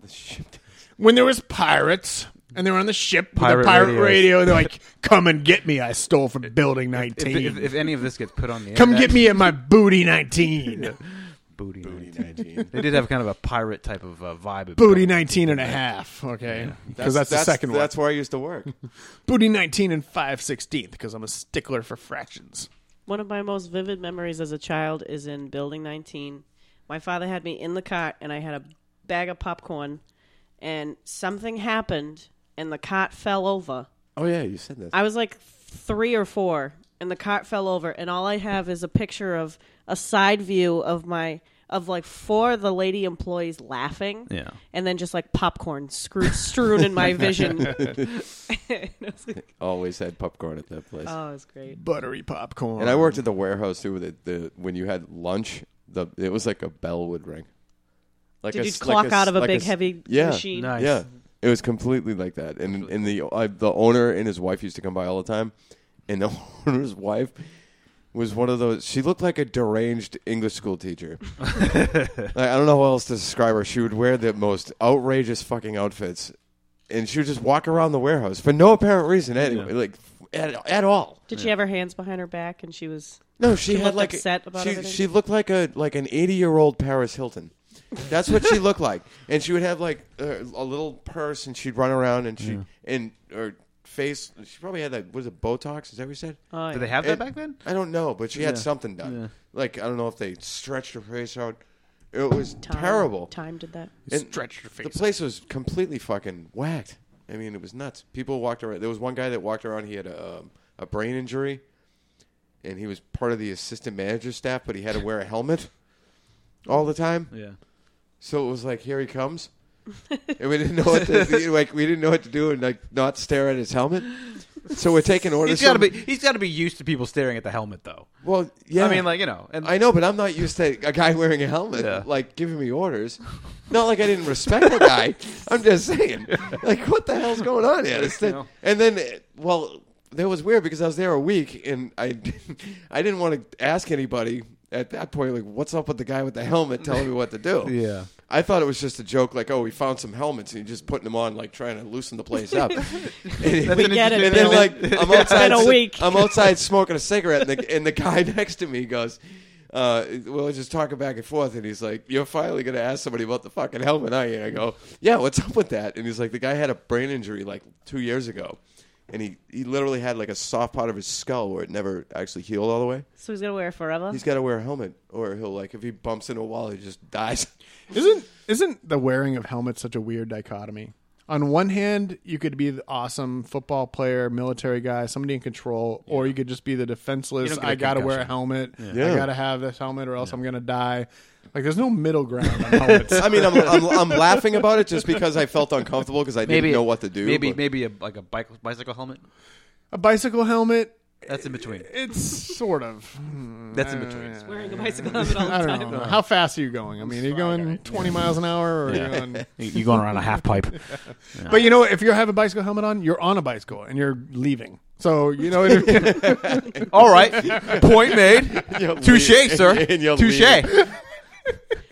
Speaker 5: The shit.
Speaker 2: when there was pirates, and they were on the ship with
Speaker 4: Pirate
Speaker 2: a pirate
Speaker 4: radios.
Speaker 2: radio. They're like, "Come and get me! I stole from Building
Speaker 4: If,
Speaker 2: 19.
Speaker 4: if, if any of this gets put on the
Speaker 2: Come
Speaker 4: internet,
Speaker 2: get me at my booty 19,
Speaker 4: booty.
Speaker 5: Booty
Speaker 4: night.
Speaker 5: 19.
Speaker 4: They did have kind of a pirate type of uh, vibe.
Speaker 2: booty 19 and a half." Okay, because that's, the second one.
Speaker 5: That's where I used to work.
Speaker 2: Booty 19 and 5 16th because I'm a stickler for fractions.
Speaker 3: One of my most vivid memories as a child is in Building 19. My father had me in the cart, and I had a bag of popcorn, and something happened, and the cart fell over.
Speaker 5: oh, yeah, you said this.
Speaker 3: I was like three or four, and the cart fell over, and all I have is a picture of a side view of my of like four of the lady employees laughing,
Speaker 4: Yeah.
Speaker 3: and then just like popcorn screwed strewn in my vision. And I was like,
Speaker 5: Always had popcorn at that place.
Speaker 3: oh, it's great.
Speaker 2: Buttery popcorn.
Speaker 5: And I worked at the warehouse too. With it, the when you had lunch, the it was like a bell would ring. Like
Speaker 3: Did you
Speaker 5: s-
Speaker 3: clock
Speaker 5: like
Speaker 3: out of a
Speaker 5: like
Speaker 3: big
Speaker 5: s-
Speaker 3: heavy
Speaker 5: yeah,
Speaker 3: machine?
Speaker 4: Nice.
Speaker 5: Yeah, it was completely like that. And and the I, the owner and his wife used to come by all the time. And the owner's wife was one of those. She looked like a deranged English school teacher. like, I don't know how else to describe her. She would wear the most outrageous fucking outfits, and she would just walk around the warehouse for no apparent reason. Anyway, like at, at all.
Speaker 3: Did she have her hands behind her back and she was?
Speaker 5: No, she, had
Speaker 3: looked
Speaker 5: like
Speaker 3: upset about
Speaker 5: she,
Speaker 3: everything?
Speaker 5: she looked like a like an eighty year old Paris Hilton. That's what she looked like, and she would have like a, a little purse, and she'd run around, and she and her face. She probably had that was it Botox? Is that what you said?
Speaker 3: Oh,
Speaker 4: Did
Speaker 3: yeah.
Speaker 4: they have that
Speaker 5: It-
Speaker 4: back then?
Speaker 5: I don't know, but she had something done. Like I don't know if they stretched her face out. It was
Speaker 3: Time-
Speaker 5: terrible.
Speaker 3: Time did that.
Speaker 5: And
Speaker 2: stretched your face.
Speaker 5: The place was completely fucking whacked. I mean, it was nuts. People walked around. There was one guy that walked around. He had a, um, a brain injury, and he was part of the assistant manager staff, but he had to wear a helmet all the time.
Speaker 4: Yeah.
Speaker 5: So it was like, here he comes, and we didn't know what to, like we didn't know what to do, and like not stare at his helmet. So we're taking orders.
Speaker 4: He's got to
Speaker 5: from-
Speaker 4: be. He's got to be used to people staring at the helmet, though.
Speaker 5: Well, yeah.
Speaker 4: I mean, like you know, and
Speaker 5: I know, but I'm not used to a guy wearing a helmet
Speaker 4: Yeah.
Speaker 5: like giving me orders. Not like I didn't respect the guy. I'm just saying, like, what the hell's going on here? It's the-
Speaker 4: No.
Speaker 5: And then, uh, well, that was weird because I was there a week and I, didn't- I didn't want to ask anybody at that point, like, what's up with the guy with the helmet telling me what to do?
Speaker 4: Yeah.
Speaker 5: I thought it was just a joke, like, oh, we found some helmets and you're just putting them on, like trying to loosen the place up. And-
Speaker 4: That's an
Speaker 3: get it,
Speaker 5: and
Speaker 4: interesting-
Speaker 5: then like I'm outside,
Speaker 3: been a week.
Speaker 5: I'm outside smoking a cigarette, and the, and the guy next to me goes, uh, "We'll just talking back and forth." And he's like, "You're finally gonna ask somebody about the fucking helmet, are you?" And I go, "Yeah, what's up with that?" And he's like, "The guy had a brain injury like two years ago, and he he literally had like a soft part of his skull where it never actually healed all the way.
Speaker 3: So he's gonna wear it forever.
Speaker 5: He's got to wear a helmet, or he'll like if he bumps into a wall, he just dies."
Speaker 2: Isn't isn't the wearing of helmets such a weird dichotomy? On one hand, you could be the awesome football player, military guy, somebody in control, or you could just be the defenseless.
Speaker 4: don't get
Speaker 2: I
Speaker 4: a
Speaker 2: gotta wear a
Speaker 4: concussion.
Speaker 2: helmet.
Speaker 5: Yeah.
Speaker 2: I gotta have this helmet, or else I'm gonna die. Like, there's no middle ground on helmets.
Speaker 5: I mean, I'm, I'm, I'm laughing about it just because I felt uncomfortable because I didn't know what to do.
Speaker 4: Maybe
Speaker 5: but-
Speaker 4: maybe a, like a bike, bicycle helmet.
Speaker 2: a bicycle helmet.
Speaker 4: That's in between.
Speaker 2: It's sort of. hmm, eh.
Speaker 4: That's in between.
Speaker 3: wearing a bicycle helmet all
Speaker 2: I
Speaker 3: the
Speaker 2: don't
Speaker 3: time.
Speaker 2: know. How fast are you going? I mean, are you going 20 miles an hour, or are you going?
Speaker 4: You're going around a half pipe.
Speaker 2: But you know, what? if you have a bicycle helmet on, you're on a bicycle and you're leaving. So you know, it-
Speaker 4: All right, point made.
Speaker 5: You'll
Speaker 4: Touche,
Speaker 5: leave.
Speaker 4: sir.
Speaker 5: And you'll
Speaker 4: Touche.
Speaker 5: leave.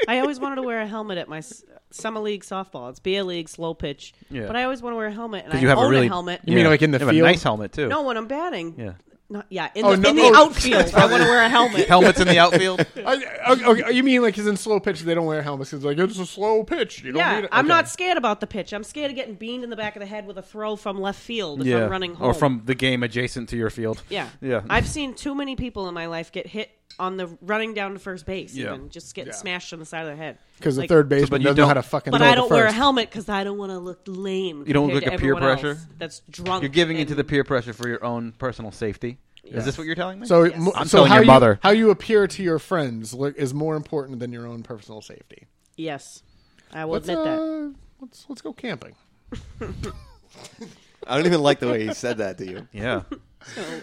Speaker 3: I always wanted to wear a helmet at my s- summer league softball. It's beer league, slow pitch.
Speaker 4: Yeah.
Speaker 3: But I always want to wear a helmet, and I
Speaker 4: 'Cause you have
Speaker 3: own
Speaker 4: a really
Speaker 3: helmet.
Speaker 2: You mean like in the
Speaker 4: you have
Speaker 2: field?
Speaker 4: A nice helmet too.
Speaker 3: No, when I'm batting.
Speaker 4: Yeah.
Speaker 3: Not, yeah, in,
Speaker 2: Oh,
Speaker 3: the,
Speaker 2: no.
Speaker 3: in the
Speaker 2: Oh.
Speaker 3: outfield, I want to wear a helmet.
Speaker 4: Helmets in the outfield.
Speaker 2: I, okay, okay, you mean like because in slow pitch they don't wear helmets? It's like it's a slow pitch. You don't
Speaker 3: Yeah,
Speaker 2: need it.
Speaker 3: I'm
Speaker 2: Okay.
Speaker 3: not scared about the pitch. I'm scared of getting beamed in the back of the head with a throw from left field if I'm running home.
Speaker 4: or from the game adjacent to your field.
Speaker 3: yeah,
Speaker 4: Yeah.
Speaker 3: I've seen too many people in my life get hit on the running down to first base,
Speaker 4: Yeah.
Speaker 3: even just getting
Speaker 2: Yeah.
Speaker 3: smashed on the side of the head.
Speaker 2: because
Speaker 3: Like,
Speaker 2: the third baseman
Speaker 4: you
Speaker 2: doesn't know how
Speaker 4: don't-
Speaker 2: to fucking.
Speaker 3: But
Speaker 2: throw
Speaker 3: I
Speaker 2: to
Speaker 3: don't wear a
Speaker 2: first.
Speaker 3: helmet because I don't want to look lame.
Speaker 4: You don't
Speaker 3: compared
Speaker 4: look
Speaker 3: to
Speaker 4: like a peer
Speaker 3: everyone
Speaker 4: pressure?
Speaker 3: else That's drunk.
Speaker 4: You're giving into the
Speaker 3: and-
Speaker 4: peer pressure for your own personal safety. Is this what you're telling me?
Speaker 2: So,
Speaker 3: Yes.
Speaker 2: mo-
Speaker 4: I'm
Speaker 2: so
Speaker 4: telling
Speaker 2: how
Speaker 4: your
Speaker 2: you-
Speaker 4: mother.
Speaker 2: how you appear to your friends look, is more important than your own personal safety.
Speaker 3: Yes, I will
Speaker 2: Let's,
Speaker 3: admit that.
Speaker 2: uh, let's let's go camping.
Speaker 5: I don't even like the way he said that to you.
Speaker 4: yeah.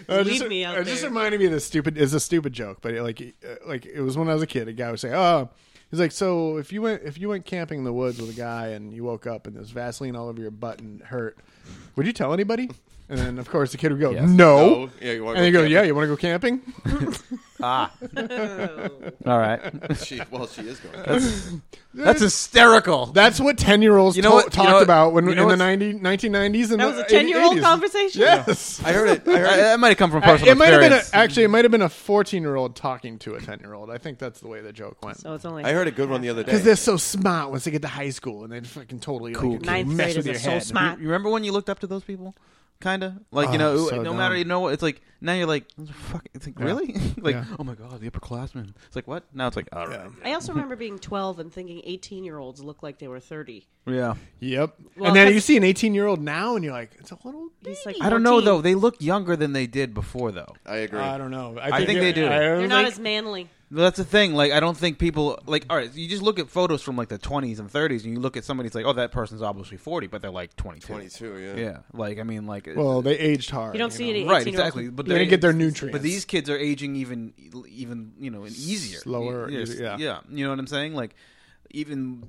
Speaker 2: Uh,
Speaker 3: Leave
Speaker 2: just,
Speaker 3: me out
Speaker 2: uh,
Speaker 3: there.
Speaker 2: just reminded me of this stupid. It's a stupid joke, but like, uh, like it was when I was a kid. A guy would say, "Oh, he's like, so if you went if you went camping in the woods with a guy and you woke up and there's Vaseline all over your butt and it hurt, would you tell anybody?" And then of course the kid would go, "No."
Speaker 5: No. Yeah, you wanna
Speaker 2: and they
Speaker 5: go
Speaker 2: go,
Speaker 5: camping.
Speaker 2: "Yeah, you want to go camping?"
Speaker 4: All right.
Speaker 5: She, well, she is going.
Speaker 4: That's hysterical.
Speaker 2: That's what ten year olds
Speaker 4: You know what- you
Speaker 2: talked
Speaker 4: know what-
Speaker 2: about when
Speaker 4: you know
Speaker 2: in the
Speaker 4: what's-
Speaker 2: 90, 1990s and
Speaker 3: That
Speaker 2: the
Speaker 3: was a 10 year old
Speaker 2: 80s.
Speaker 3: conversation?
Speaker 2: Yes.
Speaker 5: I heard it. I
Speaker 4: Uh,
Speaker 5: heard it.
Speaker 4: that might have come from
Speaker 2: Uh,
Speaker 4: personal
Speaker 2: it might have been a,
Speaker 4: experience.
Speaker 2: actually it might have been a 14 year old talking to a 10 year old i think that's the way the joke went
Speaker 3: So it's only.
Speaker 5: I heard a good one the other day.
Speaker 2: because they're so smart once they get to high school and they fucking totally
Speaker 4: Cool
Speaker 2: like,
Speaker 4: kids.
Speaker 3: Ninth
Speaker 2: mess
Speaker 3: graders
Speaker 2: with your
Speaker 3: are so
Speaker 2: head.
Speaker 3: smart.
Speaker 4: you remember when you looked up to those people? Kind of like
Speaker 2: Oh,
Speaker 4: you know,
Speaker 2: so
Speaker 4: no
Speaker 2: dumb.
Speaker 4: matter you know what it's like. Now you're like, fuck, it's like really, like
Speaker 2: Yeah.
Speaker 4: oh my god, the upperclassmen. It's like what? Now it's like all right,
Speaker 3: I also remember being 12 and thinking 18 year olds look like they were 30.
Speaker 4: yeah.
Speaker 2: Yep.
Speaker 3: Well,
Speaker 2: and then
Speaker 3: 'cause-
Speaker 2: you see an 18 year old now and you're like, it's a little.
Speaker 3: He's like
Speaker 4: I don't know
Speaker 3: 14.
Speaker 4: though. They look younger than they did before though.
Speaker 5: I agree.
Speaker 2: Oh, I don't know. I
Speaker 4: think they do.
Speaker 2: I don't
Speaker 3: They're not
Speaker 2: think-
Speaker 3: as manly.
Speaker 4: Well, That's the thing. Like, I don't think people like. All right, you just look at photos from like the twenties and thirties, and you look at somebody. It's like, oh, that person's obviously forty, but they're like twenty two.
Speaker 5: 22, yeah.
Speaker 4: Yeah, like I mean, like uh,
Speaker 2: well, they aged hard.
Speaker 3: You don't see it.
Speaker 4: right, exactly. But
Speaker 2: They didn't get their nutrients.
Speaker 4: But these kids are aging even, even you know, and easier,
Speaker 2: Slower,
Speaker 4: Yes,
Speaker 2: easier, yeah.
Speaker 4: yeah. You know what I'm saying? Like, even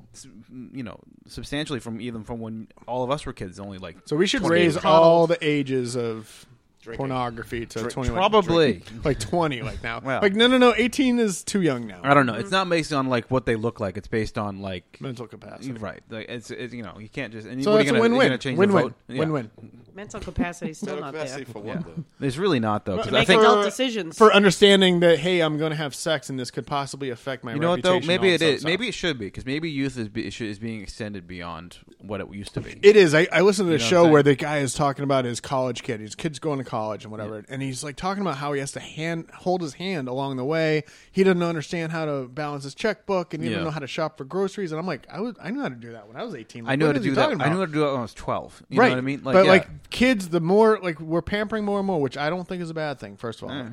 Speaker 4: you know, substantially from even from when all of us were kids, only like
Speaker 2: So we should
Speaker 4: 20
Speaker 2: raise
Speaker 4: years.
Speaker 2: all the ages of
Speaker 5: Drinking.
Speaker 2: pornography to 21.
Speaker 4: probably.
Speaker 2: Like 20, like now.
Speaker 4: Well.
Speaker 2: Like, no, no, no. 18 is too young now.
Speaker 4: I don't know. It's not based on like what they look like. It's based on like
Speaker 2: Mental capacity.
Speaker 4: right. Like it's, it's you know you can't just. And
Speaker 2: So
Speaker 4: what are
Speaker 2: that's
Speaker 4: you gonna,
Speaker 2: a
Speaker 4: you're gonna
Speaker 2: win-win.
Speaker 4: change the
Speaker 2: Win-win.
Speaker 4: vote? Yeah.
Speaker 2: Win-win.
Speaker 3: Mental capacity is still
Speaker 5: Mental
Speaker 3: not
Speaker 5: capacity
Speaker 3: there.
Speaker 5: for what, though?
Speaker 4: It's really not though. 'cause
Speaker 3: Make
Speaker 4: I think
Speaker 3: adult decisions.
Speaker 2: for understanding that hey, I'm going to have sex and this could possibly affect my.
Speaker 4: you know what though.
Speaker 2: reputation,
Speaker 4: Maybe
Speaker 2: all
Speaker 4: it
Speaker 2: this
Speaker 4: is.
Speaker 2: other
Speaker 4: Maybe it should be because maybe youth is be, should- is being extended beyond what it used to be.
Speaker 2: stuff. it is. I, I listened to a
Speaker 4: know what
Speaker 2: show
Speaker 4: I'm
Speaker 2: where the guy is talking about his college kid. His kid's going to college and whatever, and he's like talking about how he has to hand hold his hand along the way. He doesn't understand how to balance his checkbook and he
Speaker 4: Yeah.
Speaker 2: doesn't know how to shop for groceries. And I'm like, I was I knew how to do that when I was 18. Like,
Speaker 4: I knew how
Speaker 2: what
Speaker 4: to
Speaker 2: is he
Speaker 4: do that.
Speaker 2: talking
Speaker 4: I knew
Speaker 2: about?
Speaker 4: how to do that when I was twelve. You
Speaker 2: right.
Speaker 4: know what I mean?
Speaker 2: but
Speaker 4: yeah.
Speaker 2: like kids, the more like we're pampering more and more, which I don't think is a bad thing. First of all,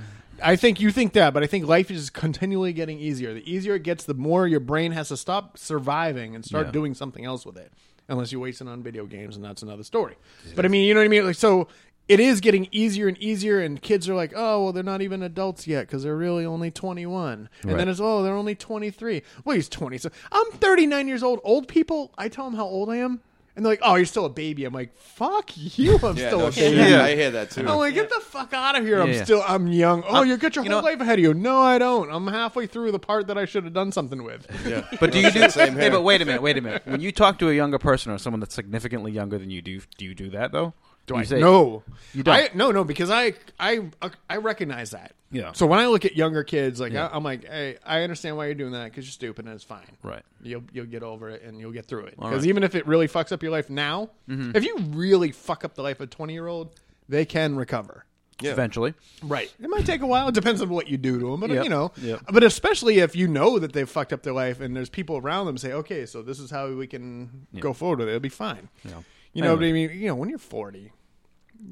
Speaker 2: I think you think that, but I think life is continually getting easier. The easier it gets, the more your brain has to stop surviving and start
Speaker 4: Yeah.
Speaker 2: doing something else with it. Unless you're wasting on video games, and that's another story. But I mean, you know what I mean. Like so. It is getting easier and easier, and kids are like, "Oh, well, they're not even adults yet because they're really only 21." And then it's, "Oh, they're only 23." Well, he's 20. So I'm 39 years old. Old people, I tell them how old I am, and they're like, "Oh, you're still a baby." I'm like, "Fuck you! I'm
Speaker 5: Yeah,
Speaker 2: still
Speaker 5: no
Speaker 2: a
Speaker 5: shit.
Speaker 2: baby."
Speaker 4: Yeah.
Speaker 5: I hear that too.
Speaker 3: Oh,
Speaker 2: I'm like, get the fuck out of here. I'm
Speaker 4: Yeah, yeah.
Speaker 2: still, I'm young. Oh,
Speaker 4: I'm-
Speaker 2: you got your
Speaker 4: you
Speaker 2: whole
Speaker 4: know-
Speaker 2: life ahead of you. No, I don't. I'm halfway through the part that I should have done something with.
Speaker 5: Yeah.
Speaker 4: But do you do?
Speaker 5: Same here.
Speaker 4: Hey, but wait a minute, wait a minute. When you talk to a younger person or someone that's significantly younger than you, do you- do you do that though? Do you say
Speaker 2: no,
Speaker 4: You don't.
Speaker 2: I, no, no, because I, I, I recognize that.
Speaker 4: Yeah.
Speaker 2: So when I look at younger kids, like I, I'm like, hey, I understand why you're doing that because you're stupid and it's fine.
Speaker 4: Right.
Speaker 2: You'll you'll get over it and you'll get through it. Because even if it really fucks up your life now,
Speaker 4: Mm-hmm.
Speaker 2: if you really fuck up the life of a 20 year old, they can recover.
Speaker 5: Yeah.
Speaker 4: eventually?
Speaker 2: Right. It might take a while. It depends on what you do to them, but
Speaker 4: Yep.
Speaker 2: you know,
Speaker 4: Yep.
Speaker 2: but especially if you know that they've fucked up their life and there's people around them say, okay, so this is how we can go forward with it. It'll be fine. You know what I mean? You know, when you're 40,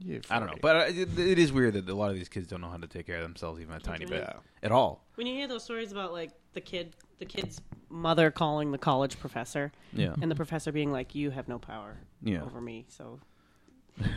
Speaker 2: you're
Speaker 4: I don't know,
Speaker 2: 40.
Speaker 4: but uh, it, it is weird that a lot of these kids don't know how to take care of themselves even a tiny bit at all.
Speaker 3: When you hear those stories about like the kid, the kid's mother calling the college professor,
Speaker 4: Yeah.
Speaker 3: and the professor being like, "You have no power
Speaker 4: Yeah.
Speaker 3: over me," so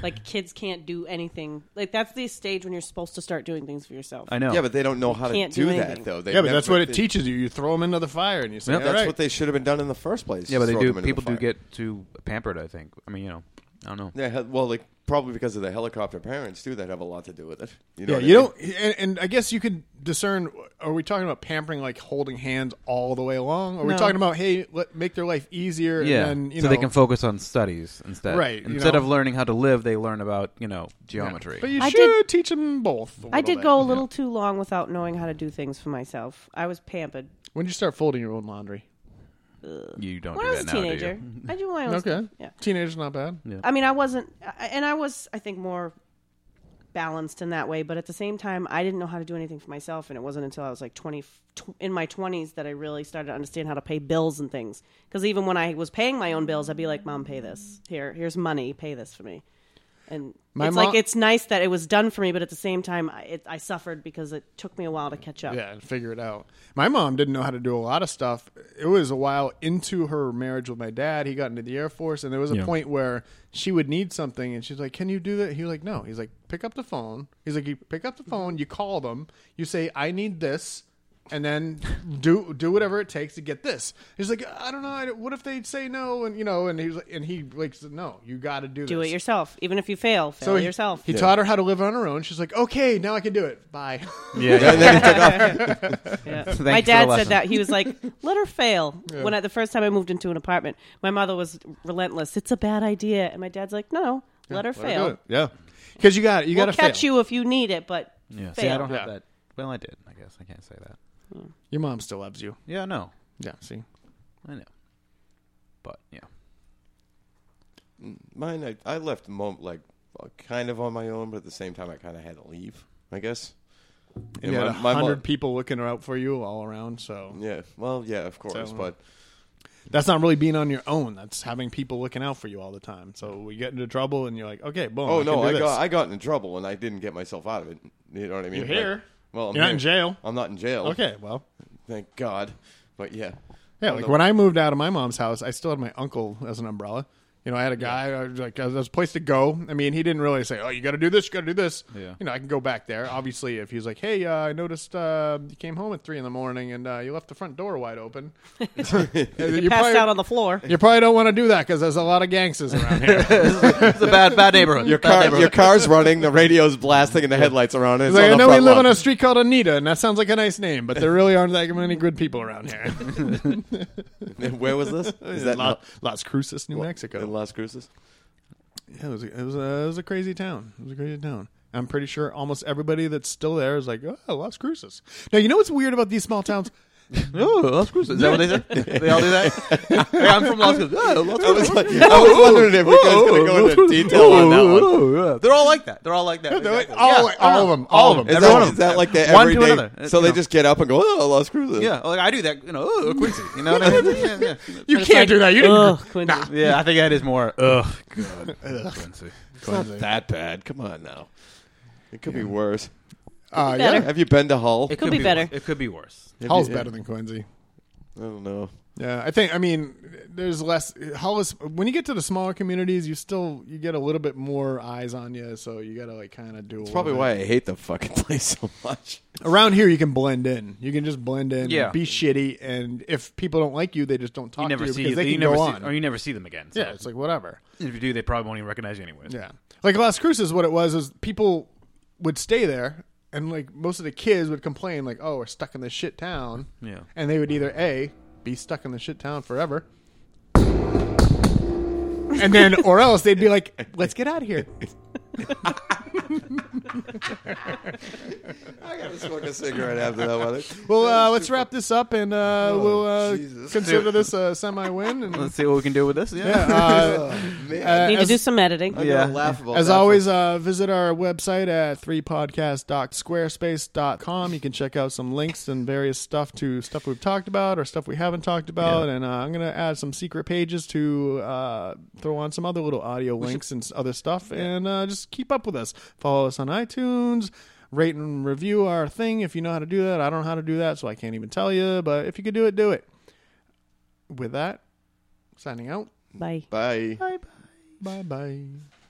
Speaker 3: like kids can't do anything. Like that's the stage when you're supposed to start doing things for yourself.
Speaker 4: I know.
Speaker 5: Yeah, but they don't know how to
Speaker 3: Can't
Speaker 5: do,
Speaker 3: do
Speaker 5: that
Speaker 3: anything.
Speaker 5: though. They
Speaker 2: yeah, but
Speaker 5: never-
Speaker 2: that's what
Speaker 5: they-
Speaker 2: it teaches you. You throw them into the fire and you say,
Speaker 4: Yep.
Speaker 2: "All
Speaker 5: That's
Speaker 2: right."
Speaker 5: what they should have been done in the first place.
Speaker 4: Yeah, but
Speaker 5: is
Speaker 4: they
Speaker 5: throw
Speaker 4: do.
Speaker 5: them into the
Speaker 4: People do
Speaker 5: fire.
Speaker 4: get too pampered. I think. I mean, you know, I don't know.
Speaker 5: Yeah, he- well, like probably because of the helicopter parents too. That have a lot to do with it. You know,
Speaker 2: Yeah,
Speaker 5: what
Speaker 2: you
Speaker 5: I mean?
Speaker 2: don't. And, and I guess you could discern. Are we talking about pampering, like holding hands all the way along? Or are we
Speaker 3: No.
Speaker 2: talking about hey, let, make their life easier?
Speaker 4: Yeah,
Speaker 2: and then, you
Speaker 4: so
Speaker 2: know,
Speaker 4: they can focus on studies instead.
Speaker 2: Right, you
Speaker 4: Instead
Speaker 2: know.
Speaker 4: of learning how to live, they learn about you know geometry.
Speaker 2: But you
Speaker 3: I
Speaker 2: should
Speaker 3: did-
Speaker 2: teach them both. a
Speaker 3: I
Speaker 2: little
Speaker 3: did
Speaker 2: bit.
Speaker 3: go a little too long without knowing how to do things for myself. I was pampered
Speaker 2: When did you start folding your own laundry?
Speaker 4: You don't
Speaker 3: when I
Speaker 4: do
Speaker 3: was a
Speaker 4: that now, do you?
Speaker 3: teenager. I do my own.
Speaker 2: Okay,
Speaker 3: Stuff. Yeah.
Speaker 2: teenager's not bad.
Speaker 3: I mean, I wasn't, I- and I was, I think, more balanced in that way. But at the same time, I didn't know how to do anything for myself, and it wasn't until I was like twenty, tw- in my twenties, that I really started to understand how to pay bills and things. Because even when I was paying my own bills, I'd be like, "Mom, pay this. Here, here's money. Pay this for me." And
Speaker 2: My
Speaker 3: it's
Speaker 2: mo-
Speaker 3: like it's nice that it was done for me, but at the same time, I, it, I suffered because it took me a while to catch up.
Speaker 2: Yeah, and figure it out. My mom didn't know how to do a lot of stuff. It was a while into her marriage with my dad. He got into the Air Force, and there was a point where she would need something, and she's like, "Can you do that?" He was like, "No." He's like, "Pick up the phone." He's like, "You pick up the phone. You call them. You say, "I need this." And then do do whatever it takes to get this. He's like, I don't know. I don't- What if they say no? And you know, and he was, like- and he like, said, no, you got to do
Speaker 3: Do
Speaker 2: this.
Speaker 3: it yourself, even if you fail. Fail
Speaker 2: So he,
Speaker 3: yourself.
Speaker 2: He taught her how to live on her own. She's like, okay, now I can do it. Bye.
Speaker 4: Yeah,
Speaker 3: Yeah.
Speaker 4: you
Speaker 3: my
Speaker 4: for the
Speaker 3: dad
Speaker 4: lesson.
Speaker 3: said that he was like, "Let her fail." When I, the first time I moved into an apartment, my mother was relentless. It's a bad idea, and my dad's like, "No, no, let her fail.
Speaker 2: Yeah, because you got you
Speaker 3: we'll
Speaker 2: got to
Speaker 3: catch
Speaker 2: fail.
Speaker 3: you if you need it, but
Speaker 4: yeah. See,
Speaker 3: fail."
Speaker 4: I don't have
Speaker 2: Yeah.
Speaker 4: that. Well, I did. I guess I can't say that.
Speaker 2: Your mom still loves you.
Speaker 4: Yeah, no,
Speaker 2: Yeah, see.
Speaker 4: I know. But yeah,
Speaker 5: Mine, I, I left mom, like uh, kind of on my own, but at the same time, I kind of had to leave. I guess.
Speaker 2: And you had
Speaker 5: my-
Speaker 2: a
Speaker 5: my mom-
Speaker 2: hundred people looking out for you all around, so
Speaker 5: Yeah. Well, yeah, of course,
Speaker 2: So-
Speaker 5: but
Speaker 2: that's not really being on your own. That's having people looking out for you all the time. So we get into trouble, and you're like, okay, boom.
Speaker 5: oh
Speaker 2: I
Speaker 5: no,
Speaker 2: can do
Speaker 5: I
Speaker 2: this.
Speaker 5: got I got into trouble and I didn't get myself out of it. You know what I mean?
Speaker 2: You're here.
Speaker 5: well, I'm
Speaker 2: You're not
Speaker 5: here.
Speaker 2: in jail.
Speaker 5: I'm not in jail.
Speaker 2: Okay, well,
Speaker 5: Thank God. But yeah.
Speaker 2: yeah. Like when I moved out of my mom's house, I still had my uncle as an umbrella. You know, I had a guy. I was like, there's a place to go. I mean, he didn't really say, "Oh, you got to do this, you got to do this."
Speaker 4: Yeah.
Speaker 2: You know, I can go back there. Obviously, if he's like, "Hey, uh, I noticed uh, you came home at three in the morning and uh, you left the front door wide open," you
Speaker 3: Passed out on the floor.
Speaker 2: You probably don't want to do that because there's a lot of gangsters around here.
Speaker 4: it's a bad, bad neighborhood.
Speaker 5: Your
Speaker 4: Bad
Speaker 5: car,
Speaker 4: neighborhood.
Speaker 5: your car's running, the radio's blasting, and the headlights are on. It's
Speaker 2: It's like,
Speaker 5: on
Speaker 2: I
Speaker 5: the
Speaker 2: know we
Speaker 5: front
Speaker 2: live
Speaker 5: lawn.
Speaker 2: on a street called Anita, and that sounds like a nice name, but there really aren't that many good people around here.
Speaker 5: Where was this? Is that
Speaker 2: Las, Las Cruces, New Mexico?
Speaker 5: in Las Cruces?
Speaker 2: Yeah, it was, a, it, was a, it was a crazy town. It was a crazy town. I'm pretty sure almost everybody that's still there is like, oh, Las Cruces. Now, you know what's weird about these small towns?
Speaker 4: Oh, Las Cruces. Is that what they said? they all do that. Hey, I'm from Las Cruces. Oh, Las
Speaker 5: I
Speaker 4: Cruces.
Speaker 5: was, like, I was wondering if we guys going to go into detail on that one.
Speaker 4: one. They're all like that. They're all like that. Exactly.
Speaker 2: all-
Speaker 4: Yeah. Oh.
Speaker 2: all of them, all of them.
Speaker 5: Is
Speaker 2: Every
Speaker 5: that,
Speaker 2: one of
Speaker 5: is that like the
Speaker 4: One to
Speaker 5: everyday?
Speaker 4: another. Uh,
Speaker 5: So
Speaker 4: you
Speaker 5: they
Speaker 4: know.
Speaker 5: just get up and go, oh, Las Cruces.
Speaker 4: Yeah, like I do that. You know, oh, Quincy. You know what I mean? Yeah, yeah.
Speaker 2: You can't do that. You didn't.
Speaker 3: Ugh, Quincy.
Speaker 4: Yeah, I think that is more. Ugh, God, Quincy.
Speaker 5: It's not that bad. Come on now. It could be worse.
Speaker 2: Uh,
Speaker 3: better.
Speaker 2: yeah.
Speaker 5: Have you been to Hull?
Speaker 4: It
Speaker 3: could be better.
Speaker 4: worse. It could be worse.
Speaker 5: Have
Speaker 2: Hull's
Speaker 5: you-
Speaker 2: better than Quincy.
Speaker 5: I don't know.
Speaker 2: Yeah, I think I mean there's less Hull is when you get to the smaller communities, you still you get a little bit more eyes on you, so you got to like kind of do.
Speaker 5: That's probably why I hate the fucking place so much.
Speaker 2: around here you can blend in. You can just blend in,
Speaker 4: Yeah.
Speaker 2: be shitty, and if people don't like you, they just don't talk
Speaker 4: You never
Speaker 2: to you
Speaker 4: see.
Speaker 2: because they
Speaker 4: you
Speaker 2: can
Speaker 4: never
Speaker 2: go
Speaker 4: see,
Speaker 2: on.
Speaker 4: or you never see them again. So.
Speaker 2: yeah, it's like whatever.
Speaker 4: if you do, they probably won't even recognize you anyways.
Speaker 2: Yeah, like Las Cruces, what it was is people would stay there, and like most of the kids would complain, like, "Oh, we're stuck in this shit town."
Speaker 4: Yeah.
Speaker 2: and they would either a be stuck in the shit town forever. and then, or else they'd be like, "Let's get out of here."
Speaker 5: I gotta smoke a cigarette after that one.
Speaker 2: Well, uh, let's wrap this up, and uh,
Speaker 4: Oh,
Speaker 2: we'll uh,
Speaker 5: Jesus.
Speaker 2: consider this a semi-win. And,
Speaker 4: Let's see what we can do with this. Yeah.
Speaker 2: yeah, uh, uh,
Speaker 3: Need to
Speaker 2: as-
Speaker 3: do some editing.
Speaker 4: Yeah.
Speaker 5: laughable.
Speaker 2: As always, uh, visit our website at 3podcast.squarespace.com. You can check out some links and various stuff to stuff we've talked about or stuff we haven't talked about. And uh, I'm going to add some secret pages to uh, throw on some other little audio links and s- other stuff. And uh, just keep up with us. Follow us on iTunes. Rate and review our thing if you know how to do that. I don't know how to do that, so I can't even tell you. But if you could do it, do it. With that, signing out.
Speaker 3: Bye.
Speaker 5: Bye.
Speaker 2: Bye bye.